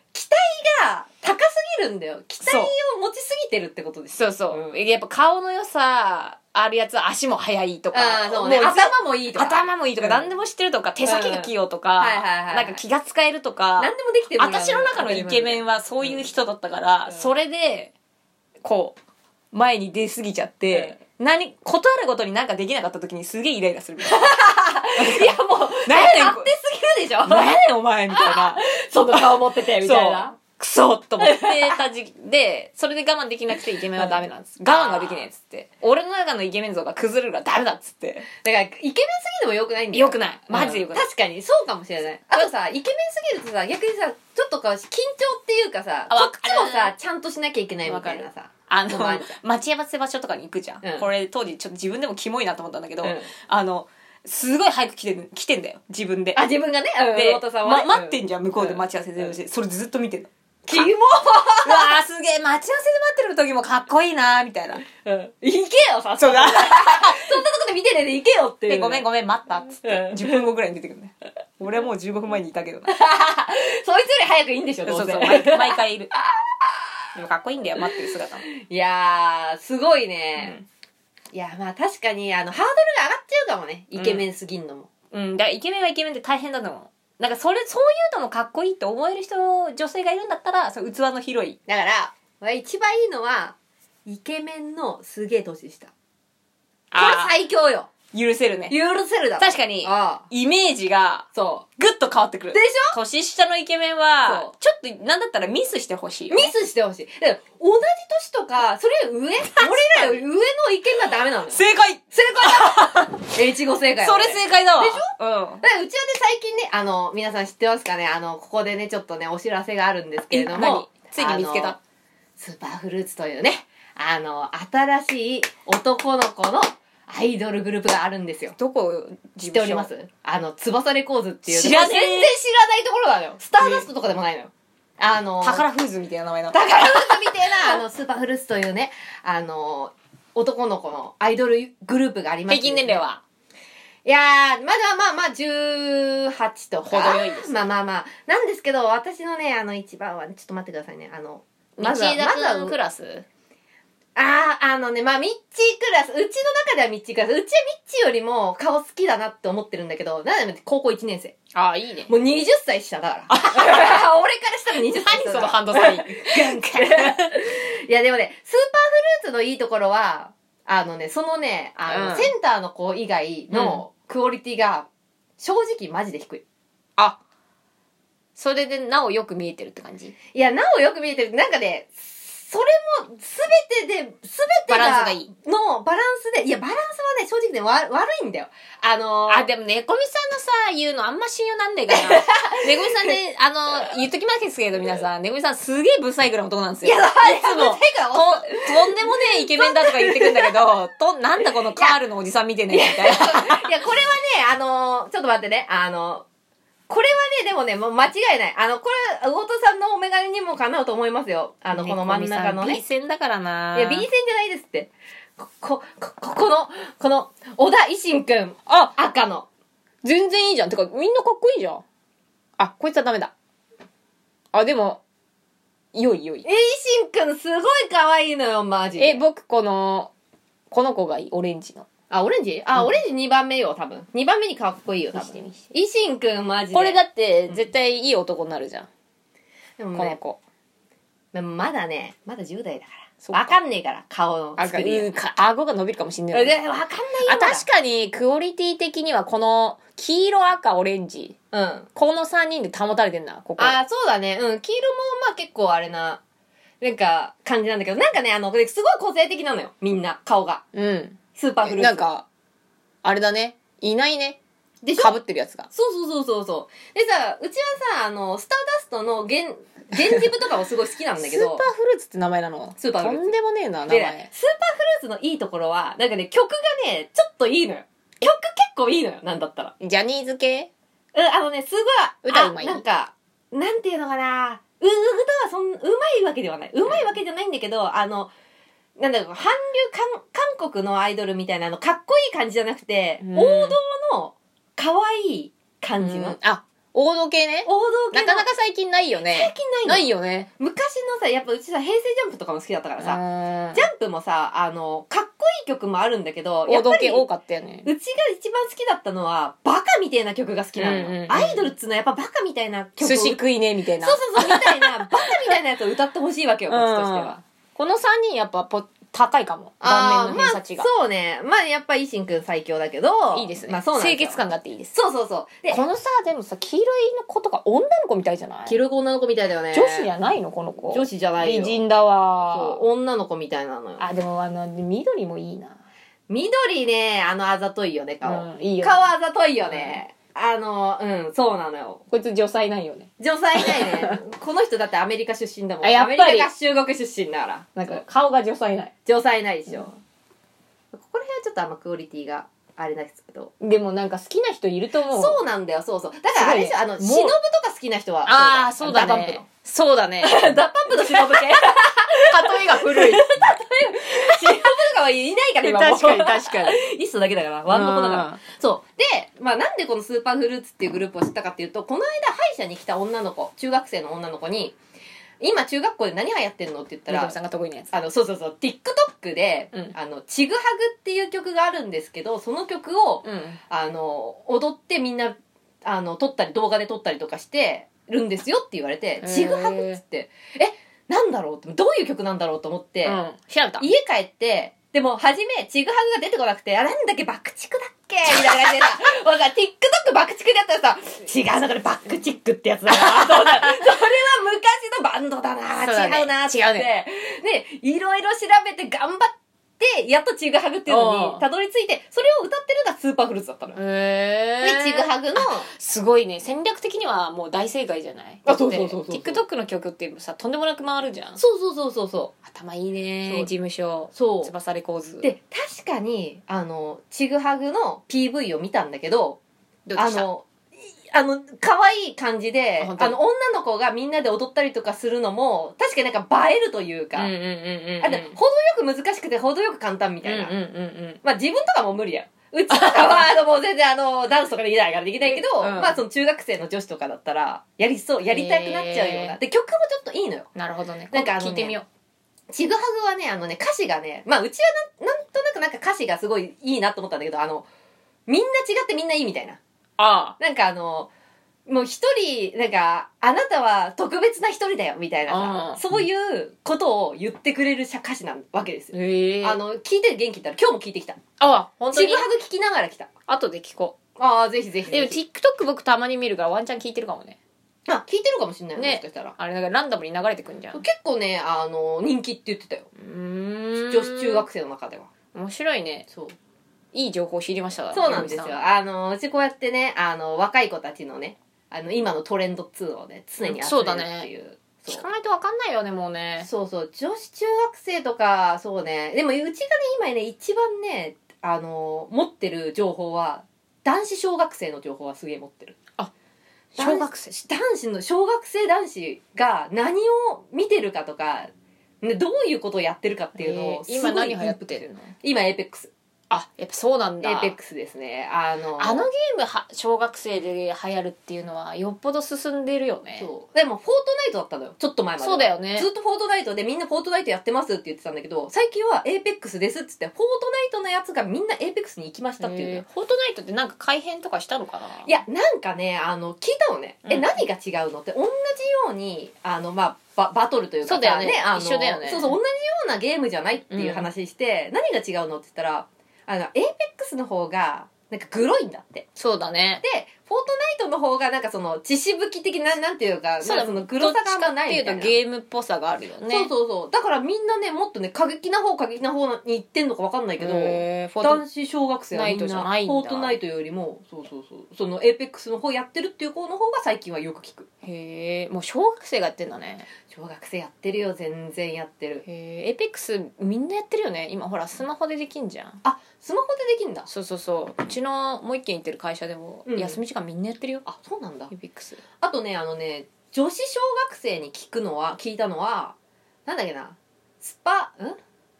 Speaker 2: が高すぎるんだよ期待を持ちすぎてるってことですよ
Speaker 1: そうそう。やっぱ顔の良さ、あるやつは足も速いと
Speaker 2: あ
Speaker 1: か。
Speaker 2: あそうね
Speaker 1: もう
Speaker 2: 頭もいいとか
Speaker 1: 頭もいいとか、
Speaker 2: うん
Speaker 1: 何でも知ってるとか、手先が器用と
Speaker 2: うん
Speaker 1: か
Speaker 2: はいはいはいは、い
Speaker 1: なんか気が使えるとか。
Speaker 2: 何でもできてるが
Speaker 1: 私の中のイケメンはそういう人だったから、
Speaker 2: うん
Speaker 1: それでこう前に出過ぎちゃって、何ことあるごとになんかできなかった時にすげえイライラするみ
Speaker 2: (laughs)
Speaker 1: たいな
Speaker 2: いやもう
Speaker 1: 何やねん
Speaker 2: 勝手すぎるでしょ
Speaker 1: 何やねんお前みたいな
Speaker 2: (laughs) その顔持っててみたいな
Speaker 1: クソと思ってた時期でそれで我慢できなくてイケメンはダメなんです我慢ができないっつって俺の中のイケメン像が崩れるからダメだっつって
Speaker 2: だからイケメンすぎるのもよくないんだよ
Speaker 1: よくないマジでよくない、
Speaker 2: うん確かにそうかもしれないあとさイケメンすぎるとさ逆にさちょっとか緊張っていうかさ
Speaker 1: あ
Speaker 2: こ
Speaker 1: わ
Speaker 2: っ
Speaker 1: かる
Speaker 2: ちもさちゃんとしなきゃいけないみたいなさ
Speaker 1: あ
Speaker 2: のもあ
Speaker 1: の
Speaker 2: るじゃん
Speaker 1: 待ち合わせ場所とかに行くじゃん、
Speaker 2: うん
Speaker 1: これ当時ちょっと自分でもキモいなと思ったんだけど、
Speaker 2: うん
Speaker 1: あのすごい早く来てる来てんだよ自分で
Speaker 2: あ自分がね
Speaker 1: で、
Speaker 2: 太田さんは
Speaker 1: ま、
Speaker 2: ね
Speaker 1: 待ってんじゃん
Speaker 2: う
Speaker 1: 向こうで待ち合わせ全部して、それずっと見てんの
Speaker 2: キモ
Speaker 1: うわーすげえ待ち合わせで待ってる時もかっこいいなーみたいな
Speaker 2: 行けよさ
Speaker 1: そうだ
Speaker 2: そんなとこで見てねえで行けよっていう
Speaker 1: でごめんごめん待ったっつって
Speaker 2: うん
Speaker 1: 10分後ぐらいに出てくるね俺はもう15分前にいたけど (laughs) な
Speaker 2: そいつより早くいいんでしょ
Speaker 1: そう
Speaker 2: ど
Speaker 1: そ
Speaker 2: うせ
Speaker 1: う毎毎回いるでもかっこいいんだよ待ってる姿も
Speaker 2: (laughs) いやーすごいね、いやまあ確かにあのハードルが上がっちゃうかもねイケメンすぎんのも、
Speaker 1: うんだからイケメンがイケメンって大変だと思うなんかそれそういうのもかっこいいって思える人女性がいるんだったらその器の広い
Speaker 2: だから俺一番いいのはイケメンのすげえ年下これ最強よ
Speaker 1: 許せるね
Speaker 2: 許せるだろ
Speaker 1: 確かに
Speaker 2: ああ
Speaker 1: イメージが
Speaker 2: そ
Speaker 1: ぐっと変わってくる
Speaker 2: うでし
Speaker 1: 年下のイケメン
Speaker 2: そ
Speaker 1: は
Speaker 2: う
Speaker 1: ちょっとなんだったらミスしてほしい
Speaker 2: ょミスしてほしいだから同じ年とかそれより上俺らより上のイケメンはダメなのよ
Speaker 1: 正解
Speaker 2: 正
Speaker 1: (laughs)
Speaker 2: 解だ越後正解
Speaker 1: それ
Speaker 2: 正
Speaker 1: 正解だわ
Speaker 2: でし
Speaker 1: ょ
Speaker 2: だからうちはね最近ねあの皆さん知ってますかねあのここでねちょっとねお知らせがあるんですけれど
Speaker 1: え何
Speaker 2: も
Speaker 1: ついに見つけた
Speaker 2: あのスーパーフルーツというねあの新しい男の子のアイドルグループがあるんですよ
Speaker 1: どこ知
Speaker 2: 知っておりますあの翼レコーズっていう
Speaker 1: 知らねえ
Speaker 2: 全然知らないところなのよスターダストとかでもないのよあの
Speaker 1: 宝フーズみたいな名前なの
Speaker 2: だからなんかみたいなあのスーパーフルーツというねあの男の子のアイドルグループがありま
Speaker 1: 平
Speaker 2: して
Speaker 1: 均
Speaker 2: ですね
Speaker 1: 年齢はい
Speaker 2: やー、まだまあまあ18と
Speaker 1: 程よいです
Speaker 2: まあまあまあ。なんですけど、私のね、あの一番は、ちょっと待ってくださいね。あの、まずは、まずは、
Speaker 1: 君ラス
Speaker 2: あー、あのね、まあミッチークラス、うちの中ではミッチークラス、うちはミッチーよりも顔好きだなって思ってるんだけど、なんで高校1年生。
Speaker 1: ああいいね
Speaker 2: もう20歳下だから。 (laughs) 俺からしたら20
Speaker 1: (laughs) 何
Speaker 2: 歳
Speaker 1: そ
Speaker 2: 下だか
Speaker 1: の
Speaker 2: ら。
Speaker 1: ハンドサイン
Speaker 2: いやでもね、スーパーフルーツのいいところは、あのね、そのね、あの、
Speaker 1: うん
Speaker 2: センターの子以外のクオリティが、正直マジで低い。
Speaker 1: (laughs) あそれでなおよく見えてるって感じ
Speaker 2: いや、なおよく見えてる。なんかね、それも、すべてで、すべ
Speaker 1: バ
Speaker 2: てが、
Speaker 1: ランスがいい
Speaker 2: の、バランスで、いや、バランスはね、正直ね、わ悪いんだよ。あのー
Speaker 1: あでも猫みさんのさ言うのあんま信用なんねえか (laughs) な猫みさんねあの言っときますけど皆さん猫みさんすげえブサイクな男なんです
Speaker 2: い
Speaker 1: よ
Speaker 2: や、
Speaker 1: いつも
Speaker 2: 手が
Speaker 1: と、とんでもねえイケメンだとか言ってくんだけ
Speaker 2: (laughs)
Speaker 1: ど、と、なんだこのカールのおじさん見てね、みたいな。
Speaker 2: いや、これはね、あのーちょっと待ってね、あのーこれはね、でもね、もう間違いない。あの、これ、魚田さんのお眼鏡にもかなうと思いますよ。あの、この真ん中の
Speaker 1: B
Speaker 2: ね。
Speaker 1: 線だからない
Speaker 2: や、B 線じゃないですって。こ、こ、こ、ここの、この、小田維新くん、
Speaker 1: あ、
Speaker 2: 赤の。
Speaker 1: 全然いいじゃん。てか、みんなかっこいいじゃん。あ、こいつはダメだ。あ、でも、良い良い
Speaker 2: え、。維新くん、すごい可愛いのよ、マジで。
Speaker 1: え、僕この、この子がいい、オレンジの。
Speaker 2: あオレンジあ、
Speaker 1: うん
Speaker 2: オレンジ2番目よ多分2番目にかっこいいよ多
Speaker 1: 見して
Speaker 2: 分
Speaker 1: 見して
Speaker 2: 維新くんマジで
Speaker 1: これだって絶対いい男になるじゃん、
Speaker 2: でも
Speaker 1: この
Speaker 2: ね
Speaker 1: 子
Speaker 2: でもまだねまだ10代だか
Speaker 1: そ
Speaker 2: ら
Speaker 1: っか
Speaker 2: わかんねえから顔の
Speaker 1: あ
Speaker 2: 作りが
Speaker 1: うんか顎が伸びるかもしんないよ
Speaker 2: で
Speaker 1: ね
Speaker 2: わかんないよ
Speaker 1: あ確かにクオリティ的にはこの黄色赤オレンジ
Speaker 2: まだうん
Speaker 1: この3人で保たれてんなここ
Speaker 2: あそうだねうん黄色もまあ結構あれななんか感じなんだけどなんかねあのですごい個性的なのよみんな顔が
Speaker 1: うん
Speaker 2: スーパーフルーツ
Speaker 1: なんかあれだねいないね
Speaker 2: でしょ
Speaker 1: かぶってるやつが
Speaker 2: そうそうそうそうそう。でさ、うちはさ、あの、スターダストの現、現ジブとかもすごい好きなんだけ
Speaker 1: スーパー
Speaker 2: ど、
Speaker 1: フルーツって名前なの
Speaker 2: スーパーフルーツ
Speaker 1: とんでもねえな名
Speaker 2: で、スーパー
Speaker 1: 前
Speaker 2: フルーツのいいところは、なんかね、曲がね、ちょっといいのよ。曲結構いいのよ、なんだったら。
Speaker 1: ジャニーズ系
Speaker 2: うん、あのね、すごい、
Speaker 1: 歌
Speaker 2: あ
Speaker 1: うまい
Speaker 2: なんか、なんていうのかな、う、歌はそん、うまいわけではない。うまいわけじゃないんだけど、あの、なんだろう、韓流、韓、韓国のアイドルみたいな、あの、かっこいい感じじゃなくて、
Speaker 1: うん
Speaker 2: 王道の、可愛い感じの、
Speaker 1: うんあ王道系ね
Speaker 2: 王道系
Speaker 1: な
Speaker 2: の、
Speaker 1: かなか最近ないよね
Speaker 2: 最近ないの
Speaker 1: ないよね
Speaker 2: 昔のさやっぱうちさ平成ジャンプとかも好きだったからさ、
Speaker 1: さ
Speaker 2: ジャンプもさあのかっこいい曲もあるんだけどや
Speaker 1: 王
Speaker 2: っぱ
Speaker 1: 道
Speaker 2: り
Speaker 1: 系
Speaker 2: う
Speaker 1: 多かったよね
Speaker 2: ちが一番好きだったのはバカみたいな曲が好きなのよ、
Speaker 1: うんうんうん
Speaker 2: アイドルっつうのはやっぱバカみたいな曲を
Speaker 1: 寿司食いねみたいな
Speaker 2: そうそうそうみたい (laughs) なバカみたいなやつを歌ってほしいわけよこっちとしては。
Speaker 1: この3人やっぱポ高いかも
Speaker 2: あ
Speaker 1: 顔面の
Speaker 2: ーま
Speaker 1: 偏
Speaker 2: あ
Speaker 1: 差値が、
Speaker 2: そうねまあやっぱ維新くん最強だけど
Speaker 1: いいですね、
Speaker 2: まあそうなんで
Speaker 1: 清
Speaker 2: すよ
Speaker 1: 潔感があっていいです
Speaker 2: そうそうそうで
Speaker 1: このさでもさ黄色いの子とか女の子みたいじゃない
Speaker 2: 黄色い女の子みたいだよね
Speaker 1: 女子じゃないのこの子
Speaker 2: 女子じゃないよ
Speaker 1: 美人だ
Speaker 2: そ
Speaker 1: わ
Speaker 2: う女の子みたいなのよ
Speaker 1: あでもあの緑もいいな
Speaker 2: 緑ねあのあざといよね顔、
Speaker 1: うん、いいよ、
Speaker 2: 顔あざといよね、あのうんそうなのよ
Speaker 1: こいつ女才ないよね
Speaker 2: 女才ない (laughs) ねこの人だってアメリカ出身だもん
Speaker 1: あやっ
Speaker 2: ア
Speaker 1: ぱ
Speaker 2: メ
Speaker 1: り
Speaker 2: リカ合衆国出身だから
Speaker 1: なんか顔が女才ない
Speaker 2: 女才ないでしょ、ここら辺はちょっとあんまクオリティがあれなんですけど、
Speaker 1: でもなんか好きな人いると思う
Speaker 2: そうなんだよそうそうだからあれでしょ
Speaker 1: す
Speaker 2: あ
Speaker 1: ごいね
Speaker 2: の
Speaker 1: もう
Speaker 2: 忍とか好きな人は
Speaker 1: ああそうだ
Speaker 2: ダパンプ
Speaker 1: ねそうだ
Speaker 2: (laughs)
Speaker 1: ね
Speaker 2: のダパンプの忍系 (laughs) 忍
Speaker 1: 例えが古 (laughs) い
Speaker 2: とかはいないから今もう
Speaker 1: 確かに確かに (laughs)
Speaker 2: 一層だけだからワンドコだから
Speaker 1: うん
Speaker 2: そう。で、まあなんでこのスーパーフルーツっていうグループを知ったかっていうと、この間歯医者に来た女の子、中学生の女の子に、今中学校で何流行ってんのって言った
Speaker 1: 村上
Speaker 2: ら
Speaker 1: さ、んが得意なやつ
Speaker 2: あの、そうそうそう、TikTok で、
Speaker 1: うん
Speaker 2: あの、ちぐはぐっていう曲があるんですけど、その曲を、
Speaker 1: うん
Speaker 2: あの、踊ってみんな、あの、撮ったり、動画で撮ったりとかしてるんですよって言われて
Speaker 1: へ、ー
Speaker 2: ちぐはぐっつって、え、なんだろうって、どういう曲なんだろうと思って、
Speaker 1: うん、調べた
Speaker 2: 家帰って、でも、初め、ちぐはぐが出てこなくて、あ、なんだっけ、爆竹だっけみたいな感じでさ、 (laughs) 俺さ、TikTok 爆竹でやったらさ、違うな、これ爆竹ってやつだな、
Speaker 1: (laughs)
Speaker 2: と思ってそれは昔のバンドだな、
Speaker 1: そうだね
Speaker 2: 違うな、って言って
Speaker 1: 違うね
Speaker 2: で、いろいろ調べて頑張って、やっとちぐはぐっていうの
Speaker 1: お
Speaker 2: に、
Speaker 1: う
Speaker 2: たどり着いて、それを歌ってるのがスーパーフルーツだったのよ。で、
Speaker 1: へえ
Speaker 2: ちぐはぐの、
Speaker 1: すごいね戦略的にはもう大正解じゃない
Speaker 2: あそうそうそうそ
Speaker 1: だ
Speaker 2: う
Speaker 1: って TikTok の曲ってさとんでもなく回るじゃん
Speaker 2: そうそうそうそうそ
Speaker 1: 頭いいね
Speaker 2: そう
Speaker 1: 事務所
Speaker 2: う。そう。
Speaker 1: 翼レコーズ
Speaker 2: で、確かに、あの、ちぐはぐの PV を見たんだけど、
Speaker 1: どうで
Speaker 2: あ
Speaker 1: した
Speaker 2: の、いあの、可愛い感じで
Speaker 1: あ、本当
Speaker 2: あ
Speaker 1: に
Speaker 2: の、女の子がみんなで踊ったりとかするのも、確かになんか映えるというか、
Speaker 1: うんうんうんうん
Speaker 2: あと、程よく難しくて程よく簡単みたい
Speaker 1: うん
Speaker 2: な。
Speaker 1: うんうんうん
Speaker 2: まあ自分とかも無理やん。うちとかは、あの、もう全然あの、ダンスとかできないからできないけど、
Speaker 1: うん
Speaker 2: まあその中学生の女子とかだったら、やりそう、やりたくなっちゃうような。
Speaker 1: へー
Speaker 2: で、曲もちょっといいのよ。
Speaker 1: なるほどね
Speaker 2: なんかあのね
Speaker 1: 聞いてみよ
Speaker 2: ちぐはぐはね、あのね、歌詞がね、まあうちはなんなんとなくなんか歌詞がすごいいいなと思ったんだけど、あの、みんな違ってみんないいみたいな。
Speaker 1: うあ
Speaker 2: なんかあの、もう一人、なんか、あなたは特別な一人だよ、みたいなさ
Speaker 1: う、ん
Speaker 2: そういうことを言ってくれる社歌詞なわけですよ。
Speaker 1: へえ
Speaker 2: あの、聞いて元気だったら、今日も聞いてきた。
Speaker 1: あ本当
Speaker 2: ち
Speaker 1: に
Speaker 2: ぐはぐ聞きながら来た。
Speaker 1: 後で聞こ
Speaker 2: ああ、ぜひぜひ
Speaker 1: うで
Speaker 2: ぜ
Speaker 1: も
Speaker 2: ひ。
Speaker 1: TikTok 僕たまに見るからワンチャン聞いてるかもね
Speaker 2: あ、聞いてるかもしれない、
Speaker 1: ね
Speaker 2: もしかしたら。
Speaker 1: あれなんかランダムに流れてくんじゃん
Speaker 2: 結構ね、あの、人気って言ってたよ。
Speaker 1: 女
Speaker 2: 女子中学生の中では。
Speaker 1: 面白いね
Speaker 2: そう。
Speaker 1: いい情報知りましたから
Speaker 2: そうなんですよ
Speaker 1: ゆうみ。さ
Speaker 2: あの、うちこうやってね、あの、若い子たちのね、あの、今のトレンドっつうのをね、常に集めるっていう。そう
Speaker 1: 聞かないとわかんないよねもうね
Speaker 2: そうそう女子中学生とかそうねでもうちがね今ね一番ねあの持ってる情報は男子小学生の情報はすげえ持ってる
Speaker 1: 小学生
Speaker 2: 男子の小学生男子が何を見てるかとかねどういうことをやってるかっていうのを
Speaker 1: えー今何
Speaker 2: す
Speaker 1: 流
Speaker 2: ごい
Speaker 1: 行ってるの
Speaker 2: 今エーペックス
Speaker 1: あやっぱそうなん
Speaker 2: エ
Speaker 1: だ
Speaker 2: ーペックスですねあの
Speaker 1: あのゲームは小学生で流行るっていうのはよっぽど進んでるよね
Speaker 2: そうでもフォートナイトだったのよちょっと前までは
Speaker 1: そうだよね
Speaker 2: ずっとフォートナイトでみんなフォートナイトやってますって言ってたんだけど最近はエーペックスですっつってフォートナイトのやつがみんなエーペックスに行きましたっていうの
Speaker 1: へ
Speaker 2: よ
Speaker 1: ーフォートナイトってなんか改編とかしたのかない
Speaker 2: やなんかねあの聞いたのね、え
Speaker 1: うん
Speaker 2: 何が違うのって同じようにあの、まあ、ババトルというかさ
Speaker 1: そうだよね
Speaker 2: あの
Speaker 1: 一緒だよね
Speaker 2: そうそう同じようなゲームじゃないっていう話して、何が違うのって言ったらあのエーペックスの方がなんかグロいんだって
Speaker 1: そうだね
Speaker 2: でフォートナイトの方がなんかその血しぶき的ななんていうか
Speaker 1: そう
Speaker 2: な
Speaker 1: だ
Speaker 2: んかそのグロさがあんま
Speaker 1: どっちかっ
Speaker 2: ない
Speaker 1: てい
Speaker 2: み
Speaker 1: う
Speaker 2: たい
Speaker 1: と
Speaker 2: な
Speaker 1: ゲームっぽさがあるよね
Speaker 2: そうそうそうだからみんなねもっとね過激な方過激な方に行ってんのか分かんないけど
Speaker 1: へーフォート
Speaker 2: 男子小学生はみん
Speaker 1: ナイトじ
Speaker 2: な
Speaker 1: ゃ
Speaker 2: フ
Speaker 1: ないんだ
Speaker 2: ォートナイトよりもそうそうそうそのエーペックスの方やってるっていう子の方が最近はよく聞く
Speaker 1: へえもう小学生がやってんだね
Speaker 2: 小学生やってるよ全然やってる
Speaker 1: へえエーペックスみんなやってるよね今ほらスマホでできんじゃん
Speaker 2: あスマホでできんだ
Speaker 1: そうそうそううちのもう一軒行ってる会社でも
Speaker 2: うん
Speaker 1: 休み時間みんなやってるよ
Speaker 2: あそうなんだ
Speaker 1: エーペックス
Speaker 2: あとねあのね女子小学生に聞くのは聞いたのはなんだっけなスパ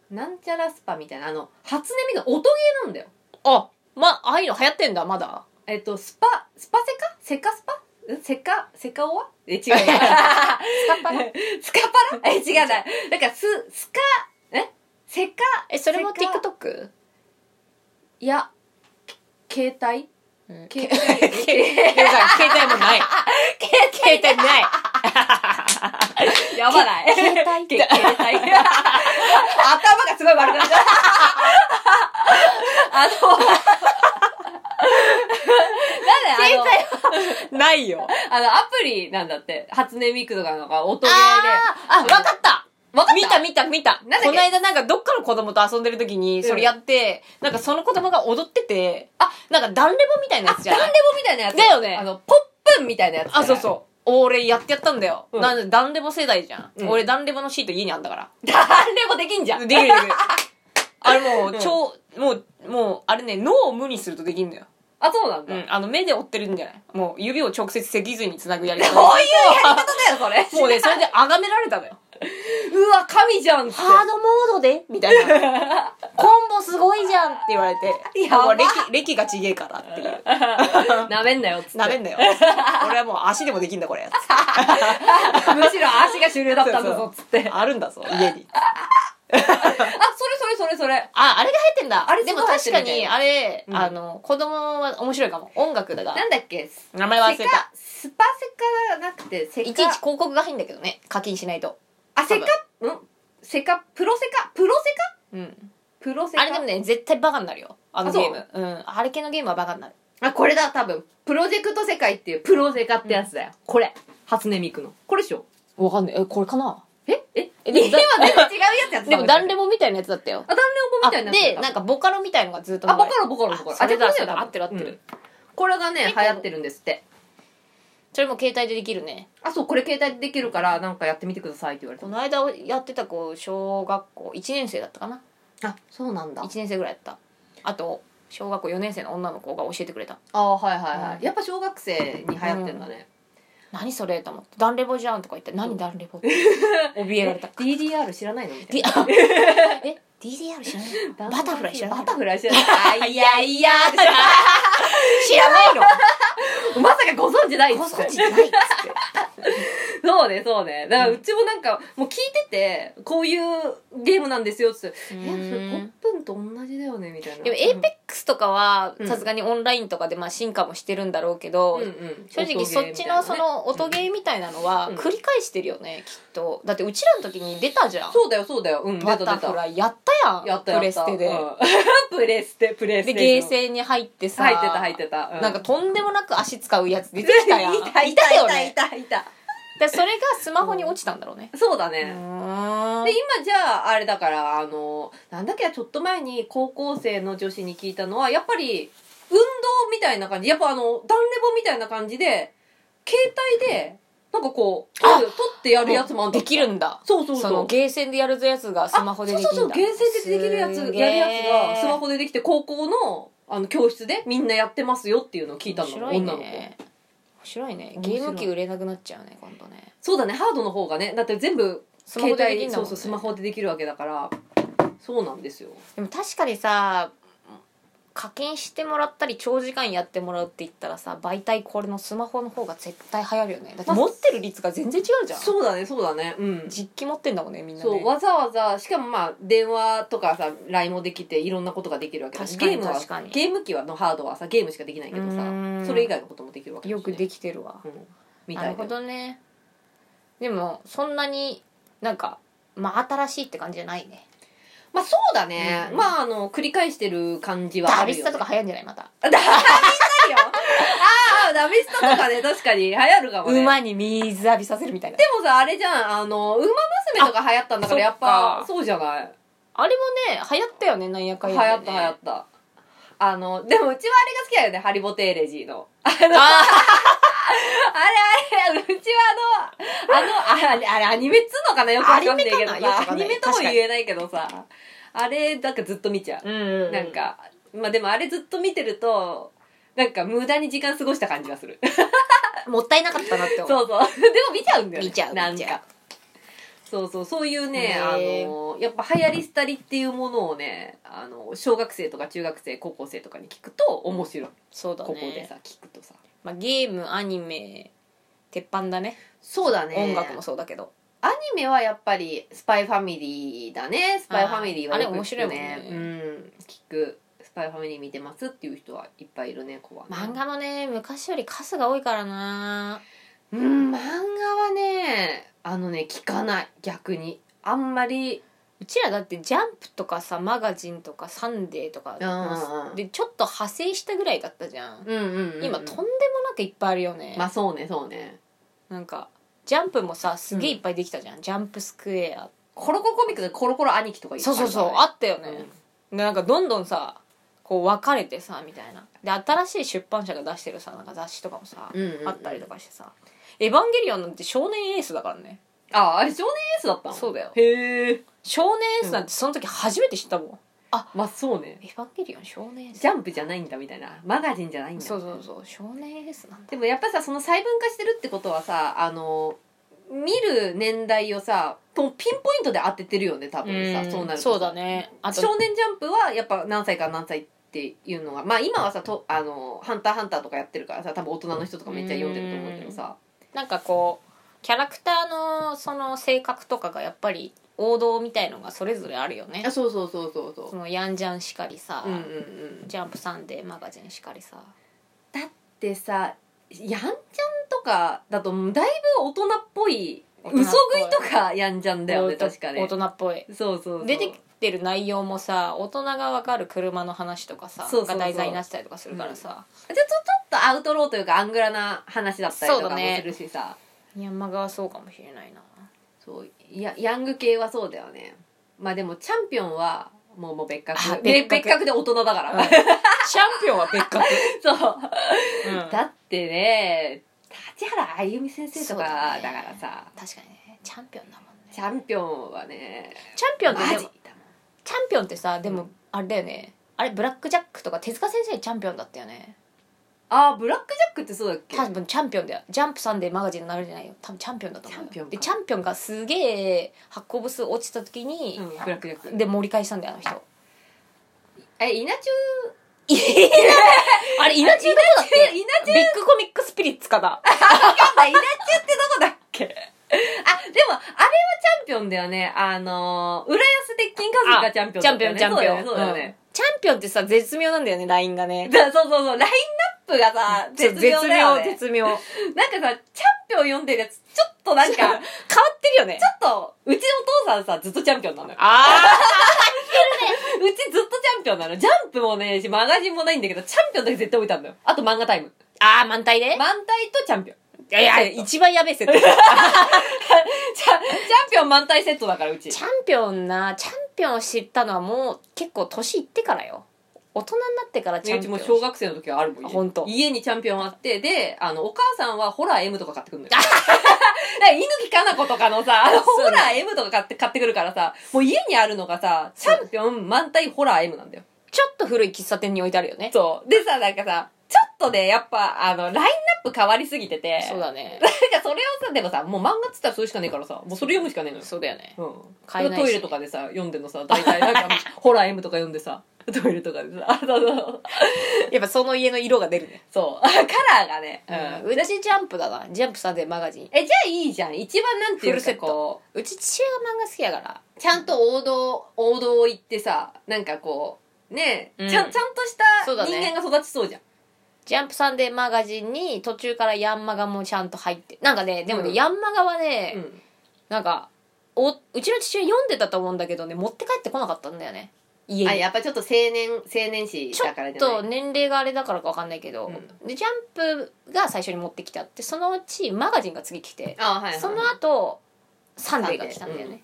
Speaker 2: んなんちゃらスパみたいなあの初音ミクの音ゲーなんだよ
Speaker 1: あまあああいうの流行ってんだまだ
Speaker 2: えっとスパスパセカセカスパんセカセカオワえ違う
Speaker 1: (laughs)
Speaker 2: (laughs) スカパラえ違うななんかススカえセカ
Speaker 1: えそれも
Speaker 2: セカ
Speaker 1: TikTok?
Speaker 2: いや携帯
Speaker 1: うん
Speaker 2: 携帯
Speaker 1: (laughs) 携帯もない
Speaker 2: (laughs)
Speaker 1: 携帯 (laughs) ない
Speaker 2: やばない携
Speaker 1: 携帯
Speaker 2: 帯 (laughs) 頭がすごい悪くなっちゃった (laughs) あのなん
Speaker 1: (laughs)
Speaker 2: だよあの
Speaker 1: ないよ
Speaker 2: あのアプリなんだって初音ミクとかのが音ゲーで
Speaker 1: あーあ分かった
Speaker 2: わかった
Speaker 1: 見た見た見た
Speaker 2: なんだっけ
Speaker 1: この間なんかどっかの子供と遊んでる時にそれやって、なんかその子供が踊ってて
Speaker 2: あ
Speaker 1: なんかダンレボみたいなやつじゃ
Speaker 2: ダン
Speaker 1: ない
Speaker 2: レボみたいなやつ
Speaker 1: だよね
Speaker 2: あのポップンみたいなやつ
Speaker 1: あそうそう俺やってやったんだよ、
Speaker 2: うん
Speaker 1: なんでダンレボ世代じゃん、
Speaker 2: うん
Speaker 1: 俺ダンレボのシート家にあんだから
Speaker 2: うダンレボできんじゃん
Speaker 1: でき
Speaker 2: (laughs)
Speaker 1: るできるあれも
Speaker 2: う
Speaker 1: うん超、もうもうあれね脳を無にするとできるんだよ、
Speaker 2: あそうなんだ、
Speaker 1: うん、あの目で追ってるんじゃないもう指を直接脊髄につなぐやり方
Speaker 2: こういうやり方だよそれ
Speaker 1: もうねそれで崇められたのよ
Speaker 2: (laughs) うわ神じゃんって
Speaker 1: ハードモードでみたいな。コンボすごいじゃんって言われて。
Speaker 2: やば
Speaker 1: もう歴、歴がちげえからっていう。
Speaker 2: なめんなよっつって
Speaker 1: なめんだよ。俺はもう足でもできんだこれ。
Speaker 2: むしろ足が主流だったんだぞっつって
Speaker 1: (laughs)
Speaker 2: あ
Speaker 1: あるんだぞ、家に。
Speaker 2: それそれそれそれ
Speaker 1: あ、あれが入ってんだ。
Speaker 2: あれ
Speaker 1: ですも
Speaker 2: ごい入って
Speaker 1: 確
Speaker 2: る
Speaker 1: か
Speaker 2: みたい
Speaker 1: に、あれ、
Speaker 2: うん
Speaker 1: あの、子供は面白いかも。音楽だが。
Speaker 2: なんだっけス
Speaker 1: 名前忘れ
Speaker 2: セ
Speaker 1: た
Speaker 2: カ。スパセカじゃなくてセカ
Speaker 1: いちいち広告が入んだけどね。課金しないと。
Speaker 2: あセカんセカプロセカプロセカ
Speaker 1: うん。
Speaker 2: プロセカ
Speaker 1: あれでもね、絶対バカになるよ。あの
Speaker 2: あそう
Speaker 1: ゲーム。うん。あれ系のゲームはバカになる。
Speaker 2: あこれだ多分プロジェクト世界っていうプロセカってやつだよ、これ初音ミクのこれでしょ
Speaker 1: わかんない。え、これかな
Speaker 2: ええ
Speaker 1: え
Speaker 2: え
Speaker 1: で
Speaker 2: で
Speaker 1: も
Speaker 2: も
Speaker 1: だ
Speaker 2: 今全然違うやつやってた
Speaker 1: でも、ダン
Speaker 2: レ
Speaker 1: レボみたいなやつだったよ。
Speaker 2: あダンレボみたいなやつ
Speaker 1: で、なんかボカロみたいのがずっと流
Speaker 2: あ
Speaker 1: れて
Speaker 2: ボカロボカロボカロ
Speaker 1: あそれだ
Speaker 2: じゃ
Speaker 1: それ
Speaker 2: あこれよ
Speaker 1: だ合ってる合ってる
Speaker 2: うんこれがね
Speaker 1: 結構
Speaker 2: 流行ってるんですって
Speaker 1: それも携帯でできるね
Speaker 2: あそうこれ携帯でできるからなんかやってみてくださいって言われ
Speaker 1: こ
Speaker 2: た
Speaker 1: の間やってた子小学校1年生だったかな
Speaker 2: あそうなんだ
Speaker 1: 1年生ぐらいやったあと小学校4年生の女の子が教えてくれた
Speaker 2: ああはいはいはい、
Speaker 1: うん
Speaker 2: やっぱ小学生に流行ってんだね、
Speaker 1: 「何それ?」と思って「ダンレボじゃん」とか言って「何ダンレボ?」
Speaker 2: (laughs)
Speaker 1: って怯えられた
Speaker 2: DDR 知らないのみた
Speaker 1: で
Speaker 2: いな
Speaker 1: あえ DDR 知らないのバタフライ知らない
Speaker 2: バタフライ知らないあいやいや
Speaker 1: 知らないの
Speaker 2: まさかご存知 (laughs) ないっ
Speaker 1: ご
Speaker 2: つって
Speaker 1: 存知ないっつって
Speaker 2: そうねそうねだからうちもなんかもう聞いててこういうゲームなんですよっつって「えそれポップンと同じだよね」みたいな
Speaker 1: でも
Speaker 2: うん
Speaker 1: APEX とかは
Speaker 2: うん
Speaker 1: さすがにオンラインとかでまあ進化もしてるんだろうけど、
Speaker 2: うんうん
Speaker 1: 正直そっちのその音ゲーみたいなのは
Speaker 2: うん
Speaker 1: 繰り返してるよねきっとだってうちらの時に出たじゃん
Speaker 2: そうだよそうだようん出た
Speaker 1: バ
Speaker 2: 出
Speaker 1: タフ
Speaker 2: た
Speaker 1: ライやったやん
Speaker 2: やったやった
Speaker 1: プレステで、
Speaker 2: うん (laughs) プレステプレス
Speaker 1: で
Speaker 2: テ
Speaker 1: ゲーセンに入ってさ
Speaker 2: 入ってた入ってた、う
Speaker 1: なんかとんでもなく足使うやつ出てきたやん
Speaker 2: (laughs) いたい
Speaker 1: いた
Speaker 2: たい
Speaker 1: よ
Speaker 2: たい
Speaker 1: ね
Speaker 2: たいた
Speaker 1: でそれがスマホに落ちたんだろうね
Speaker 2: そうだ
Speaker 1: う
Speaker 2: ね、
Speaker 1: ーん
Speaker 2: で今じゃああれだからあのなんだっけなちょっと前に高校生の女子に聞いたのはやっぱり運動みたいな感じやっぱあのダンレボみたいな感じで携帯でなんかこう取る取ってやるやつもあんだ
Speaker 1: できるんだ
Speaker 2: そうそう
Speaker 1: そ
Speaker 2: そ
Speaker 1: の
Speaker 2: う
Speaker 1: ゲーセンでやるやつがスマホでできる
Speaker 2: あ
Speaker 1: んだ
Speaker 2: そうそうそうゲーセンでできるやつ
Speaker 1: すげー
Speaker 2: やるやつがスマホでできて高校のあの教室でみんなやってますよっていうのを聞いたの、
Speaker 1: 面白いね
Speaker 2: 女の子
Speaker 1: 面白いね
Speaker 2: 面
Speaker 1: ゲ
Speaker 2: 白い
Speaker 1: ーム機売れなくなっちゃうね今度ね
Speaker 2: そうだねハードの方がねだって全部
Speaker 1: スマ
Speaker 2: 携
Speaker 1: ホでで
Speaker 2: 帯
Speaker 1: きるんだ
Speaker 2: そ
Speaker 1: も、
Speaker 2: うん
Speaker 1: ね、
Speaker 2: そうスマホでできるわけだからそうなんですよ
Speaker 1: でも確かにさ課金してもらったり長時間やってもらうって言ったらさ媒体これのスマホの方が絶対流行るよねだって
Speaker 2: まあ
Speaker 1: 持ってる率が全然違うじゃん、
Speaker 2: そうだねそうだねうん
Speaker 1: 実機持ってんだもんねみんなね
Speaker 2: そうわざわざしかもまあ電話とかさ LINE もできていろんなことができるわけだし
Speaker 1: 確かに
Speaker 2: ゲームは
Speaker 1: 確かに
Speaker 2: ゲーム機はのハードはさゲームしかできないけど
Speaker 1: うー
Speaker 2: さ
Speaker 1: ん
Speaker 2: それ以外のこともできるわけだし
Speaker 1: よ
Speaker 2: ね
Speaker 1: くできてるわ
Speaker 2: うんみ
Speaker 1: な
Speaker 2: た
Speaker 1: る
Speaker 2: いな
Speaker 1: ほどねでもそんなになんかまあ新しいって感じじゃないね
Speaker 2: まあそうだね、
Speaker 1: うん
Speaker 2: まああの繰り返してる感じは
Speaker 1: ダ
Speaker 2: あ
Speaker 1: ビ
Speaker 2: るよ、
Speaker 1: ス
Speaker 2: ね、
Speaker 1: タとか流行んじゃないまた
Speaker 2: (laughs) ダメスタよああダメスタと
Speaker 1: (laughs)
Speaker 2: かね確かに流行るかもね
Speaker 1: 馬に水浴びさせるみたいな
Speaker 2: でもさあれじゃんあの馬娘とか流行ったんだから
Speaker 1: あ
Speaker 2: やっぱ
Speaker 1: そっか
Speaker 2: そうじゃない
Speaker 1: あれもね流行ったよねなんやかん
Speaker 2: 流
Speaker 1: や
Speaker 2: 行っ
Speaker 1: で
Speaker 2: た
Speaker 1: ね
Speaker 2: 流行ったあのでもうちはあれが好きだよねハリボテーレジーの (laughs)
Speaker 1: あ
Speaker 2: あれあれ、うちはあの、あの、あれ、あれアニメっつうのかなよくわかんないけ
Speaker 1: アニ
Speaker 2: ど
Speaker 1: メかなよくわ
Speaker 2: さ、
Speaker 1: か
Speaker 2: ア
Speaker 1: んない
Speaker 2: ニメとも言えないけどさ、あれ、なんかずっと見ちゃ
Speaker 1: ーう
Speaker 2: う。
Speaker 1: んうん
Speaker 2: なんか、まあでもあれずっと見てると、なんか無駄に時間過ごした感じがする。
Speaker 1: もったいなかったなって
Speaker 2: そう
Speaker 1: 思う
Speaker 2: そう。でも見ちゃうんだよね。
Speaker 1: 見ちゃう
Speaker 2: なん
Speaker 1: 見ちゃう
Speaker 2: か。そうそう、そういうね、あ
Speaker 1: ね
Speaker 2: の、やっぱ流行り廃りっていうものをね、あの、小学生とか中学生、高校生とかに聞くと面白い。
Speaker 1: そうだ
Speaker 2: こ
Speaker 1: ね
Speaker 2: こでさ、聞くとさ。
Speaker 1: まあ、ゲームアニメ鉄板だね
Speaker 2: そうだね。
Speaker 1: 音楽もそうだけど
Speaker 2: アニメはやっぱり「スパイファミリー」だね「スパイファミリー」はよ
Speaker 1: あ
Speaker 2: く聞く
Speaker 1: れ面白いもんね
Speaker 2: うん聞く「スパイファミリー」見てますっていう人はいっぱいいるね子はね
Speaker 1: 漫画もね昔より数が多いからな
Speaker 2: うん漫画はねあのね聞かない逆にあんまり
Speaker 1: うちらだって「ジャンプ」とかさ「マガジン」とか「サンデー」とか
Speaker 2: うんうん
Speaker 1: でちょっと派生したぐらいだったじゃん
Speaker 2: うんうん、
Speaker 1: 今とんでもなくいっぱいあるよね
Speaker 2: まあそうねそうね
Speaker 1: なんか「ジャンプ」もさすげえいっぱいできたじゃん「ジャンプスクエア
Speaker 2: コロコロコミックでコロコロ兄貴とか」いっぱ
Speaker 1: そそ
Speaker 2: いう
Speaker 1: うそうあ
Speaker 2: あ
Speaker 1: ったよ
Speaker 2: るから
Speaker 1: ね
Speaker 2: ね
Speaker 1: でなんかどんどんさこう分かれてさみたいなで新しい出版社が出してるさなんか雑誌とかもさ
Speaker 2: うんうんうん
Speaker 1: あったりとかしてさ「エヴァンゲリオン」なんて少年エースだからね
Speaker 2: ああれ少年エースだったの
Speaker 1: そうだよ
Speaker 2: へえ
Speaker 1: 少年エースなんてその時初めて知ったもん
Speaker 2: まあそうね
Speaker 1: 「エヴァンゲリオン少年エース
Speaker 2: ジャンプじゃないんだみたいなマガジンじゃないん」だ
Speaker 1: そうそうそう少年エースなんだ
Speaker 2: でもやっぱさその細分化してるってことはさあの見る年代をさもうピンポイントで当ててるよね多分さそうなると
Speaker 1: そうだねあと
Speaker 2: 少年ジャンプはやっぱ何歳から何歳っていうのがまあ今はさとあの「ハンターハンター」とかやってるからさ多分大人の人とかめっちゃ読んでると思うけどさ
Speaker 1: なんかこうキャラクターのその性格とかがやっぱり王道みたいのがそれぞれあるよね
Speaker 2: あそうそうそうそうそ
Speaker 1: そうのヤンジャンしかりさ、
Speaker 2: うんうんうん
Speaker 1: ジャンプサンデーマガジンしかりさ
Speaker 2: だってさやんちゃんとかだとだいぶ大人っぽい
Speaker 1: 大人っぽい
Speaker 2: 嘘食いとかやんちゃんだよね確か
Speaker 1: 大
Speaker 2: ね
Speaker 1: 人っぽい
Speaker 2: そうそうそう
Speaker 1: 出てきてる内容もさ大人がわかる車の話とかさ
Speaker 2: そうそうそう
Speaker 1: が題材になってたりとかするからさ、
Speaker 2: じゃあちょちょっとアウトローというかアングラな話だったり
Speaker 1: そ
Speaker 2: と
Speaker 1: うだ
Speaker 2: かも
Speaker 1: ね
Speaker 2: するしさ
Speaker 1: 山側そうかもしれないな
Speaker 2: そう,、やヤング系はそうだよねまあでもチャンピオンはもうもう別格
Speaker 1: あ別
Speaker 2: で
Speaker 1: 格
Speaker 2: 別格で大人だから、
Speaker 1: うんチャンピオンは別格、
Speaker 2: そう
Speaker 1: うん
Speaker 2: だってね立原あゆみ先生とか
Speaker 1: そうだね
Speaker 2: だからさ、
Speaker 1: 確かにねチャンピオンだもんね
Speaker 2: チャンピオンはね
Speaker 1: チャンピオ
Speaker 2: マ
Speaker 1: ン
Speaker 2: ジ
Speaker 1: ってで
Speaker 2: だ
Speaker 1: も
Speaker 2: もん
Speaker 1: チャンピオンってさで
Speaker 2: う
Speaker 1: も
Speaker 2: ん
Speaker 1: あれだよねあれブラックジャックとか手塚先生チャンピオンだったよね
Speaker 2: あーブラックジャックってそうだっけ
Speaker 1: 多分チャンピオンだよジャンプサンデーマガジンになるんじゃないよ多分チャンピオンだと思うよ
Speaker 2: チャンピオンか
Speaker 1: でチャンピオンがすげえ発行部数落ちた時に
Speaker 2: うん、ブラックジャック
Speaker 1: で盛り返したんだよあの人
Speaker 2: え稲中
Speaker 1: あれ稲中どこだっけ
Speaker 2: 稲
Speaker 1: ビッグコミックスピリッツかだ
Speaker 2: あ、稲中ってどこだっけあ、でも、あれはチャンピオンだよね。あのー、浦安鉄筋家族がチャンピオ
Speaker 1: (laughs)
Speaker 2: ン
Speaker 1: チ
Speaker 2: だ
Speaker 1: ャン
Speaker 2: っ
Speaker 1: ピ
Speaker 2: た
Speaker 1: オ
Speaker 2: よ
Speaker 1: ン
Speaker 2: ね。
Speaker 1: チャンピオン
Speaker 2: そうだよね。
Speaker 1: うんチャンピオンってさ絶妙なんだよねラインがね
Speaker 2: そうだよねだそうそうそう、ラインナップがさ、絶妙だよね。
Speaker 1: 絶妙絶妙
Speaker 2: なんかさ、チャンピオン読んでるやつ、ちょっとなんか、ち
Speaker 1: 変
Speaker 2: ょ
Speaker 1: わ
Speaker 2: っ
Speaker 1: ってるよね
Speaker 2: と、うちのお父さんさ、ずっとチャンピオンなのよ。
Speaker 1: あ
Speaker 2: (laughs) うちずっとチャンピオンなの。ジャンプもねえし、マガジンもないんだけど、チャンピオンだけ絶対置いてあるのよ。あと漫画タイム。
Speaker 1: ーあー満体で
Speaker 2: 漫体とチャンピオン。
Speaker 1: いやいや一番やべえセット
Speaker 2: チャチャンピオン満体セットだから、うち。
Speaker 1: チャンピオンなチャンピオンを知ったのはもう結構年いってからよ大人になってからチャ
Speaker 2: う
Speaker 1: ン
Speaker 2: ち
Speaker 1: ピオン
Speaker 2: も小学生の時はあるもん
Speaker 1: あほんと
Speaker 2: 家にチャンピオンあってであのお母さんはホラー M とか買ってくるんだよだから猪木 (laughs) かな子とかのさあの
Speaker 1: そう
Speaker 2: ホ
Speaker 1: ね
Speaker 2: ラー M とか買って買ってくるからさもう家にあるのがさチャンピオン満体ホラー M なんだよ
Speaker 1: ちょっと古い喫茶店に置いてあるよね
Speaker 2: そうでさなんかさちょっとねやっぱあのラインナップ変わりすぎてて
Speaker 1: そうだね
Speaker 2: (laughs) なんかそれをさでもさもう漫画っつったらそれしかねえからさもうそれ読むしかねえのよ
Speaker 1: (laughs) そうだよね
Speaker 2: うん、
Speaker 1: 買えないし
Speaker 2: トイレとかでさ読んでんのさ大体なんかホラー M とか読んでさトイレとかでさあそうそう
Speaker 1: やっぱその家の色が出るね、
Speaker 2: そう (laughs) カラーがね、
Speaker 1: う
Speaker 2: うん
Speaker 1: ん、私ジャンプだなジャンプさんでマガジン
Speaker 2: えじゃあいいじゃん一番なんていう
Speaker 1: フルセ
Speaker 2: か
Speaker 1: ット
Speaker 2: こ
Speaker 1: うち父親が漫画好きやから
Speaker 2: うちゃんと王道王道を行ってさなんかこうねえ、
Speaker 1: うん
Speaker 2: ちゃんちゃんとし
Speaker 1: そう
Speaker 2: た
Speaker 1: だね
Speaker 2: 人間が育ちそうじゃん
Speaker 1: ジャンプサンデーマガジンに途中からヤンマガもちゃんと入ってなんかねでもね、
Speaker 2: うん
Speaker 1: ヤンマガはね、
Speaker 2: うん
Speaker 1: なんかおうちの父親読んでたと思うんだけどね持って帰ってこなかったんだよね家
Speaker 2: あ
Speaker 1: に
Speaker 2: やっぱちょっと青年青年誌
Speaker 1: ちょ
Speaker 2: だ
Speaker 1: っ
Speaker 2: からじゃない
Speaker 1: と年齢があれだからか分かんないけど、
Speaker 2: う
Speaker 1: でジャンプが最初に持ってきてあってそのうちマガジンが次来て、
Speaker 2: あはいはい
Speaker 1: その後サンデーが来たんだよね、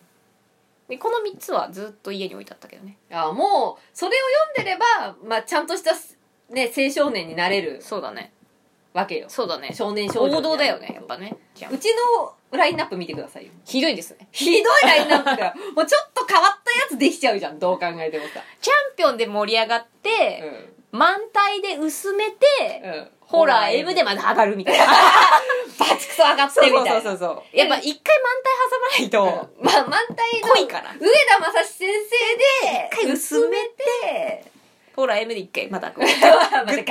Speaker 1: でこの3つはずっと家に置いてあったけどね
Speaker 2: あもうそれを読んでれば、まあ、ちゃんとした、ね、青少年になれる
Speaker 1: そうだね
Speaker 2: わけよ
Speaker 1: そうだね
Speaker 2: 少年少女にな
Speaker 1: 王道
Speaker 2: る
Speaker 1: だよねやっぱねジャン
Speaker 2: う
Speaker 1: プ
Speaker 2: ちのラインナップ見てくださいよ
Speaker 1: ひどいですね
Speaker 2: (laughs) ひどいラインナップだよもうちょっと変わったやつできちゃうじゃんどう考えてもさ、
Speaker 1: チャンピオンで盛り上がって、
Speaker 2: う
Speaker 1: 満体で薄めて、
Speaker 2: んうん、
Speaker 1: ホラー M でまだ上がるみたいな。
Speaker 2: バチクソ上がってみたいな
Speaker 1: う (laughs) そうやっぱ一回満体挟まないと、
Speaker 2: うんまあ、満体の
Speaker 1: 濃いから
Speaker 2: 上田正史先生
Speaker 1: 一
Speaker 2: で
Speaker 1: 回薄め
Speaker 2: て
Speaker 1: ホラー M で一回またこう、
Speaker 2: またガンと上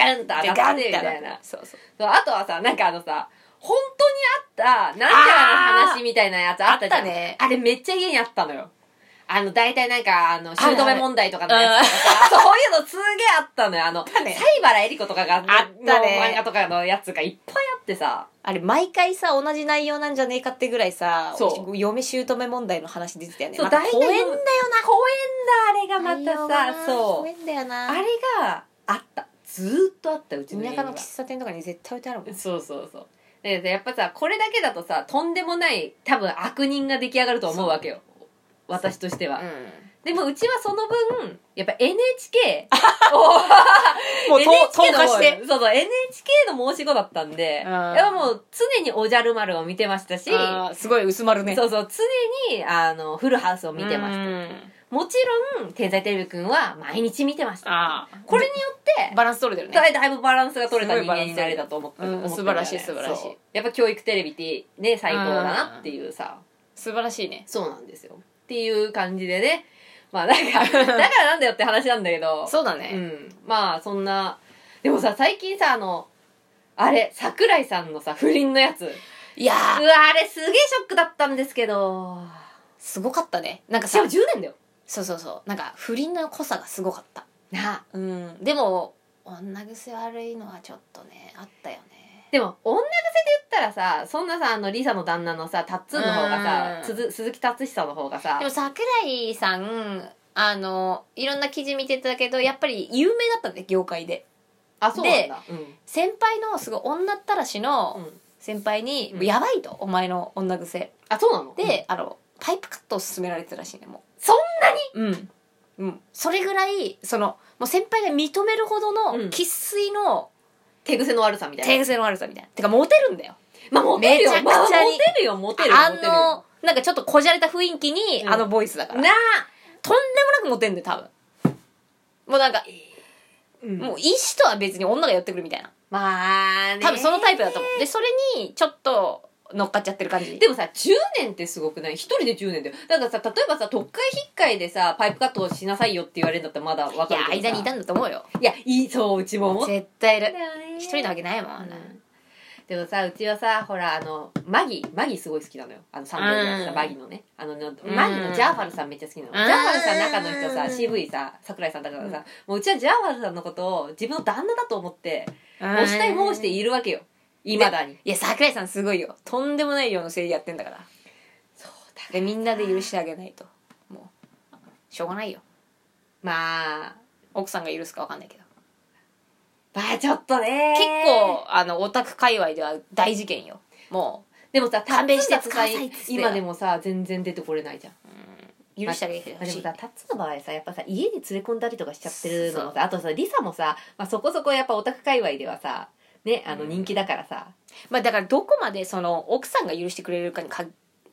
Speaker 2: がってみたいな
Speaker 1: そうそう。
Speaker 2: そうあとはさなんかあのさ本当にあったなんちゃらの話みたいなやつあったじゃん
Speaker 1: あったね
Speaker 2: あれめっちゃ家にあったのよあの大体なんかあの姑問題とかのやつとかさ (laughs) そういうのすげえあったのよあの
Speaker 1: たね
Speaker 2: 西原恵理子とかがあ
Speaker 1: ったね
Speaker 2: 漫画とかのやつがいっぱいあってさ
Speaker 1: あれ、毎回さ、同じ内容なんじゃねえかってぐらいさ、
Speaker 2: そう
Speaker 1: 嫁姑問題の話出てたよね。
Speaker 2: そう
Speaker 1: また
Speaker 2: 大体
Speaker 1: 公園だよ
Speaker 2: 公園だあ
Speaker 1: な。
Speaker 2: れがまたさそう
Speaker 1: 公園だよな。
Speaker 2: あれがあったずーっとあったうちの家
Speaker 1: 田
Speaker 2: に
Speaker 1: 舎
Speaker 2: は
Speaker 1: の喫茶店とかに絶対置いてあるもん。
Speaker 2: そうそうそうでやっぱさこれだけだとさとんでもない多分悪人が出来上がると思うわけよ私としては、でもうちはその分やっぱ NHK
Speaker 1: もう、
Speaker 2: NHK
Speaker 1: 投
Speaker 2: の
Speaker 1: 下して。
Speaker 2: そうそう NHK の申し子だったんで
Speaker 1: うん
Speaker 2: やっぱもう常に「おじゃる丸」を見てましたし、
Speaker 1: あーすごい薄まるね。
Speaker 2: そうそう常にあの「フルハウス」を見てました
Speaker 1: うん
Speaker 2: もちろん「天才テレビくん」は毎日見てました
Speaker 1: ああ。
Speaker 2: これによって
Speaker 1: バランス取れてるね。
Speaker 2: だいだいぶバランスが取れた人間になれたと思って
Speaker 1: すごいバランス取れたうん素晴らしい素晴らしい
Speaker 2: そうやっぱ教育テレビってね最高だなっていうさ
Speaker 1: 素晴らしいね。
Speaker 2: そうなんですよっていう感じでねまあ
Speaker 1: (laughs)
Speaker 2: なんかだからなんだよって話なんだけど
Speaker 1: そうだ
Speaker 2: う
Speaker 1: ね。
Speaker 2: んまあそんなでもさ最近さあのあれ桜井さんのさ不倫のやつうわ
Speaker 1: いやー、
Speaker 2: あれすげえショックだったんですけど
Speaker 1: すごかったね。なんか
Speaker 2: しか
Speaker 1: さ
Speaker 2: も10、年だよ
Speaker 1: そうそうそう。なんか不倫の濃さがすごかった。
Speaker 2: なあ
Speaker 1: うん。でも、女癖悪いのはちょっとね、あったよね。
Speaker 2: でも女癖で言ったらさそんなさあのリサの旦那のさタッツンの方がさ
Speaker 1: うん
Speaker 2: つづ鈴木達久の方がさ
Speaker 1: でも桜井さん、あの、いろんな記事見てたけど、やっぱり有名だったんで、業界で。
Speaker 2: あそうなんだ、うん
Speaker 1: 先輩のすごい女ったらしの
Speaker 2: うん
Speaker 1: 先輩に、
Speaker 2: うん
Speaker 1: やばいと、お前の女癖。
Speaker 2: あそうなのうん
Speaker 1: で、あの、パイプカットを勧められてたらしいね、もう。
Speaker 2: そん
Speaker 1: うん、うん、それぐらいそのもう先輩が認めるほど
Speaker 2: うん
Speaker 1: の生粋の
Speaker 2: 手癖の悪さみたい
Speaker 1: 手
Speaker 2: な
Speaker 1: 癖の悪さみたいな、てかモテるんだよ
Speaker 2: まあモテるよ
Speaker 1: めちゃく
Speaker 2: まあモ
Speaker 1: ちゃに
Speaker 2: テるよモテるよ
Speaker 1: あ
Speaker 2: モテるよ
Speaker 1: のなんかちょっとこじゃれた雰囲気に、
Speaker 2: うん
Speaker 1: あのボイスだから
Speaker 2: な
Speaker 1: とんでもなくモテんだよ多分もうなんか、
Speaker 2: あ
Speaker 1: もう意思とは別に女が寄ってくるみたいな
Speaker 2: まあね
Speaker 1: 多分そのタイプだと思うでそれにちょっと乗っかっちゃってる感じ
Speaker 2: でもさ10年ってすごくない一人で10年だよだからさ例えばさ特会引っかいでさパイプカットをしなさいよって言われるんだったらまだわ
Speaker 1: い
Speaker 2: かる
Speaker 1: や
Speaker 2: けどさ
Speaker 1: 間にいたんだと思うよ
Speaker 2: いやいいそううちも思った
Speaker 1: 絶対いる
Speaker 2: んだよね
Speaker 1: 一人なわけないもん、
Speaker 2: うんでもさうちはさほらあのマギマギすごい好きなのよあのサンドリアのさ
Speaker 1: うん
Speaker 2: マギのねあのの
Speaker 1: ん
Speaker 2: マギのジャーファルさんめっちゃ好きなの
Speaker 1: ん
Speaker 2: ジャーファルさん中の人
Speaker 1: う
Speaker 2: さ
Speaker 1: ん
Speaker 2: CV さ桜井さんだからさもううちはジャーファルさんのことを自分の旦那だと思って
Speaker 1: 押
Speaker 2: 押したいもうしているわけよいまだに
Speaker 1: いや桜井さんすごいよとんでもない量の声優やってんだから
Speaker 2: そうだ
Speaker 1: でみんなで許してあげないともうしょうがないよ
Speaker 2: まあ
Speaker 1: 奥さんが許すか分かんないけど
Speaker 2: まあちょっとね
Speaker 1: 結構あのオタク界隈では大事件よも
Speaker 2: でもさ
Speaker 1: 勘弁して
Speaker 2: タッツンだと
Speaker 1: 使わ
Speaker 2: さ
Speaker 1: さいっつってよ
Speaker 2: 今でもさ全然出てこれないじゃん
Speaker 1: う許してあげて
Speaker 2: まあ
Speaker 1: ほ
Speaker 2: で
Speaker 1: し
Speaker 2: も
Speaker 1: い
Speaker 2: さタッツの場合さやっぱさ家に連れ込んだりとかしちゃってるのもさあとさリサもさ、まあ、そこそこやっぱオタク界隈ではさねあの
Speaker 1: うん
Speaker 2: 人気だからさ、
Speaker 1: まあだからどこまでその奥さんが許してくれるかにか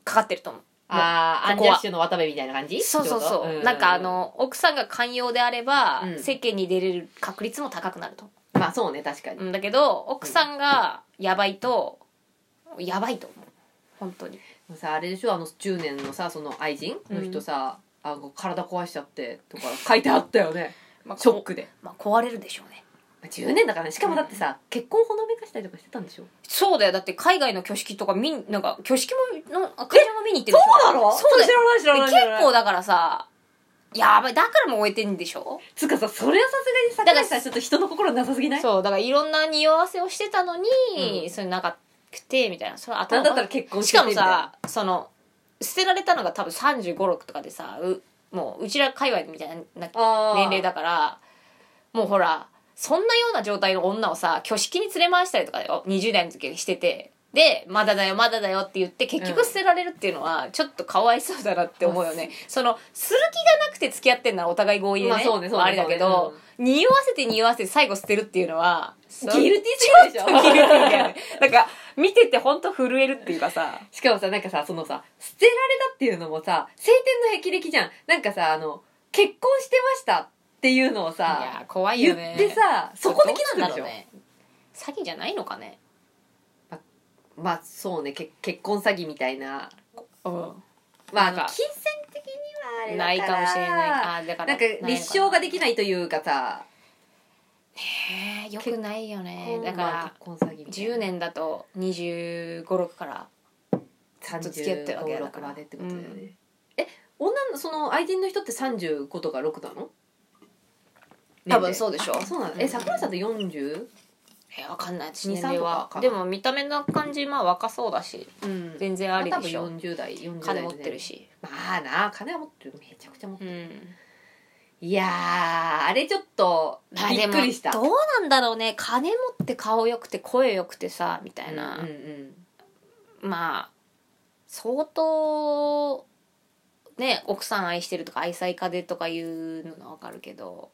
Speaker 1: かかってると思う
Speaker 2: ああ
Speaker 1: こ
Speaker 2: アン
Speaker 1: こ
Speaker 2: ジ
Speaker 1: は
Speaker 2: ャッシュの渡部みたいな感じ
Speaker 1: そうそう
Speaker 2: ってこ
Speaker 1: そ
Speaker 2: と
Speaker 1: うなんかあの奥さんが寛容であれば、
Speaker 2: うん
Speaker 1: 世間に出れる確率も高くなると
Speaker 2: まあそうね確かに、
Speaker 1: うんだけど奥さんがやばいとやばいと思う本当に
Speaker 2: さあれでしょあの10年のさその愛人の人さ、あの体壊しちゃってとか書いてあったよね
Speaker 1: まあ、
Speaker 2: ショッ
Speaker 1: こ
Speaker 2: クで
Speaker 1: まあ、壊れるでしょうね
Speaker 2: まあ10年だからねしかもだってさ、結婚ほのめかしたりとかしてたんでしょ
Speaker 1: そうだよだって海外の挙式とか見になんか挙式ものあ会社も見に行ってるでしょそうだよ
Speaker 2: らない知ら
Speaker 1: で結構だからさやばいだからもう終えてんでしょ
Speaker 2: つうかさそれはさすがに桜井さんちょっと人の心なさすぎない
Speaker 1: そうだからいろんな匂わせをしてたのに、
Speaker 2: うん
Speaker 1: それなかくてみたいなそれ
Speaker 2: な
Speaker 1: 頭
Speaker 2: んだったら結婚
Speaker 1: し
Speaker 2: て
Speaker 1: かもさその捨てられたのが多分3 5 6とかでさうもううちら界隈みたいな年
Speaker 2: 年
Speaker 1: 齢だからもうほらそんなような状態の女をさ挙式に連れ回したりとかだよ20代の時にしててでまだだよまだだよって言って結
Speaker 2: う
Speaker 1: 局
Speaker 2: ん
Speaker 1: 捨てられるっていうのはちょっとかわいそうだなって思うよね、そのする気がなくて付き合ってんならお互い合意でね,、
Speaker 2: まあそうねそうね
Speaker 1: あれだけど、匂わせて匂わせて最後捨てるっていうのは
Speaker 2: ギルティすぎるでしょ
Speaker 1: ちょっとギルティだよねなんか見てて本当震えるっていうかさ
Speaker 2: しかもさなんかさそのさ捨てられたっていうのもさ晴天の霹靂じゃんなんかさあの結婚してましたっていうのを
Speaker 1: い
Speaker 2: さ
Speaker 1: や怖い
Speaker 2: 言
Speaker 1: よ
Speaker 2: っ
Speaker 1: ね
Speaker 2: てさそこで気づく
Speaker 1: どうなんだ
Speaker 2: んでし
Speaker 1: ろ
Speaker 2: ょ
Speaker 1: うね詐欺じゃないのかね
Speaker 2: まあそうねけ結婚詐欺みたいな
Speaker 1: うん
Speaker 2: まああ
Speaker 1: な
Speaker 2: の
Speaker 1: んか
Speaker 2: 金銭的にはあ
Speaker 1: な
Speaker 2: れ
Speaker 1: い
Speaker 2: だ
Speaker 1: か
Speaker 2: から
Speaker 1: もしれないあーだから
Speaker 2: なんか
Speaker 1: いのな
Speaker 2: 立証ができないというかさ
Speaker 1: へえよくないよねだ
Speaker 2: まあ
Speaker 1: か
Speaker 2: 結婚詐欺
Speaker 1: ら10年だと2 5 6から
Speaker 2: ずっ
Speaker 1: と付き合ってるわけだから
Speaker 2: までってことだよね、え女のその愛人の人って35とか6なの
Speaker 1: 多分そうでしょ
Speaker 2: あそうなのえ桜井さんって 40?
Speaker 1: えわかんない私
Speaker 2: 23
Speaker 1: 年齢は
Speaker 2: とかか
Speaker 1: でも見た目の感じまあ若そうだし
Speaker 2: うん
Speaker 1: 全然
Speaker 2: ま
Speaker 1: あ
Speaker 2: あ
Speaker 1: り
Speaker 2: 多
Speaker 1: で
Speaker 2: 分
Speaker 1: しょ
Speaker 2: 40代40代
Speaker 1: 金持ってるし
Speaker 2: まあな金は持ってるめちゃくちゃ持って
Speaker 1: う
Speaker 2: る、
Speaker 1: ん
Speaker 2: いやーあれちょっと
Speaker 1: まあ
Speaker 2: びっくりした
Speaker 1: でもどうなんだろうね金持って顔良くて声良くてさみたいな、
Speaker 2: うんうん
Speaker 1: まあ相当ね奥さん愛してるとか愛妻家でとかいうのはわかるけど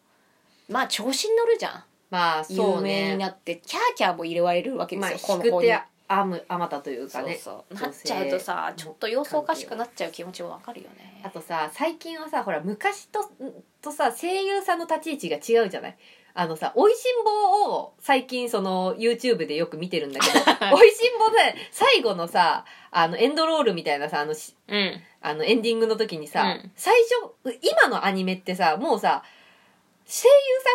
Speaker 1: まあ調子に乗るじゃん
Speaker 2: まあ
Speaker 1: 有
Speaker 2: そう
Speaker 1: 名に
Speaker 2: ね
Speaker 1: なって、キャーキャーも入れられるわけで
Speaker 2: まあ
Speaker 1: すよ、
Speaker 2: 引
Speaker 1: この
Speaker 2: く
Speaker 1: 子に
Speaker 2: 手あむあまたというかね
Speaker 1: そうそうな
Speaker 2: 女性
Speaker 1: っちゃうとさちょっと様子おかしくなっちゃう気持ちもわかるよね
Speaker 2: あとさ最近はさほら昔ととさ声優さんの立ち位置が違うじゃないあのさ「おいしんぼ」を最近その YouTube でよく見てるんだけど「おいしんぼ」で最後のさあのエンドロールみたいなさあのし
Speaker 1: うん
Speaker 2: あのエンディングの時にさ、
Speaker 1: うん
Speaker 2: 最初今のアニメってさもうさ声優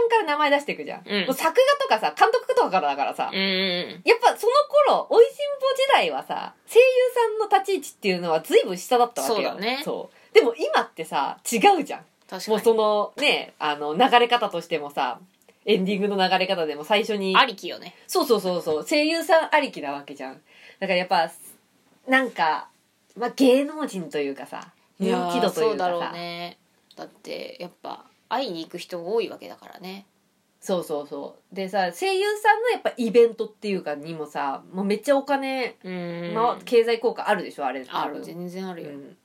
Speaker 2: さんから名前出していくじゃん、
Speaker 1: うん
Speaker 2: もう作画とかさ監督とかからだからさ、
Speaker 1: うん
Speaker 2: やっぱその頃おいしんぼ時代はさ声優さんの立ち位置っていうのは随分下だったわけよ
Speaker 1: そうだね
Speaker 2: そうでも今ってさ違うじゃん
Speaker 1: 確
Speaker 2: もう
Speaker 1: か
Speaker 2: そのねあの流れ方としてもさエンディングの流れ方でも最初に
Speaker 1: にありきよね
Speaker 2: そうそうそうそう声優さんありきなわけじゃんだからやっぱなんか、まあ、芸能人というかさ人気度と
Speaker 1: そ
Speaker 2: いうう
Speaker 1: だ
Speaker 2: か
Speaker 1: ろ
Speaker 2: さ
Speaker 1: うねだってやっぱ会いに行く人多いわけだからね
Speaker 2: そうそうそうでさ声優さんのやっぱイベントっていうかにもさもうめっちゃお金、
Speaker 1: うん
Speaker 2: まあ経済効果あるでしょあれ
Speaker 1: あ
Speaker 2: 多分
Speaker 1: る全然あるよ、
Speaker 2: うん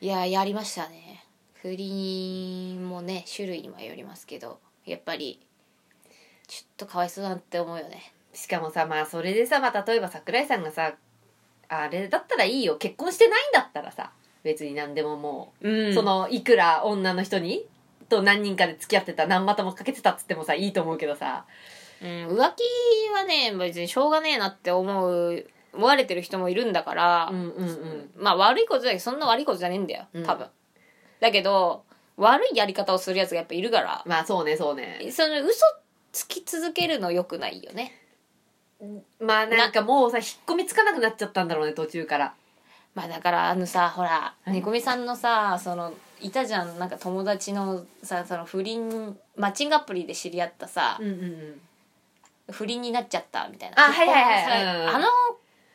Speaker 1: いややりましたね不倫もね種類にもよりますけどやっぱりちょっとかわいそうだなって思うよね
Speaker 2: しかもさまあそれでさ、まあ、例えば桜井さんがさあれだったらいいよ結婚してないんだったらさ別に何でももう、
Speaker 1: う
Speaker 2: そのいくら女の人にと何人かで付き合ってた何股もかけてたっつってもさいいと思うけどさ
Speaker 1: うん、浮気はね別にしょうがねえなって思う思われてる人もいるんだから、
Speaker 2: うんうんうん
Speaker 1: まあ悪いことだけどそんな悪いことじゃねえんだよ
Speaker 2: うん
Speaker 1: 多分、だけど悪いやり方をするやつがやっぱいるから
Speaker 2: まあそうねそうね
Speaker 1: その嘘つき続けるのよくないよね
Speaker 2: まあなんかもうさ引っ込みつかなくなっちゃったんだろうね途中から
Speaker 1: まあだからあのさほら
Speaker 2: うん
Speaker 1: 猫みさんのさそのいたじゃんなんか友達のさその不倫マッチングアプリで知り合ったさ、
Speaker 2: んうんうん
Speaker 1: 不倫になっちゃったみたいな
Speaker 2: あはいはいはい
Speaker 1: 結婚さ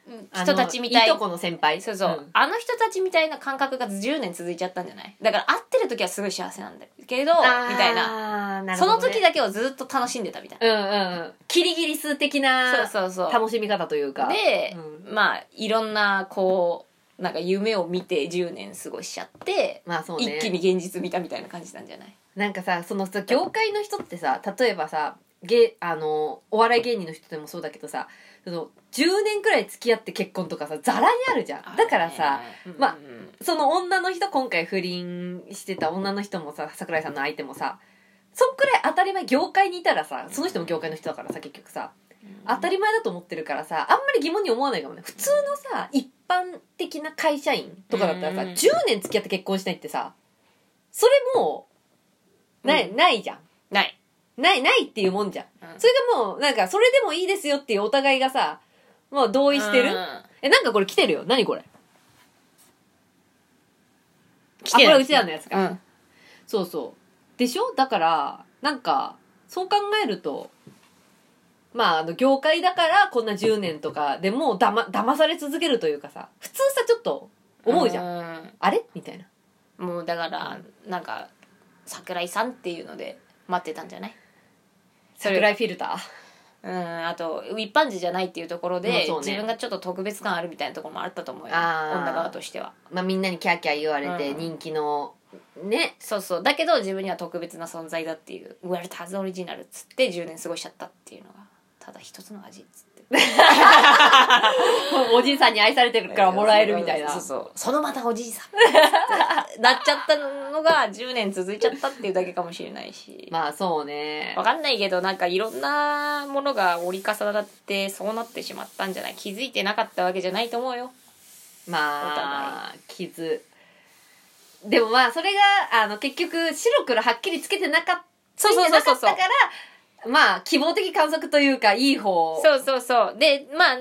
Speaker 2: うんうん
Speaker 1: あの人たちみた
Speaker 2: あ
Speaker 1: い
Speaker 2: のいとこの先輩
Speaker 1: そうそう、
Speaker 2: ん
Speaker 1: あの人たちみたいな感覚が10年続いちゃったんじゃないだから会ってる時はすごい幸せなんだけど
Speaker 2: あー
Speaker 1: みたいな、
Speaker 2: なる
Speaker 1: そ
Speaker 2: ほど
Speaker 1: の
Speaker 2: ね
Speaker 1: 時だけをずっと楽しんでたみたい
Speaker 2: うんうんうんキリギリス的
Speaker 1: な、
Speaker 2: な
Speaker 1: そうそうそう
Speaker 2: 楽しみ方というか
Speaker 1: で、
Speaker 2: う
Speaker 1: まあいろんなこうなんか夢を見て10年過ごしちゃって、
Speaker 2: まあそうね
Speaker 1: 一気に現実見たみたいな感じなんじゃない
Speaker 2: なんかさそのさ業界の人ってさ例えばさ芸あのお笑い芸人の人でもそうだけどさその10年くらい付き合って結婚とかさざらにあるじゃんだからさ、まあその女の人今回不倫してた女の人もさ桜井さんの相手もさそんくらい当たり前業界にいたらさその人も業界の人だからさ結局さ当た
Speaker 1: り
Speaker 2: り前だと思ってるからさあんまり疑問に思わないかもね普通のさ一般的な会社員とかだったらさ、
Speaker 1: うん
Speaker 2: 10年付き合って結婚しないってさそれもうない、ないじゃん。
Speaker 1: ない、
Speaker 2: ない、ないっていうもんじゃん。
Speaker 1: うん
Speaker 2: それがもう、なんか、それでもいいですよっていうお互いがさ、もう同意してる、
Speaker 1: うん
Speaker 2: え、なんかこれ来てるよ。何これ。
Speaker 1: 来て
Speaker 2: あ、こ
Speaker 1: る
Speaker 2: れうちらのやつか。
Speaker 1: うん
Speaker 2: そうそう。でしょだから、なんか、そう考えると、まあ、あの、業界だから、こんな10年とかでもうだま、騙され続けるというかさ、普通さ、ちょっと、思うじゃん。
Speaker 1: ゃん
Speaker 2: あれみたいな。
Speaker 1: もうだからなんか桜井さんっていうので待ってたんじゃないそれ
Speaker 2: 桜井フィルタ
Speaker 1: うんあと一般人じゃないっていうところで、
Speaker 2: まあそうね
Speaker 1: 自分がちょっと特別感あるみたいなところもあったと思うよ
Speaker 2: あー
Speaker 1: 女側としては
Speaker 2: ー。まあ、みんなにキャーキャー言われて、
Speaker 1: うん
Speaker 2: 人気の、ね。 (laughs)
Speaker 1: そうそうだけど自分には特別な存在だっていう「ウェルターズオリジナル」っつって10年過ごしちゃったっていうのがただ一つの味っつって
Speaker 2: おじいさんに愛されてるからもらえるみたいな。
Speaker 1: そうそうそのまたおじいさんなっちゃったのが10年続いちゃったっていうだけかもしれないし
Speaker 2: まあ、そうね
Speaker 1: わ。かんないけどなんかいろんなものが折り重なってそうなってしまったんじゃない気づいてなかったわけじゃないと思うよ
Speaker 2: まあ傷でもまあそれがあの結局白黒はっきりつけてなかっ
Speaker 1: そ
Speaker 2: つ
Speaker 1: う
Speaker 2: け
Speaker 1: そう
Speaker 2: て
Speaker 1: そう
Speaker 2: なか
Speaker 1: そう
Speaker 2: ったからまあ希望的観測というかいい方
Speaker 1: そうそうそうでまあ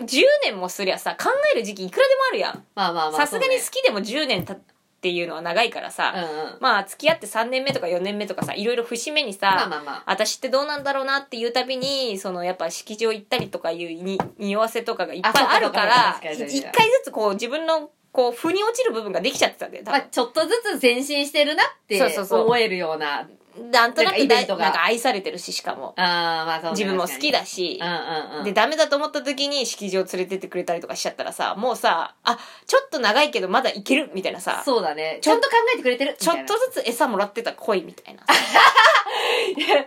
Speaker 1: 10年もすりゃさ考える時期いくらでもあるやん
Speaker 2: まあまあまあ
Speaker 1: さすがに好
Speaker 2: そう
Speaker 1: きでも10年たっていうのは長いからさ、
Speaker 2: ねうんうん
Speaker 1: まあ付き合って3年目とか4年目とかさいろいろ節目にさ、
Speaker 2: まあまあまあ
Speaker 1: 私ってどうなんだろうなっていうたびにそのやっぱ式場行ったりとかいうに匂わせとかがいっぱいあるか
Speaker 2: あ
Speaker 1: ら
Speaker 2: そうかそうか確かに
Speaker 1: 一回ずつこう自分のこう腑に落ちる部分ができちゃってたんだよ多
Speaker 2: まあ
Speaker 1: 分
Speaker 2: ちょっとずつ前進してるなって
Speaker 1: そうそうそう
Speaker 2: 思えるような
Speaker 1: なんとなく
Speaker 2: なんかイベントが
Speaker 1: なんか愛されてるししかも
Speaker 2: あーまあそうね
Speaker 1: 自分も好きだし
Speaker 2: 確、かにうんうんうん
Speaker 1: でダメだと思った時に式場連れてってくれたりとかしちゃったらさもうさあちょっと長いけどまだいけるみたいなさ
Speaker 2: そうだね
Speaker 1: ち
Speaker 2: ち
Speaker 1: ょ
Speaker 2: ゃんと考えてくれてる
Speaker 1: ちょっと
Speaker 2: み
Speaker 1: ずつ餌もらってた恋みたいなった
Speaker 2: いな例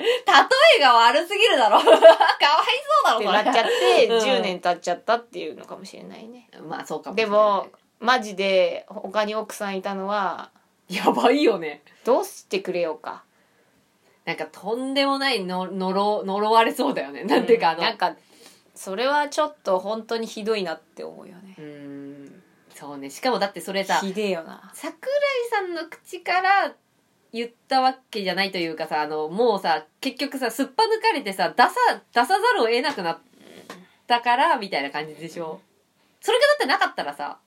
Speaker 2: えが悪すぎるだろ (laughs) かわいそうだろ
Speaker 1: て
Speaker 2: そ
Speaker 1: な
Speaker 2: れ
Speaker 1: っちゃって
Speaker 2: うん
Speaker 1: 10年経っちゃったっていうのかもしれないね
Speaker 2: まあそうかもし
Speaker 1: で
Speaker 2: れない
Speaker 1: もマジで他に奥さんいたのは
Speaker 2: やばいよね
Speaker 1: どうしてくれようか
Speaker 2: なんかとんでもないの呪呪われそうだよね。なんていうかあの。
Speaker 1: なんかそれはちょっと本当にひどいなって思うよね
Speaker 2: うーんそうね。しかもだってそれさ、
Speaker 1: ひでえよな
Speaker 2: 桜井さんの口から言ったわけじゃないというかさ、あの、もうさ、結局さ、すっぱ抜かれてさ、出さ、出さざるを得なくなったから、みたいな感じでしょ。それがだってなかったらさ、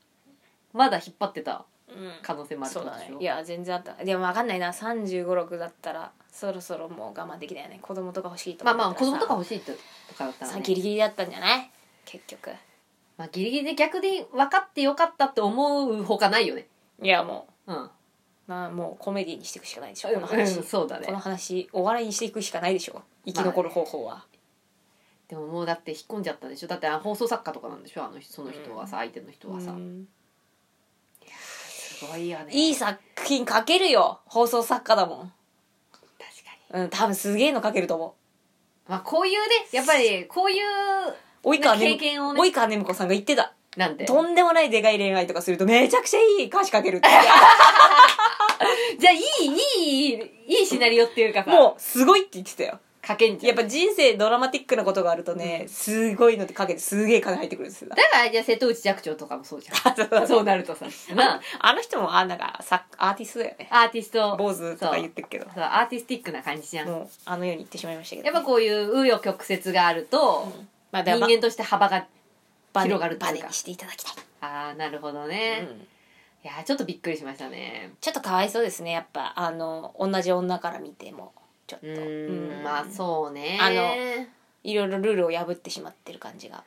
Speaker 2: まだ引っ張ってた
Speaker 1: うん
Speaker 2: 可能性もあるって
Speaker 1: そう
Speaker 2: こと
Speaker 1: だ
Speaker 2: でし
Speaker 1: ね
Speaker 2: ょ。
Speaker 1: いや全然あったでも分かんないな3 5 6だったらそろそろもう我慢できないよね子供とか欲しいと
Speaker 2: ま
Speaker 1: か
Speaker 2: あまあ、子供とか
Speaker 1: 欲し
Speaker 2: 欲しいととかだったら、ね。
Speaker 1: ギリギリだったんじゃない結局
Speaker 2: まあ、ギリギリで逆に分かってよかったって思うほかないよね。
Speaker 1: いやも
Speaker 2: うん。
Speaker 1: うなもうコメディにしていくしかないでしょこの話、
Speaker 2: うんそうだね
Speaker 1: この話お笑いにしていくしかないでしょ生き残る方法は、
Speaker 2: でももうだって引っ込んじゃったんでしょだってあ放送作家とかなんでしょあの人その人はさ、相手の人はさ、
Speaker 1: うん
Speaker 2: すごいよね
Speaker 1: いい作品書けるよ放送作家だもん
Speaker 2: 確かに
Speaker 1: うん多分すげえの書けると思
Speaker 2: まあこういうねやっぱりこういう
Speaker 1: う及川ね
Speaker 2: 経験をね
Speaker 1: 及川ねむ子さんが言ってた
Speaker 2: なんて
Speaker 1: とんでもないでかい恋愛とかするとめちゃくちゃいい歌詞書けるって
Speaker 2: じゃあいいいいいいシナリオっていうかさ
Speaker 1: もうすごいって言ってたよ
Speaker 2: 書けんじ
Speaker 1: や
Speaker 2: ゃん
Speaker 1: っぱ人生ドラマティックなことがあるとね、すごいのってかけてすげえ金入ってくるん
Speaker 2: (laughs)
Speaker 1: ですよ。
Speaker 2: だからじゃあ瀬戸内寂聴とかもそうじゃ
Speaker 1: そうだね
Speaker 2: んそうなるとさまあ
Speaker 1: (laughs) あの人もあなんかさアーティストだよね。
Speaker 2: アーティスト
Speaker 1: 坊主とか言ってるけど
Speaker 2: そ、うそうアーティスティックな感じじゃんや
Speaker 1: もうあのように言ってしまいましたけど、
Speaker 2: っぱこういう紆余曲折があると、
Speaker 1: まあだ
Speaker 2: 人
Speaker 1: から
Speaker 2: 間として幅が
Speaker 1: バネ
Speaker 2: 広がると
Speaker 1: バ
Speaker 2: いう
Speaker 1: ネ
Speaker 2: か
Speaker 1: にしていただきたい。
Speaker 2: ああなるほどね、
Speaker 1: うん
Speaker 2: いやーちょっとびっくりしましたね
Speaker 1: ちょっとかわいそうですねやっぱあの同じ女から見てもちょっと
Speaker 2: うーん
Speaker 1: うん
Speaker 2: まあそうね
Speaker 1: あいろいろルールを破ってしまってる感じが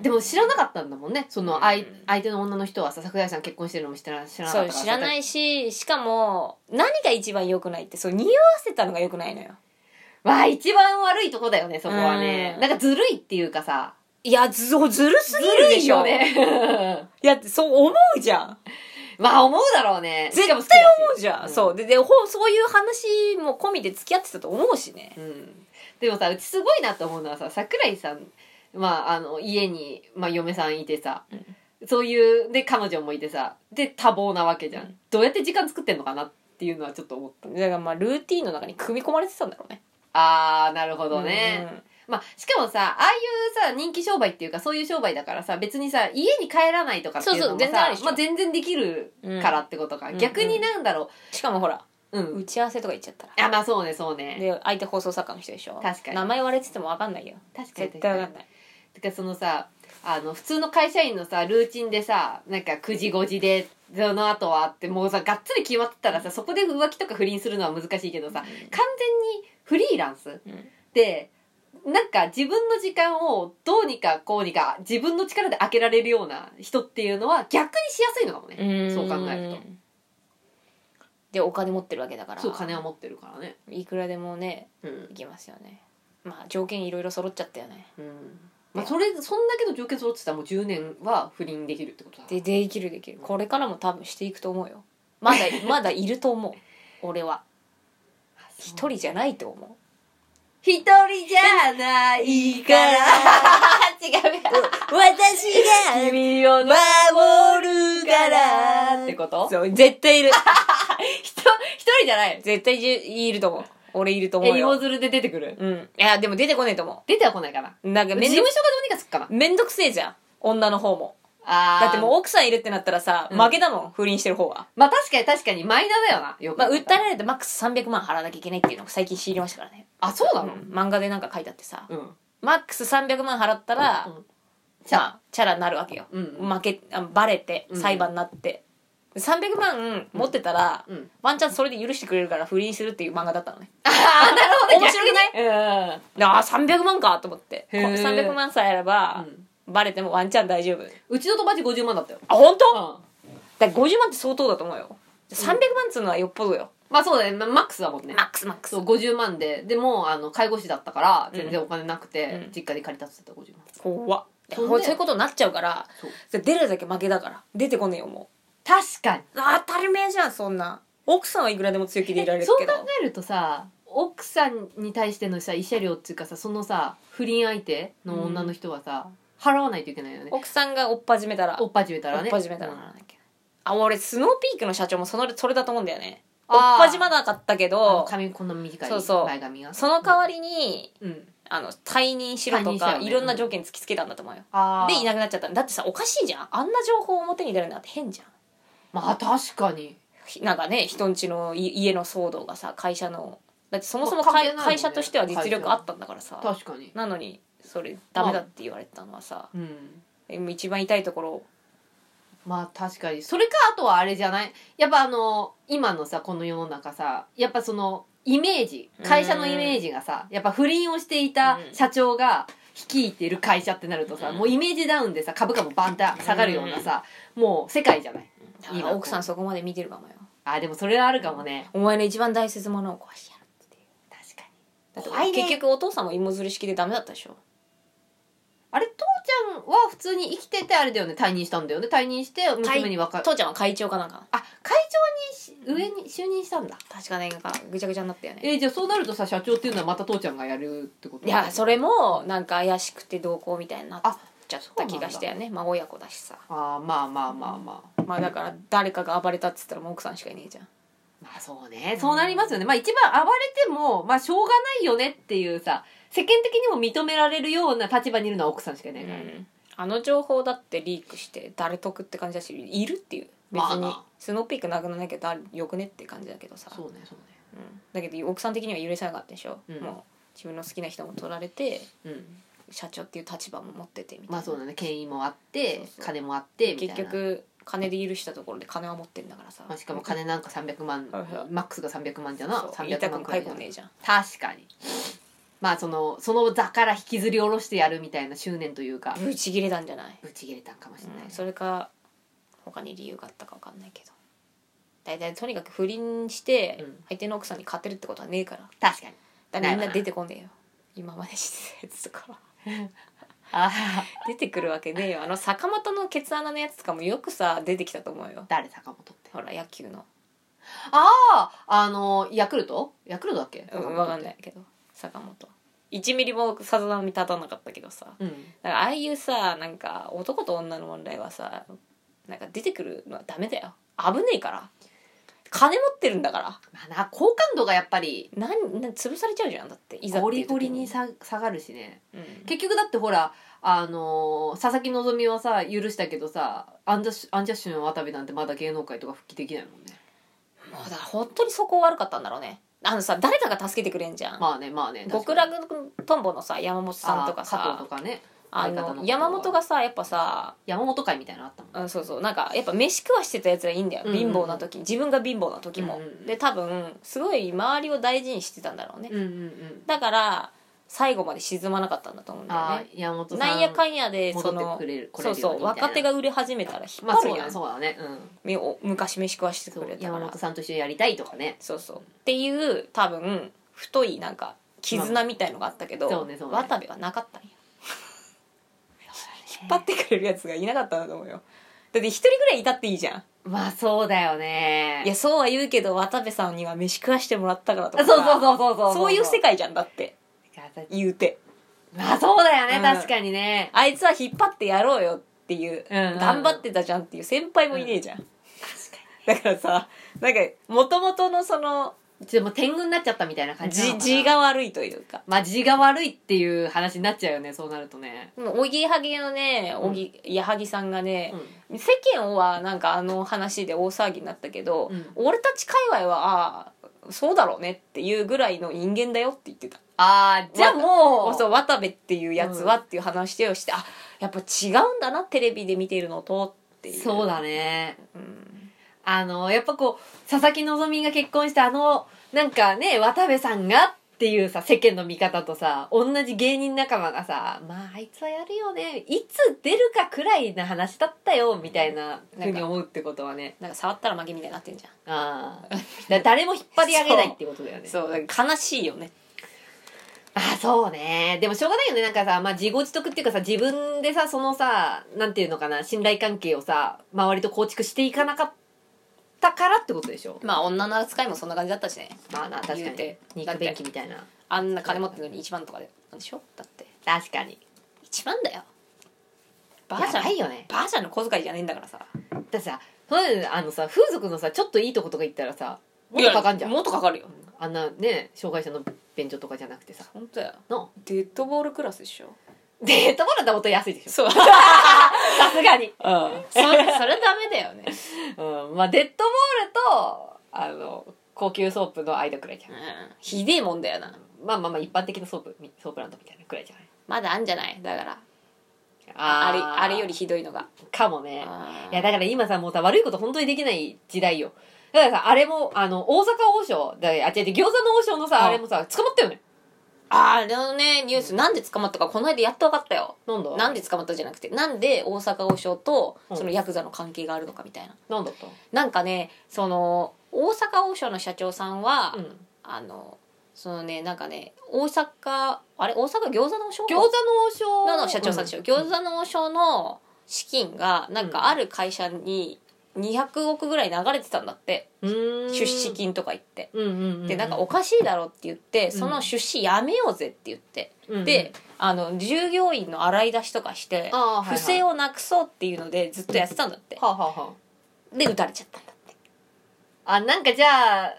Speaker 2: でも知らなかったんだもんねその相,、
Speaker 1: うん
Speaker 2: 相手の女の人はさ桜井さん結婚してるのも知ら知らなか
Speaker 1: そう
Speaker 2: った
Speaker 1: 知らないいししかも何が一番良くないってそう匂わせたのが良くないのよ
Speaker 2: わあ一番悪いとこだよねそこはね
Speaker 1: うん
Speaker 2: なんかずるいっていうかさ
Speaker 1: いやずずるす
Speaker 2: ず
Speaker 1: ぎるで
Speaker 2: るい
Speaker 1: しょ
Speaker 2: よね (laughs)
Speaker 1: いやそう思うじゃん
Speaker 2: まあ思うだろうね
Speaker 1: 絶対
Speaker 2: しかも好きだし
Speaker 1: 思うじゃん、
Speaker 2: うん
Speaker 1: そうででほそういう話も込みで付き合ってたと思うしね
Speaker 2: うんでもさうちすごいなと思うのはさ桜井さんまああの家に、まあ、嫁さんいてさ、そういうで彼女もいてさで多忙なわけじゃん、どうやって時間作ってんのかなっていうのはちょっと思った
Speaker 1: だからまあルーティンの中に組み込まれてたんだろうね
Speaker 2: あーなるほどね、まあ、しかもさああいうさ人気商売っていうかそういう商売だからさ別にさ家に帰らないとかっていうのも
Speaker 1: そうそ
Speaker 2: さ
Speaker 1: う全然あるでしょ
Speaker 2: まあ、全然できるからってことか、
Speaker 1: うん
Speaker 2: 逆になんだろう、
Speaker 1: しかもほら
Speaker 2: う
Speaker 1: 打
Speaker 2: ん
Speaker 1: ち合わせとか行っちゃったら
Speaker 2: あまあそうねそうね
Speaker 1: で相手放送作家の人でしょ
Speaker 2: 確かに
Speaker 1: 名前言われてても分かんないよ
Speaker 2: 確かに
Speaker 1: 絶対分かんない
Speaker 2: てかそのさあの普通の会社員のさルーチンでさなんか9時5時でその後はってもうさがっつり決まってたらさそこで浮気とか不倫するのは難しいけどさ完全にフリーランス
Speaker 1: うん
Speaker 2: でなんか自分の時間をどうにかこうにか自分の力で開けられるような人っていうのは逆にしやすいのかもね
Speaker 1: ん
Speaker 2: そう考えると
Speaker 1: でお金持ってるわけだから
Speaker 2: そう金を持ってるからね
Speaker 1: いくらでもね
Speaker 2: うん
Speaker 1: 行きますよねまあ条件いろいろ揃っちゃったよね
Speaker 2: うんまあそれそんだけの条件揃ってたらもう10年は不倫できるってことだ
Speaker 1: でできるできるこれからも多分していくと思うよまだまだいると思う俺は
Speaker 2: あそ
Speaker 1: 一
Speaker 2: う
Speaker 1: 人じゃないと思
Speaker 2: 一人じゃない (laughs) から違うよ
Speaker 1: う私
Speaker 2: 君を守
Speaker 1: 守
Speaker 2: ってこと
Speaker 1: そう絶対い (laughs) る
Speaker 2: 一一人じゃない
Speaker 1: 絶対じゅいると思う俺いると思
Speaker 2: え
Speaker 1: う
Speaker 2: 芋
Speaker 1: よ
Speaker 2: づるで出てくる
Speaker 1: うんいやでも出てこねえと思
Speaker 2: 出てはこないかな
Speaker 1: うなんか
Speaker 2: 事
Speaker 1: めん
Speaker 2: 務
Speaker 1: ど
Speaker 2: 所が
Speaker 1: く
Speaker 2: どうにかつくかな
Speaker 1: めんどくせえじゃん女の方も
Speaker 2: あー
Speaker 1: だってもう奥さんいるってなったらさ
Speaker 2: うん
Speaker 1: 負けだもん、不倫してる方は
Speaker 2: まあ確かに確かにマイナーだよなよく
Speaker 1: まあ、
Speaker 2: 考え
Speaker 1: 訴え
Speaker 2: たら
Speaker 1: られてマックス300万払わなきゃいけないっていうのを最近知りましたからね、
Speaker 2: あそう
Speaker 1: う
Speaker 2: なの
Speaker 1: ん、漫画でなんか書いてあってさ、
Speaker 2: うん
Speaker 1: マックス300万払ったら、
Speaker 2: うん
Speaker 1: チャラチャラになるわけよ、
Speaker 2: うん
Speaker 1: 負けあバレて
Speaker 2: うん
Speaker 1: 裁判になって、300万持ってたら、
Speaker 2: うん
Speaker 1: ワンチャンそれで許してくれるから不倫するっていう漫画だったのね
Speaker 2: ああなるほど
Speaker 1: 面白くない
Speaker 2: ないうん
Speaker 1: ああ300万かと思ってこ
Speaker 2: へー
Speaker 1: 300万さえあれば、バレてもワンチャン大丈夫
Speaker 2: うちの友達50万だったよ
Speaker 1: あ本当、
Speaker 2: うん
Speaker 1: だから50万って相当だと思うよ300万っつうのはよっぽどよ、
Speaker 2: まあそうだねまマックスだもんね
Speaker 1: マックスマックス
Speaker 2: そう50万ででもあの介護士だったから
Speaker 1: うん
Speaker 2: 全然お金なくて、
Speaker 1: うん
Speaker 2: 実家で借り立ってた50万
Speaker 1: 怖っ
Speaker 2: そ
Speaker 1: そう
Speaker 2: だよ
Speaker 1: ういうことになっちゃうから
Speaker 2: そう
Speaker 1: 出るだけ負けだから出てこねえよも
Speaker 2: 確かに
Speaker 1: う当たり前じゃんそんな奥さんはいくらでも強気でいられる
Speaker 2: そう
Speaker 1: け
Speaker 2: 考
Speaker 1: ど
Speaker 2: えるとさ奥さんに対してのさ慰謝料っていうかさそのさ不倫相手の女の人はさ、払わないといけないよね
Speaker 1: 奥さんが追っ始めたら
Speaker 2: おっぱじめたら
Speaker 1: 追
Speaker 2: ね
Speaker 1: っ始めたら
Speaker 2: うん
Speaker 1: ならなきゃいけないあ俺スノーピークの社長もそのそれだと思うんだよね追っ
Speaker 2: あー
Speaker 1: 始めなかったけ
Speaker 2: あの
Speaker 1: ど
Speaker 2: 髪こんな短い
Speaker 1: そうそう
Speaker 2: 前髪が
Speaker 1: その代わりに
Speaker 2: うん
Speaker 1: あの退任しろ
Speaker 2: 退
Speaker 1: と
Speaker 2: 任した
Speaker 1: か、
Speaker 2: よね
Speaker 1: いろんな条件突きつけたんだと思うよ
Speaker 2: あ
Speaker 1: でいな
Speaker 2: な
Speaker 1: くなっちゃっただってさおかしいじゃんあんな情報を表に出るなんて変じゃん
Speaker 2: まあ確かに
Speaker 1: ひなんかね人んちのい家の騒動がさ会社のだってそもそも
Speaker 2: まあ関
Speaker 1: 会,、
Speaker 2: 係ないもんね
Speaker 1: 会社としては実力あったんだからさ
Speaker 2: 確かに
Speaker 1: なのにそれダメだって言われてたのはさ、
Speaker 2: うん
Speaker 1: でも一番痛いところ
Speaker 2: まあ確かにそれかあとはあれじゃないやっぱあの今のさこの世の中さやっぱそのイメージ会社のイメージがさやっぱ不倫をしていた
Speaker 1: うん
Speaker 2: 社長が率いている会社ってなるとさ
Speaker 1: うん
Speaker 2: もうイメージダウンでさ株価もバンって下がるようなさもう世界じゃないいいな
Speaker 1: 奥さんそこまで見てるかもよ
Speaker 2: あでもそれはあるかもね
Speaker 1: お前の一番大切なものを壊してやるっていう
Speaker 2: 確かに
Speaker 1: だって
Speaker 2: 怖いね
Speaker 1: 結局お父さんも芋づる式でダメだったでしょ
Speaker 2: あれ父ちゃんは普通に生きててあれだよね退任したんだよね退任して娘に若い
Speaker 1: 父ちゃんは会長かなんか
Speaker 2: あ会長にし上に就任したんだ
Speaker 1: 確かねなんかぐちゃぐちゃになったよね
Speaker 2: えーじゃあそうなるとさ社長っていうのはまた父ちゃんがやるってこと
Speaker 1: いやそれもなんか怪しくて同行みたいになっ
Speaker 2: あ
Speaker 1: ちゃった気がしたよねまあ親子だしさ
Speaker 2: あーまあまあまあまあ
Speaker 1: まあだから誰かが暴れたっつったらもう奥さんしかいねえじゃん
Speaker 2: まあそうねそうなりますよね、まあ一番暴れてもまあしょうがないよねっていうさ世間的にも認められるような立場にいるのは奥さんしかいないから、
Speaker 1: あの情報だってリークして誰得って感じだしいるっていう別
Speaker 2: まあ
Speaker 1: に
Speaker 2: な
Speaker 1: スノーピークなくならなきゃだよくねって感じだけどさ、
Speaker 2: そうねそうね
Speaker 1: うんだけど奥さん的には許せなかったでしょ、
Speaker 2: うん
Speaker 1: もう自分の好きな人も取られて
Speaker 2: うん
Speaker 1: 社長っていう立場も持っててみたいな、
Speaker 2: まあそうだね権威もあって
Speaker 1: そうそう
Speaker 2: 金もあってみたいな
Speaker 1: 結局金で許したところで金は持ってんだからさ、
Speaker 2: まあ、しかも金なんか300万
Speaker 1: はいはい
Speaker 2: マックスが300万じゃな
Speaker 1: そう言いた
Speaker 2: 300
Speaker 1: く
Speaker 2: 万
Speaker 1: も
Speaker 2: く
Speaker 1: 解
Speaker 2: らいじゃ
Speaker 1: 雇
Speaker 2: な
Speaker 1: ねえじゃん
Speaker 2: 確かにまあそのその座から引きずり下ろしてやるみたいな執念というか
Speaker 1: ブチ切れたんじゃない、
Speaker 2: ぶち切れたんかもしれない、
Speaker 1: うんそれか他に理由があったか分かんないけど大体とにかく不倫して
Speaker 2: うん
Speaker 1: 相手の奥さんに勝てるってことはねえから
Speaker 2: 確かに
Speaker 1: だからみんな出てこねえよ今までしてたやつとかは (laughs)
Speaker 2: ああ
Speaker 1: 出てくるわけねえよあの坂本のケツ穴のやつとかもよくさ出てきたと思うよ
Speaker 2: 誰坂本って
Speaker 1: ほら野球の
Speaker 2: あああのヤクルトヤクルトだっけ
Speaker 1: うん分かんないけど坂本1ミリもさざ波立たなかったけどさ
Speaker 2: うん
Speaker 1: だからああいうさなんか男と女の問題はさなんか出てくるのはダメだよ危ねえから金持ってるんだから
Speaker 2: まあな好感度がやっぱり
Speaker 1: なんなん潰されちゃうじゃんだっていざって
Speaker 2: ゴ
Speaker 1: い
Speaker 2: リ
Speaker 1: う時
Speaker 2: ゴリにさ下がるしね
Speaker 1: うん
Speaker 2: 結局だってほらあのー佐々木希はさ許したけどさアンジャッシュアンジャッシュの渡部なんてまだ芸能界とか復帰できないもんね
Speaker 1: もうだから本当にそこ悪かったんだろうねあのさ誰かが助けてくれんじゃん、
Speaker 2: まあねまあね
Speaker 1: 極
Speaker 2: 確かに
Speaker 1: 楽とんぼのさ山本さんとか
Speaker 2: あー加
Speaker 1: さ
Speaker 2: 藤とかね
Speaker 1: あ
Speaker 2: 相方の
Speaker 1: の
Speaker 2: 方
Speaker 1: 山本がさやっぱさ
Speaker 2: 山本会みたいなのあったもん
Speaker 1: うん、そうそうなんかやっぱ飯食わしてたやつらいいんだよ、
Speaker 2: うんうん
Speaker 1: 貧乏な時自分が貧乏な時も、
Speaker 2: うんうん
Speaker 1: で多分すごい周りを大事にしてたんだろうね、
Speaker 2: うんうんうん
Speaker 1: だから最後まで沈まなかったんだと思うんだよ
Speaker 2: あ
Speaker 1: ね
Speaker 2: ー山本さん
Speaker 1: なんやかんやでそ
Speaker 2: 戻っ
Speaker 1: の
Speaker 2: てくれる来
Speaker 1: そう
Speaker 2: れるよ
Speaker 1: そう
Speaker 2: にみたいな
Speaker 1: う若手が売れ始めたら引っ
Speaker 2: まあ
Speaker 1: 張
Speaker 2: そ
Speaker 1: る
Speaker 2: う
Speaker 1: や
Speaker 2: だ
Speaker 1: ん、
Speaker 2: そうだねうん
Speaker 1: みお昔飯食わして
Speaker 2: そ
Speaker 1: くれ
Speaker 2: う
Speaker 1: たか
Speaker 2: 山
Speaker 1: ら
Speaker 2: 本さんと一緒にやりたいとかね
Speaker 1: そうそうっていう多分太いなんか絆みたいのがあったけど、
Speaker 2: まあそうねそうね
Speaker 1: 渡部はなかったんや引っ張ってくれるやつがいなかったんだと思うよだって一人ぐらいいたっていいじゃん
Speaker 2: まあそうだよね
Speaker 1: いやそうは言うけど渡部さんには飯食わしてもらったからと
Speaker 2: そ
Speaker 1: か
Speaker 2: うそうそう
Speaker 1: う
Speaker 2: そうそう
Speaker 1: そういう世界じゃんだって
Speaker 2: 界
Speaker 1: 言うて
Speaker 2: まあそうだよね、
Speaker 1: うん
Speaker 2: 確かにね
Speaker 1: あいつは引っ張ってやろうよっていう、
Speaker 2: うんうんうん
Speaker 1: 頑張ってたじゃんっていう先輩もいねえじゃん、だからさなんかもともとのその
Speaker 2: ちょっともう天狗になっちゃったみたいな感じなのか
Speaker 1: じ
Speaker 2: な
Speaker 1: 地が悪いというか
Speaker 2: まあ地が悪いっていう話になっちゃうよねそうなるとね、
Speaker 1: でもおぎはぎのねおぎ、矢作さんがね、世間はなんかあの話で大騒ぎになったけど、
Speaker 2: うん
Speaker 1: 俺たち界隈はああそうだろうねっていうぐらいの人間だよって言ってた
Speaker 2: ああじゃあもう
Speaker 1: そう渡部っていうやつはっていう話をして、あやっぱ違うんだなテレビで見てるのとっていう
Speaker 2: そうだね
Speaker 1: うん
Speaker 2: あのやっぱこう佐々木希が結婚したあのなんかね渡部さんがっていうさ世間の見方とさ同じ芸人仲間がさ「まああいつはやるよねいつ出るかくらいな話だったよ」みたいなふうに思うってことはね
Speaker 1: なんか触ったら負けみたいになってんじゃん
Speaker 2: ああだ誰も引っ張り上げないってことだよね
Speaker 1: そうだから悲しいよね
Speaker 2: あそうねでもしょうがないよねなんかさ、まあ、自業自得っていうかさ自分でさそのさなんていうのかな信頼関係をさ周りと構築していかなかったからってことでしょ
Speaker 1: まあ女の扱いもそんな感じだったしね
Speaker 2: まあな確か
Speaker 1: 言う
Speaker 2: に
Speaker 1: て
Speaker 2: 肉便器みたいな
Speaker 1: あんな金持ってるのに一番とかでなんでしょだって
Speaker 2: 確かに
Speaker 1: 一番だよバー
Speaker 2: や
Speaker 1: ジャ
Speaker 2: ば
Speaker 1: ン
Speaker 2: いよね
Speaker 1: バージャンの小遣いじゃねえんだからさ
Speaker 2: だってさそういうのあのさ風俗のさちょっといいとことか行ったらさもっとかかんじゃん
Speaker 1: もっとかかるよ
Speaker 2: あんなね障害者の便所とかじゃなくてさ
Speaker 1: 本当だよ
Speaker 2: の
Speaker 1: デッドボールクラスでしょ
Speaker 2: デートボラだもっと安いでしょ
Speaker 1: そううん
Speaker 2: さすがに、
Speaker 1: そそ (laughs) れダメだよね
Speaker 2: うん、まあデッドボールとあの高級ソープの間くらいじゃん
Speaker 1: うんひでえもんだよな
Speaker 2: まあまあまあ一般的なソープみソープランドみたいなくらいじゃない
Speaker 1: まだあんじゃないだから
Speaker 2: あ
Speaker 1: あれ
Speaker 2: ー
Speaker 1: あれよりひどいのが
Speaker 2: かもね
Speaker 1: あー
Speaker 2: いやだから今さもうさ悪いこと本当にできない時代よだからさあれもあの大阪王将だあ違う違う餃子の王将の
Speaker 1: うん
Speaker 2: さあれもさ捕まったよね
Speaker 1: あれのねニュースなんで捕まったかこの間やっと分かったよ
Speaker 2: なんだ
Speaker 1: なんで捕まったじゃなくてなんで大阪王将と
Speaker 2: うん
Speaker 1: そのヤクザの関係があるのかみたいな
Speaker 2: なんだった
Speaker 1: なんかねその大阪王将の社長さんは、
Speaker 2: うん、
Speaker 1: あのそのねなんかね大阪あれ大阪餃子の王将
Speaker 2: 餃子の王将
Speaker 1: の社長さんでしょ、餃子の王将の資金がなんかある会社に200億ぐらい流れてたんだって、
Speaker 2: うん
Speaker 1: 出資金とか言って。
Speaker 2: うんうんうん
Speaker 1: でなんかおかしいだろって言ってその出資やめようぜって言って、
Speaker 2: うん
Speaker 1: であの従業員の洗い出しとかして
Speaker 2: あーはいはい
Speaker 1: 不正をなくそうっていうのでずっとやってたんだって
Speaker 2: はあ、はあは
Speaker 1: で撃たれちゃったんだって
Speaker 2: あ、あなんかじゃあ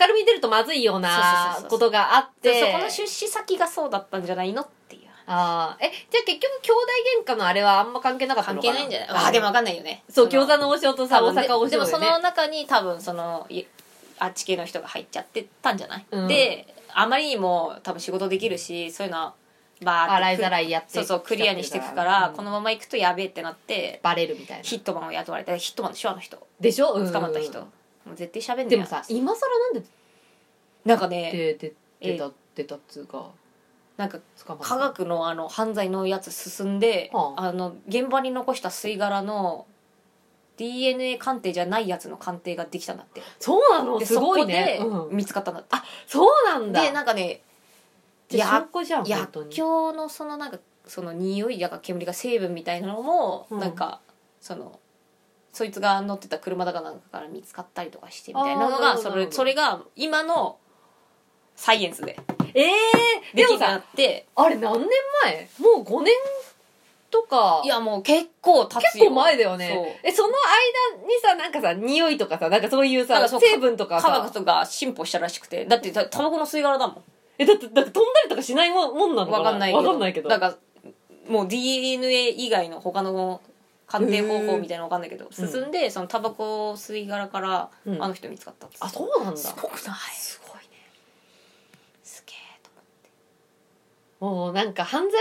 Speaker 2: 明るみに出るとまずいよう
Speaker 1: そうそうそう
Speaker 2: な
Speaker 1: そう
Speaker 2: ことがあって
Speaker 1: でそこの出資先がそうだったんじゃないのっていう
Speaker 2: あーえじゃあ結局兄弟喧嘩のあれはあんま関係なかった
Speaker 1: 関係
Speaker 2: のかな
Speaker 1: ないんじゃないあーでも分かんないよね
Speaker 2: そう餃子
Speaker 1: の
Speaker 2: の王将とさ大阪王将
Speaker 1: でもそ
Speaker 2: ね
Speaker 1: の中に多分そのいあっち系の人が入っちゃってたんじゃない、
Speaker 2: うん
Speaker 1: であまりにも多分仕事できるしそういうのはバーって
Speaker 2: 洗いざらいやって
Speaker 1: そうそうクリアにしていくから、このままいくとやべえってなって
Speaker 2: バレるみたいな
Speaker 1: ヒットマンを雇われてヒットマンでしょあの人
Speaker 2: でしょ
Speaker 1: 捕
Speaker 2: 捕
Speaker 1: まった人、もう絶対喋んねえ
Speaker 2: でもさ今更なんで
Speaker 1: なんかね
Speaker 2: 出て
Speaker 1: え
Speaker 2: 出た出たっつうか
Speaker 1: なんか
Speaker 2: 捕まった
Speaker 1: 科学のあの犯罪のやつ進んで、
Speaker 2: は
Speaker 1: あ、の現場に残した吸い殻の DNA 鑑定じゃないやつの鑑定ができたんだって
Speaker 2: そうなの
Speaker 1: です
Speaker 2: ごいね
Speaker 1: そこ
Speaker 2: う
Speaker 1: で
Speaker 2: ん
Speaker 1: 見つかったんだって、
Speaker 2: そうなんだ
Speaker 1: でなんかね
Speaker 2: じゃあ
Speaker 1: や
Speaker 2: 証拠じゃん本
Speaker 1: 薬
Speaker 2: 当に
Speaker 1: 莢のそのなんかその匂いやか煙が成分みたいなのも、
Speaker 2: うん
Speaker 1: なんかそのそいつが乗ってた車だかなんかから見つかったりとかしてみたいなの
Speaker 2: あ
Speaker 1: が
Speaker 2: ー
Speaker 1: そ
Speaker 2: なるほ
Speaker 1: れ
Speaker 2: ど
Speaker 1: それが今のサイエンスで
Speaker 2: えー、
Speaker 1: で
Speaker 2: で
Speaker 1: き
Speaker 2: も
Speaker 1: な
Speaker 2: さ
Speaker 1: って
Speaker 2: あれ何年前もう5年とか
Speaker 1: いやもう結構経つ
Speaker 2: 結
Speaker 1: よ
Speaker 2: 構前だよねえその間にさなんかさ匂いとかさなんかそういう
Speaker 1: なん
Speaker 2: さ
Speaker 1: かそう
Speaker 2: 成分と
Speaker 1: そ
Speaker 2: か
Speaker 1: う科学
Speaker 2: さ
Speaker 1: とか進歩したらしくてだってたタバコの吸い殻だも
Speaker 2: えだってだって飛んだりとかしないもんもんなんのか
Speaker 1: わ
Speaker 2: な
Speaker 1: かんないけ
Speaker 2: わ
Speaker 1: ど
Speaker 2: かんないけど
Speaker 1: だからもう DNA 以外の他の鑑定方法みたいなの分かんないけど
Speaker 2: うん
Speaker 1: 進んでそのタバコを吸い殻から
Speaker 2: うん
Speaker 1: あの人見つかったっつって
Speaker 2: あそうなんだ
Speaker 1: すごくない
Speaker 2: すごいね
Speaker 1: すげえと
Speaker 2: もうなんか犯罪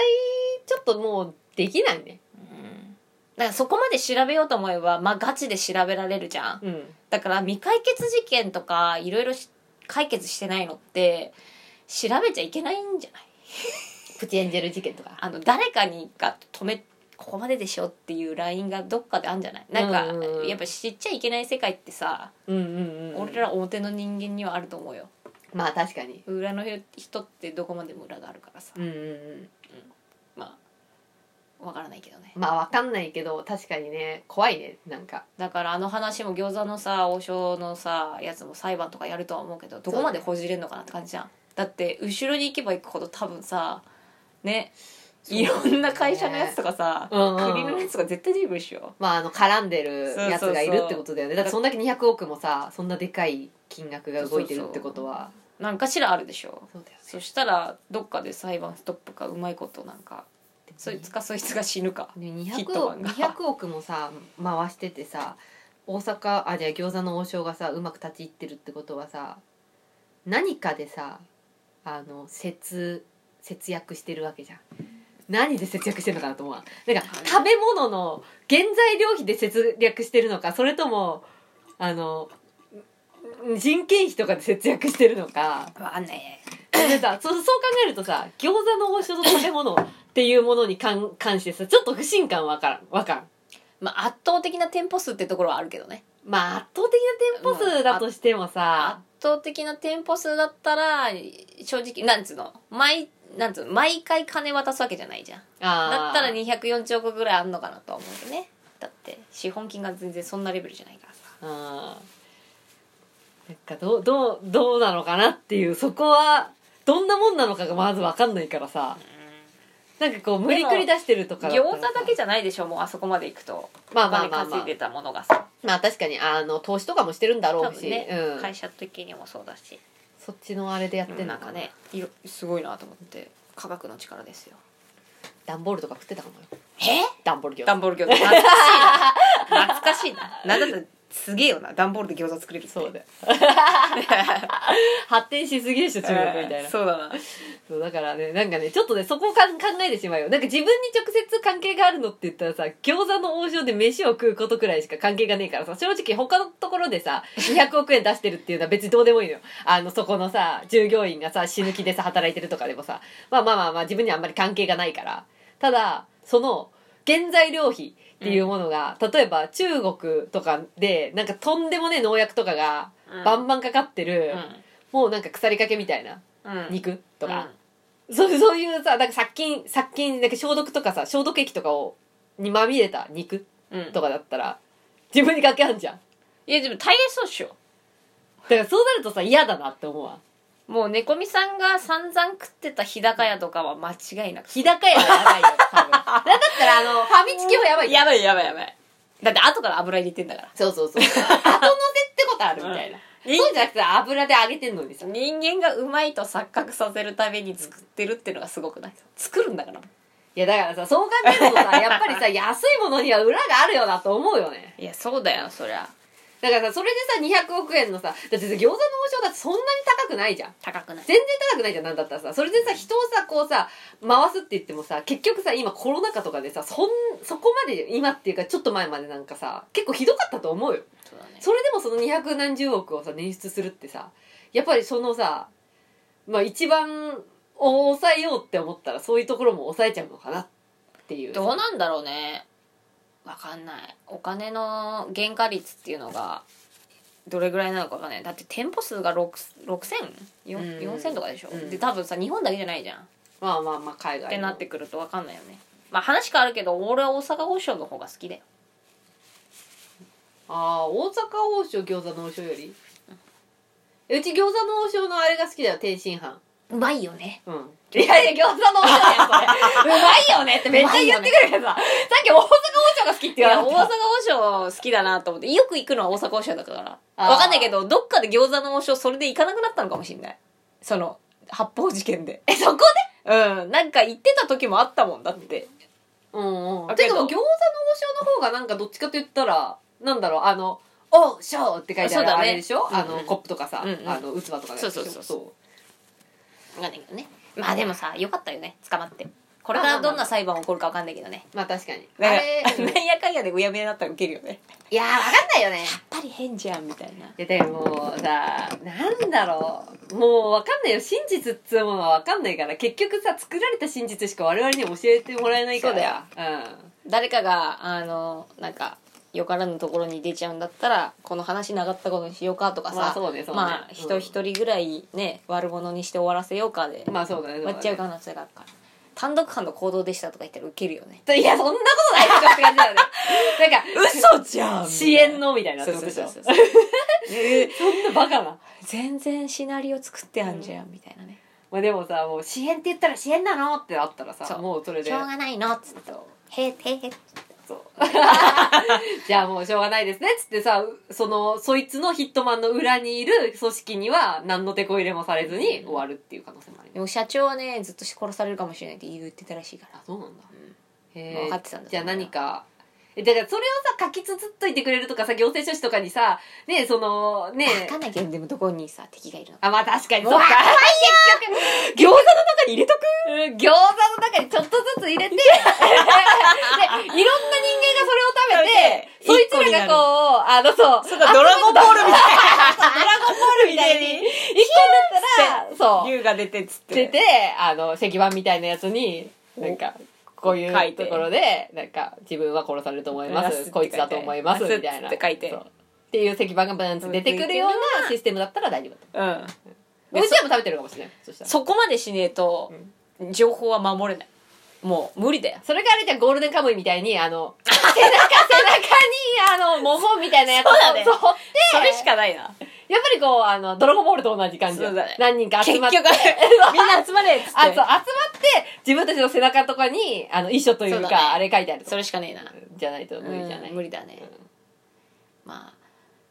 Speaker 2: ちょっともうできないね
Speaker 1: 思ってうんだからそこまで調べようと思えばまあガチで調べられるじゃん
Speaker 2: うん
Speaker 1: だから未解決事件とかいろいろし解決してないのって調べちゃいけないんじゃない
Speaker 2: プチエンジェル事件とか
Speaker 1: あの誰かにが止めここまででしょっていうラインがどっかであんじゃないなんか、
Speaker 2: うんうんうん
Speaker 1: やっぱ知っちゃいけない世界ってさ、
Speaker 2: うんうんうん
Speaker 1: 俺ら表の人間にはあると思うよ
Speaker 2: まあ確かに
Speaker 1: 裏の人ってどこまでも裏があるからさ
Speaker 2: うんうんうん
Speaker 1: まあわからないけどね
Speaker 2: まあわかんないけど確かにね怖いねなんか
Speaker 1: だからあの話も餃子のさ王将のさやつも裁判とかやるとは思うけどどこまでほじれんのかなって感じじゃんだって後ろに行けば行くほど多分さねいろんな会社のやつとかさ、
Speaker 2: うんうん
Speaker 1: 国のやつとか絶対出てくるでしょ
Speaker 2: まあ、あの絡んでるやつがいるってことだよね
Speaker 1: そうそうそう
Speaker 2: だってそんだけ200億もさそんなでかい金額が動いてるってことは
Speaker 1: なんかしらあるでしょ
Speaker 2: そうだよね
Speaker 1: そしたらどっかで裁判ストップかうまいことなんかそいつかそいつが死ぬか
Speaker 2: ね
Speaker 1: ヒッ
Speaker 2: 200,
Speaker 1: トマ
Speaker 2: 億
Speaker 1: ンが
Speaker 2: 200億もさ回しててさ大阪あじゃあ餃子の王将がさうまく立ち入ってるってことはさ何かでさあの節節約してるわけじゃん何で節約してるのかなと思うわなんか
Speaker 1: はい
Speaker 2: 食べ物の原材料費で節約してるのかそれともあのん人件費とかで節約してるのか
Speaker 1: わかんないね
Speaker 2: でさそそう (laughs) 考えるとさ餃子の王将の食べ物っていうものに関関してさちょっと不信感わからんわからん
Speaker 1: まあ圧倒的な店舗数ってところはあるけどね
Speaker 2: まあ圧倒的な店舗数だとしても
Speaker 1: 圧
Speaker 2: さ、
Speaker 1: 倒的な店舗数だったら正直なんつうの毎なんつうの毎回金渡すわけじゃないじゃん
Speaker 2: あー
Speaker 1: だったら240億ぐらいあんのかなとは思うよねだって資本金が全然そんなレベルじゃないからさ
Speaker 2: あーなんかどうどうどうなのかなっていうそこはどんなもんなのかがまずわかんないからさなんかこう無理くり出してるとかだった
Speaker 1: 餃子
Speaker 2: らさ
Speaker 1: だけじゃないでしょもうあそこまで行くと
Speaker 2: まあまあま
Speaker 1: お金
Speaker 2: あま
Speaker 1: 稼
Speaker 2: あ
Speaker 1: いでたものがさ
Speaker 2: まあ確かにあの投資とかもしてるんだろ
Speaker 1: 多
Speaker 2: う
Speaker 1: 分
Speaker 2: し、
Speaker 1: ね、
Speaker 2: うん、
Speaker 1: 会社的にもそうだし
Speaker 2: そっちのあれでやって
Speaker 1: で
Speaker 2: んの
Speaker 1: なん
Speaker 2: か
Speaker 1: か
Speaker 2: ね
Speaker 1: ねいろすごいなと思って科学の力ですよ
Speaker 2: 段ボールとか食ってたかもよ
Speaker 1: え
Speaker 2: 段ボール餃子
Speaker 1: 段ボール餃子懐かしいな懐かしいななんだってすげえよな段ボールで餃子作れるって
Speaker 2: そう
Speaker 1: (laughs)
Speaker 2: だよ (laughs) 発展しすぎでしょ中国みたいな
Speaker 1: そうだな
Speaker 2: そうだからねなんかねちょっとねそこをかん考えてしまうよなんか自分に直接関係があるのって言ったらさ餃子の王将で飯を食うことくらいしか関係がねえからさ正直他のところでさ200億円出してるっていうのは別にどうでもいいのよあのそこのさ従業員がさ死ぬ気でさ働いてるとかでもさまあまあまあまあ自分にはあんまり関係がないからただその原材料費っていうものが、例えば中国とかでなんかとんでもねえ農薬とかが
Speaker 1: うん
Speaker 2: バンバンかかってる、
Speaker 1: う
Speaker 2: もうなんか腐りかけみたいなん
Speaker 1: うん
Speaker 2: 肉とか、
Speaker 1: う
Speaker 2: そうそういうさなんか殺菌殺菌なんか消毒とかさ消毒液とかをにまみれた肉
Speaker 1: んうん
Speaker 2: とかだったら自分に関係あるじゃん
Speaker 1: いやでも大変そうっしょ
Speaker 2: だからそうなるとさ嫌だなって思うわ
Speaker 1: もう猫みさんが散々食ってた日高屋とかは間違いなく
Speaker 2: 日高屋はやばいよ多分なんだったらあのファミチキもやばいよ
Speaker 1: やばいやばいやばいだって後から油入れてんだから
Speaker 2: そうそうそう後乗せってことあるみたいな、
Speaker 1: うん
Speaker 2: そうじゃなくて油で揚げてんのにさ
Speaker 1: 人間がうまいと錯覚させるために作ってるっていうのがすごくない作るんだから
Speaker 2: いやだからさそう考えるとさやっぱりさ安いものには裏があるよなと思うよね
Speaker 1: いやそうだよそりゃ
Speaker 2: だからさそれでさ200億円のさだってさ餃子の王将だってそんなに高くないじゃん
Speaker 1: 高くない
Speaker 2: 全然高くないじゃんなんだったらさそれでさ人をさこうさ回すって言ってもさ結局さ今コロナ禍とかでさそんそこまで今っていうかちょっと前までなんかさ結構ひどかったと思うよ
Speaker 1: そうだね
Speaker 2: それでもその二百何十億をさ捻出するってさやっぱりそのさまあ一番を抑えようって思ったらそういうところも抑えちゃうのかなっていう
Speaker 1: どうなんだろうねわかんないお金の原価率っていうのがどれぐらいなのかわかんないだって店舗数が 6000?4000
Speaker 2: うん
Speaker 1: 4000とかでしょ、
Speaker 2: うん
Speaker 1: で多分さ日本だけじゃないじゃんっ
Speaker 2: まあまあまあ海外
Speaker 1: て
Speaker 2: の
Speaker 1: なってくるとわかんないよねまあ話変わるけど俺は大阪王将の方が好きだよ
Speaker 2: ああ大阪王将餃子の王将よりうち餃子の王将のあれが好きだよ天津飯
Speaker 1: うまいよね
Speaker 2: うんいやいや、餃子の王将だよ、それ。うまいよねってめっちゃ言ってくるけどさ、さっき大阪王将が好きって
Speaker 1: い
Speaker 2: 言わ
Speaker 1: や
Speaker 2: な
Speaker 1: 大
Speaker 2: か
Speaker 1: 阪
Speaker 2: っ
Speaker 1: 王将好きだなと思ってよく行くのは大阪王将だから
Speaker 2: あー
Speaker 1: わかんないけどどっかで餃子の王将それで行かなくなったのかもしれないその発砲事件で
Speaker 2: た。え、そこ
Speaker 1: うんなんか行ってた時もあったもんだって
Speaker 2: でうんうん。
Speaker 1: だ
Speaker 2: て
Speaker 1: け
Speaker 2: か
Speaker 1: ど
Speaker 2: もう餃子の王の方がなんかどっちかと言ったらなんだろうあの「おうしょう」って書いて
Speaker 1: そ
Speaker 2: あ
Speaker 1: う
Speaker 2: る
Speaker 1: だ
Speaker 2: あ
Speaker 1: ね
Speaker 2: れでしょ、
Speaker 1: うんうん
Speaker 2: あのコップとかさ、
Speaker 1: うんうん
Speaker 2: あの器とかのやつでしょ
Speaker 1: そうそうそうわかんないけどねまあでもさよかったよね捕まってこれからどんな裁判起こるかわかんないけどね
Speaker 2: まあ確かに
Speaker 1: な
Speaker 2: あ
Speaker 1: んか
Speaker 2: れ
Speaker 1: (laughs) なんやかんやでうやむやになったらウケるよね
Speaker 2: いやーわかんないよ
Speaker 1: や
Speaker 2: ね
Speaker 1: っぱり変じゃんみたいない
Speaker 2: やでもさなんだろうもうわかんないよ真実っつうものはわかんないから結局さ作られた真実しか我々には教えてもらえないから
Speaker 1: そう
Speaker 2: だよ、
Speaker 1: 誰かがあのなんかよからぬところに出ちゃうんだったらこの話なかったことにしようかとかさ、
Speaker 2: まあそうねそうね
Speaker 1: まあ
Speaker 2: うん
Speaker 1: 人一人ぐらいね、悪者にして終わらせようかで
Speaker 2: うん、まあそうだね
Speaker 1: 終わっちゃう
Speaker 2: か
Speaker 1: 可能性があるから単独犯の行動でしたとか言ったらウケるよね
Speaker 2: いやそんなことないでしょって感じだよねなんか
Speaker 1: 嘘じゃ
Speaker 2: 支援のみたいなっ
Speaker 1: そ
Speaker 2: て
Speaker 1: う
Speaker 2: こと
Speaker 1: そう
Speaker 2: でし
Speaker 1: そ
Speaker 2: ょ
Speaker 1: う
Speaker 2: そ
Speaker 1: そうん
Speaker 2: なバカな
Speaker 1: 全然シナリオ作ってあんじゃんみたいなね、
Speaker 2: まあでもさもう支援って言ったら支援なのってあったら
Speaker 1: そ
Speaker 2: さ
Speaker 1: う
Speaker 2: もうそれで
Speaker 1: しょうがないのっつってへーへーへー
Speaker 2: そうじゃあもうしょうがないですねっつってさうそのそいつのヒットマンの裏にいる組織には何の手こ入れもされずに終わるっていう可能性もあります
Speaker 1: でも社長はねずっと殺されるかもしれないって言ってたらしいから
Speaker 2: あそうなんだ、
Speaker 1: ん
Speaker 2: へえ
Speaker 1: 分かってたんだ
Speaker 2: じゃあ何かえだからそれをさ書きつつっといてくれるとかさ行政書士とかにさねそのね
Speaker 1: 分かんないけどでもどこにさ敵がいるのか
Speaker 2: あまあ確か
Speaker 1: う
Speaker 2: にそ
Speaker 1: わ
Speaker 2: っか (laughs)
Speaker 1: 餃子の中に入れとく
Speaker 2: うん餃子の中にちょっとずつ入れ (laughs) てでいろんな人間がそれを (laughs) 食べて
Speaker 1: 食べて
Speaker 2: そいつらがこうあのそう
Speaker 1: ドラゴンボールみたい
Speaker 2: ドラゴンボールみたいに、一個だったら、 (laughs)
Speaker 1: な
Speaker 2: そう、
Speaker 1: 竜が出てっつっ
Speaker 2: 出て、あの、石板みたいなやつに、なんか、こうい
Speaker 1: 書いうて
Speaker 2: ところで、なんか、自分は殺されると思いま
Speaker 1: 殺すって書いて
Speaker 2: す。こいつだと思います、
Speaker 1: 殺すっ
Speaker 2: み
Speaker 1: て
Speaker 2: たいな。
Speaker 1: 書いて
Speaker 2: そうっていう石板がバーンって出てくるようなシステムだったら大丈夫だと。
Speaker 1: うん
Speaker 2: うちでも食べてるかもしれない。そしたら。
Speaker 1: そこまでしねえと情報は守れないもう無理だよ
Speaker 2: それからじゃあゴールデンカムイみたいに、あの、背中、背中に、あの、桃みたいなやつを
Speaker 1: そうだね
Speaker 2: そうって、
Speaker 1: それしかないな
Speaker 2: やっぱりこう、あの、ドラゴンボールと同じ感じよ
Speaker 1: そうだね
Speaker 2: 何人か
Speaker 1: 結
Speaker 2: 集ま
Speaker 1: 局 (laughs)
Speaker 2: って。 (laughs)
Speaker 1: みんな集まれっつっ
Speaker 2: あそう集
Speaker 1: て
Speaker 2: まって自分たちの背中とかにあの遺書という
Speaker 1: そ
Speaker 2: か
Speaker 1: うだね
Speaker 2: あれ書いてあると
Speaker 1: それしかねえな
Speaker 2: じゃないと無理じゃない、
Speaker 1: うん無理だね
Speaker 2: うん
Speaker 1: まあ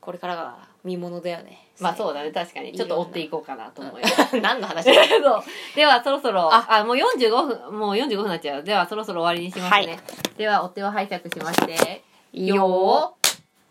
Speaker 1: これからが見ものだよね
Speaker 2: まあそうだね確かにちょっと追っていこうかなと思います
Speaker 1: 何の話
Speaker 2: (laughs) そうではそろそろ
Speaker 1: あ
Speaker 2: あもう45分もう45分になっちゃうではそろそろ終わりにしますね、
Speaker 1: はい
Speaker 2: ではお手を拝借しまして
Speaker 1: よー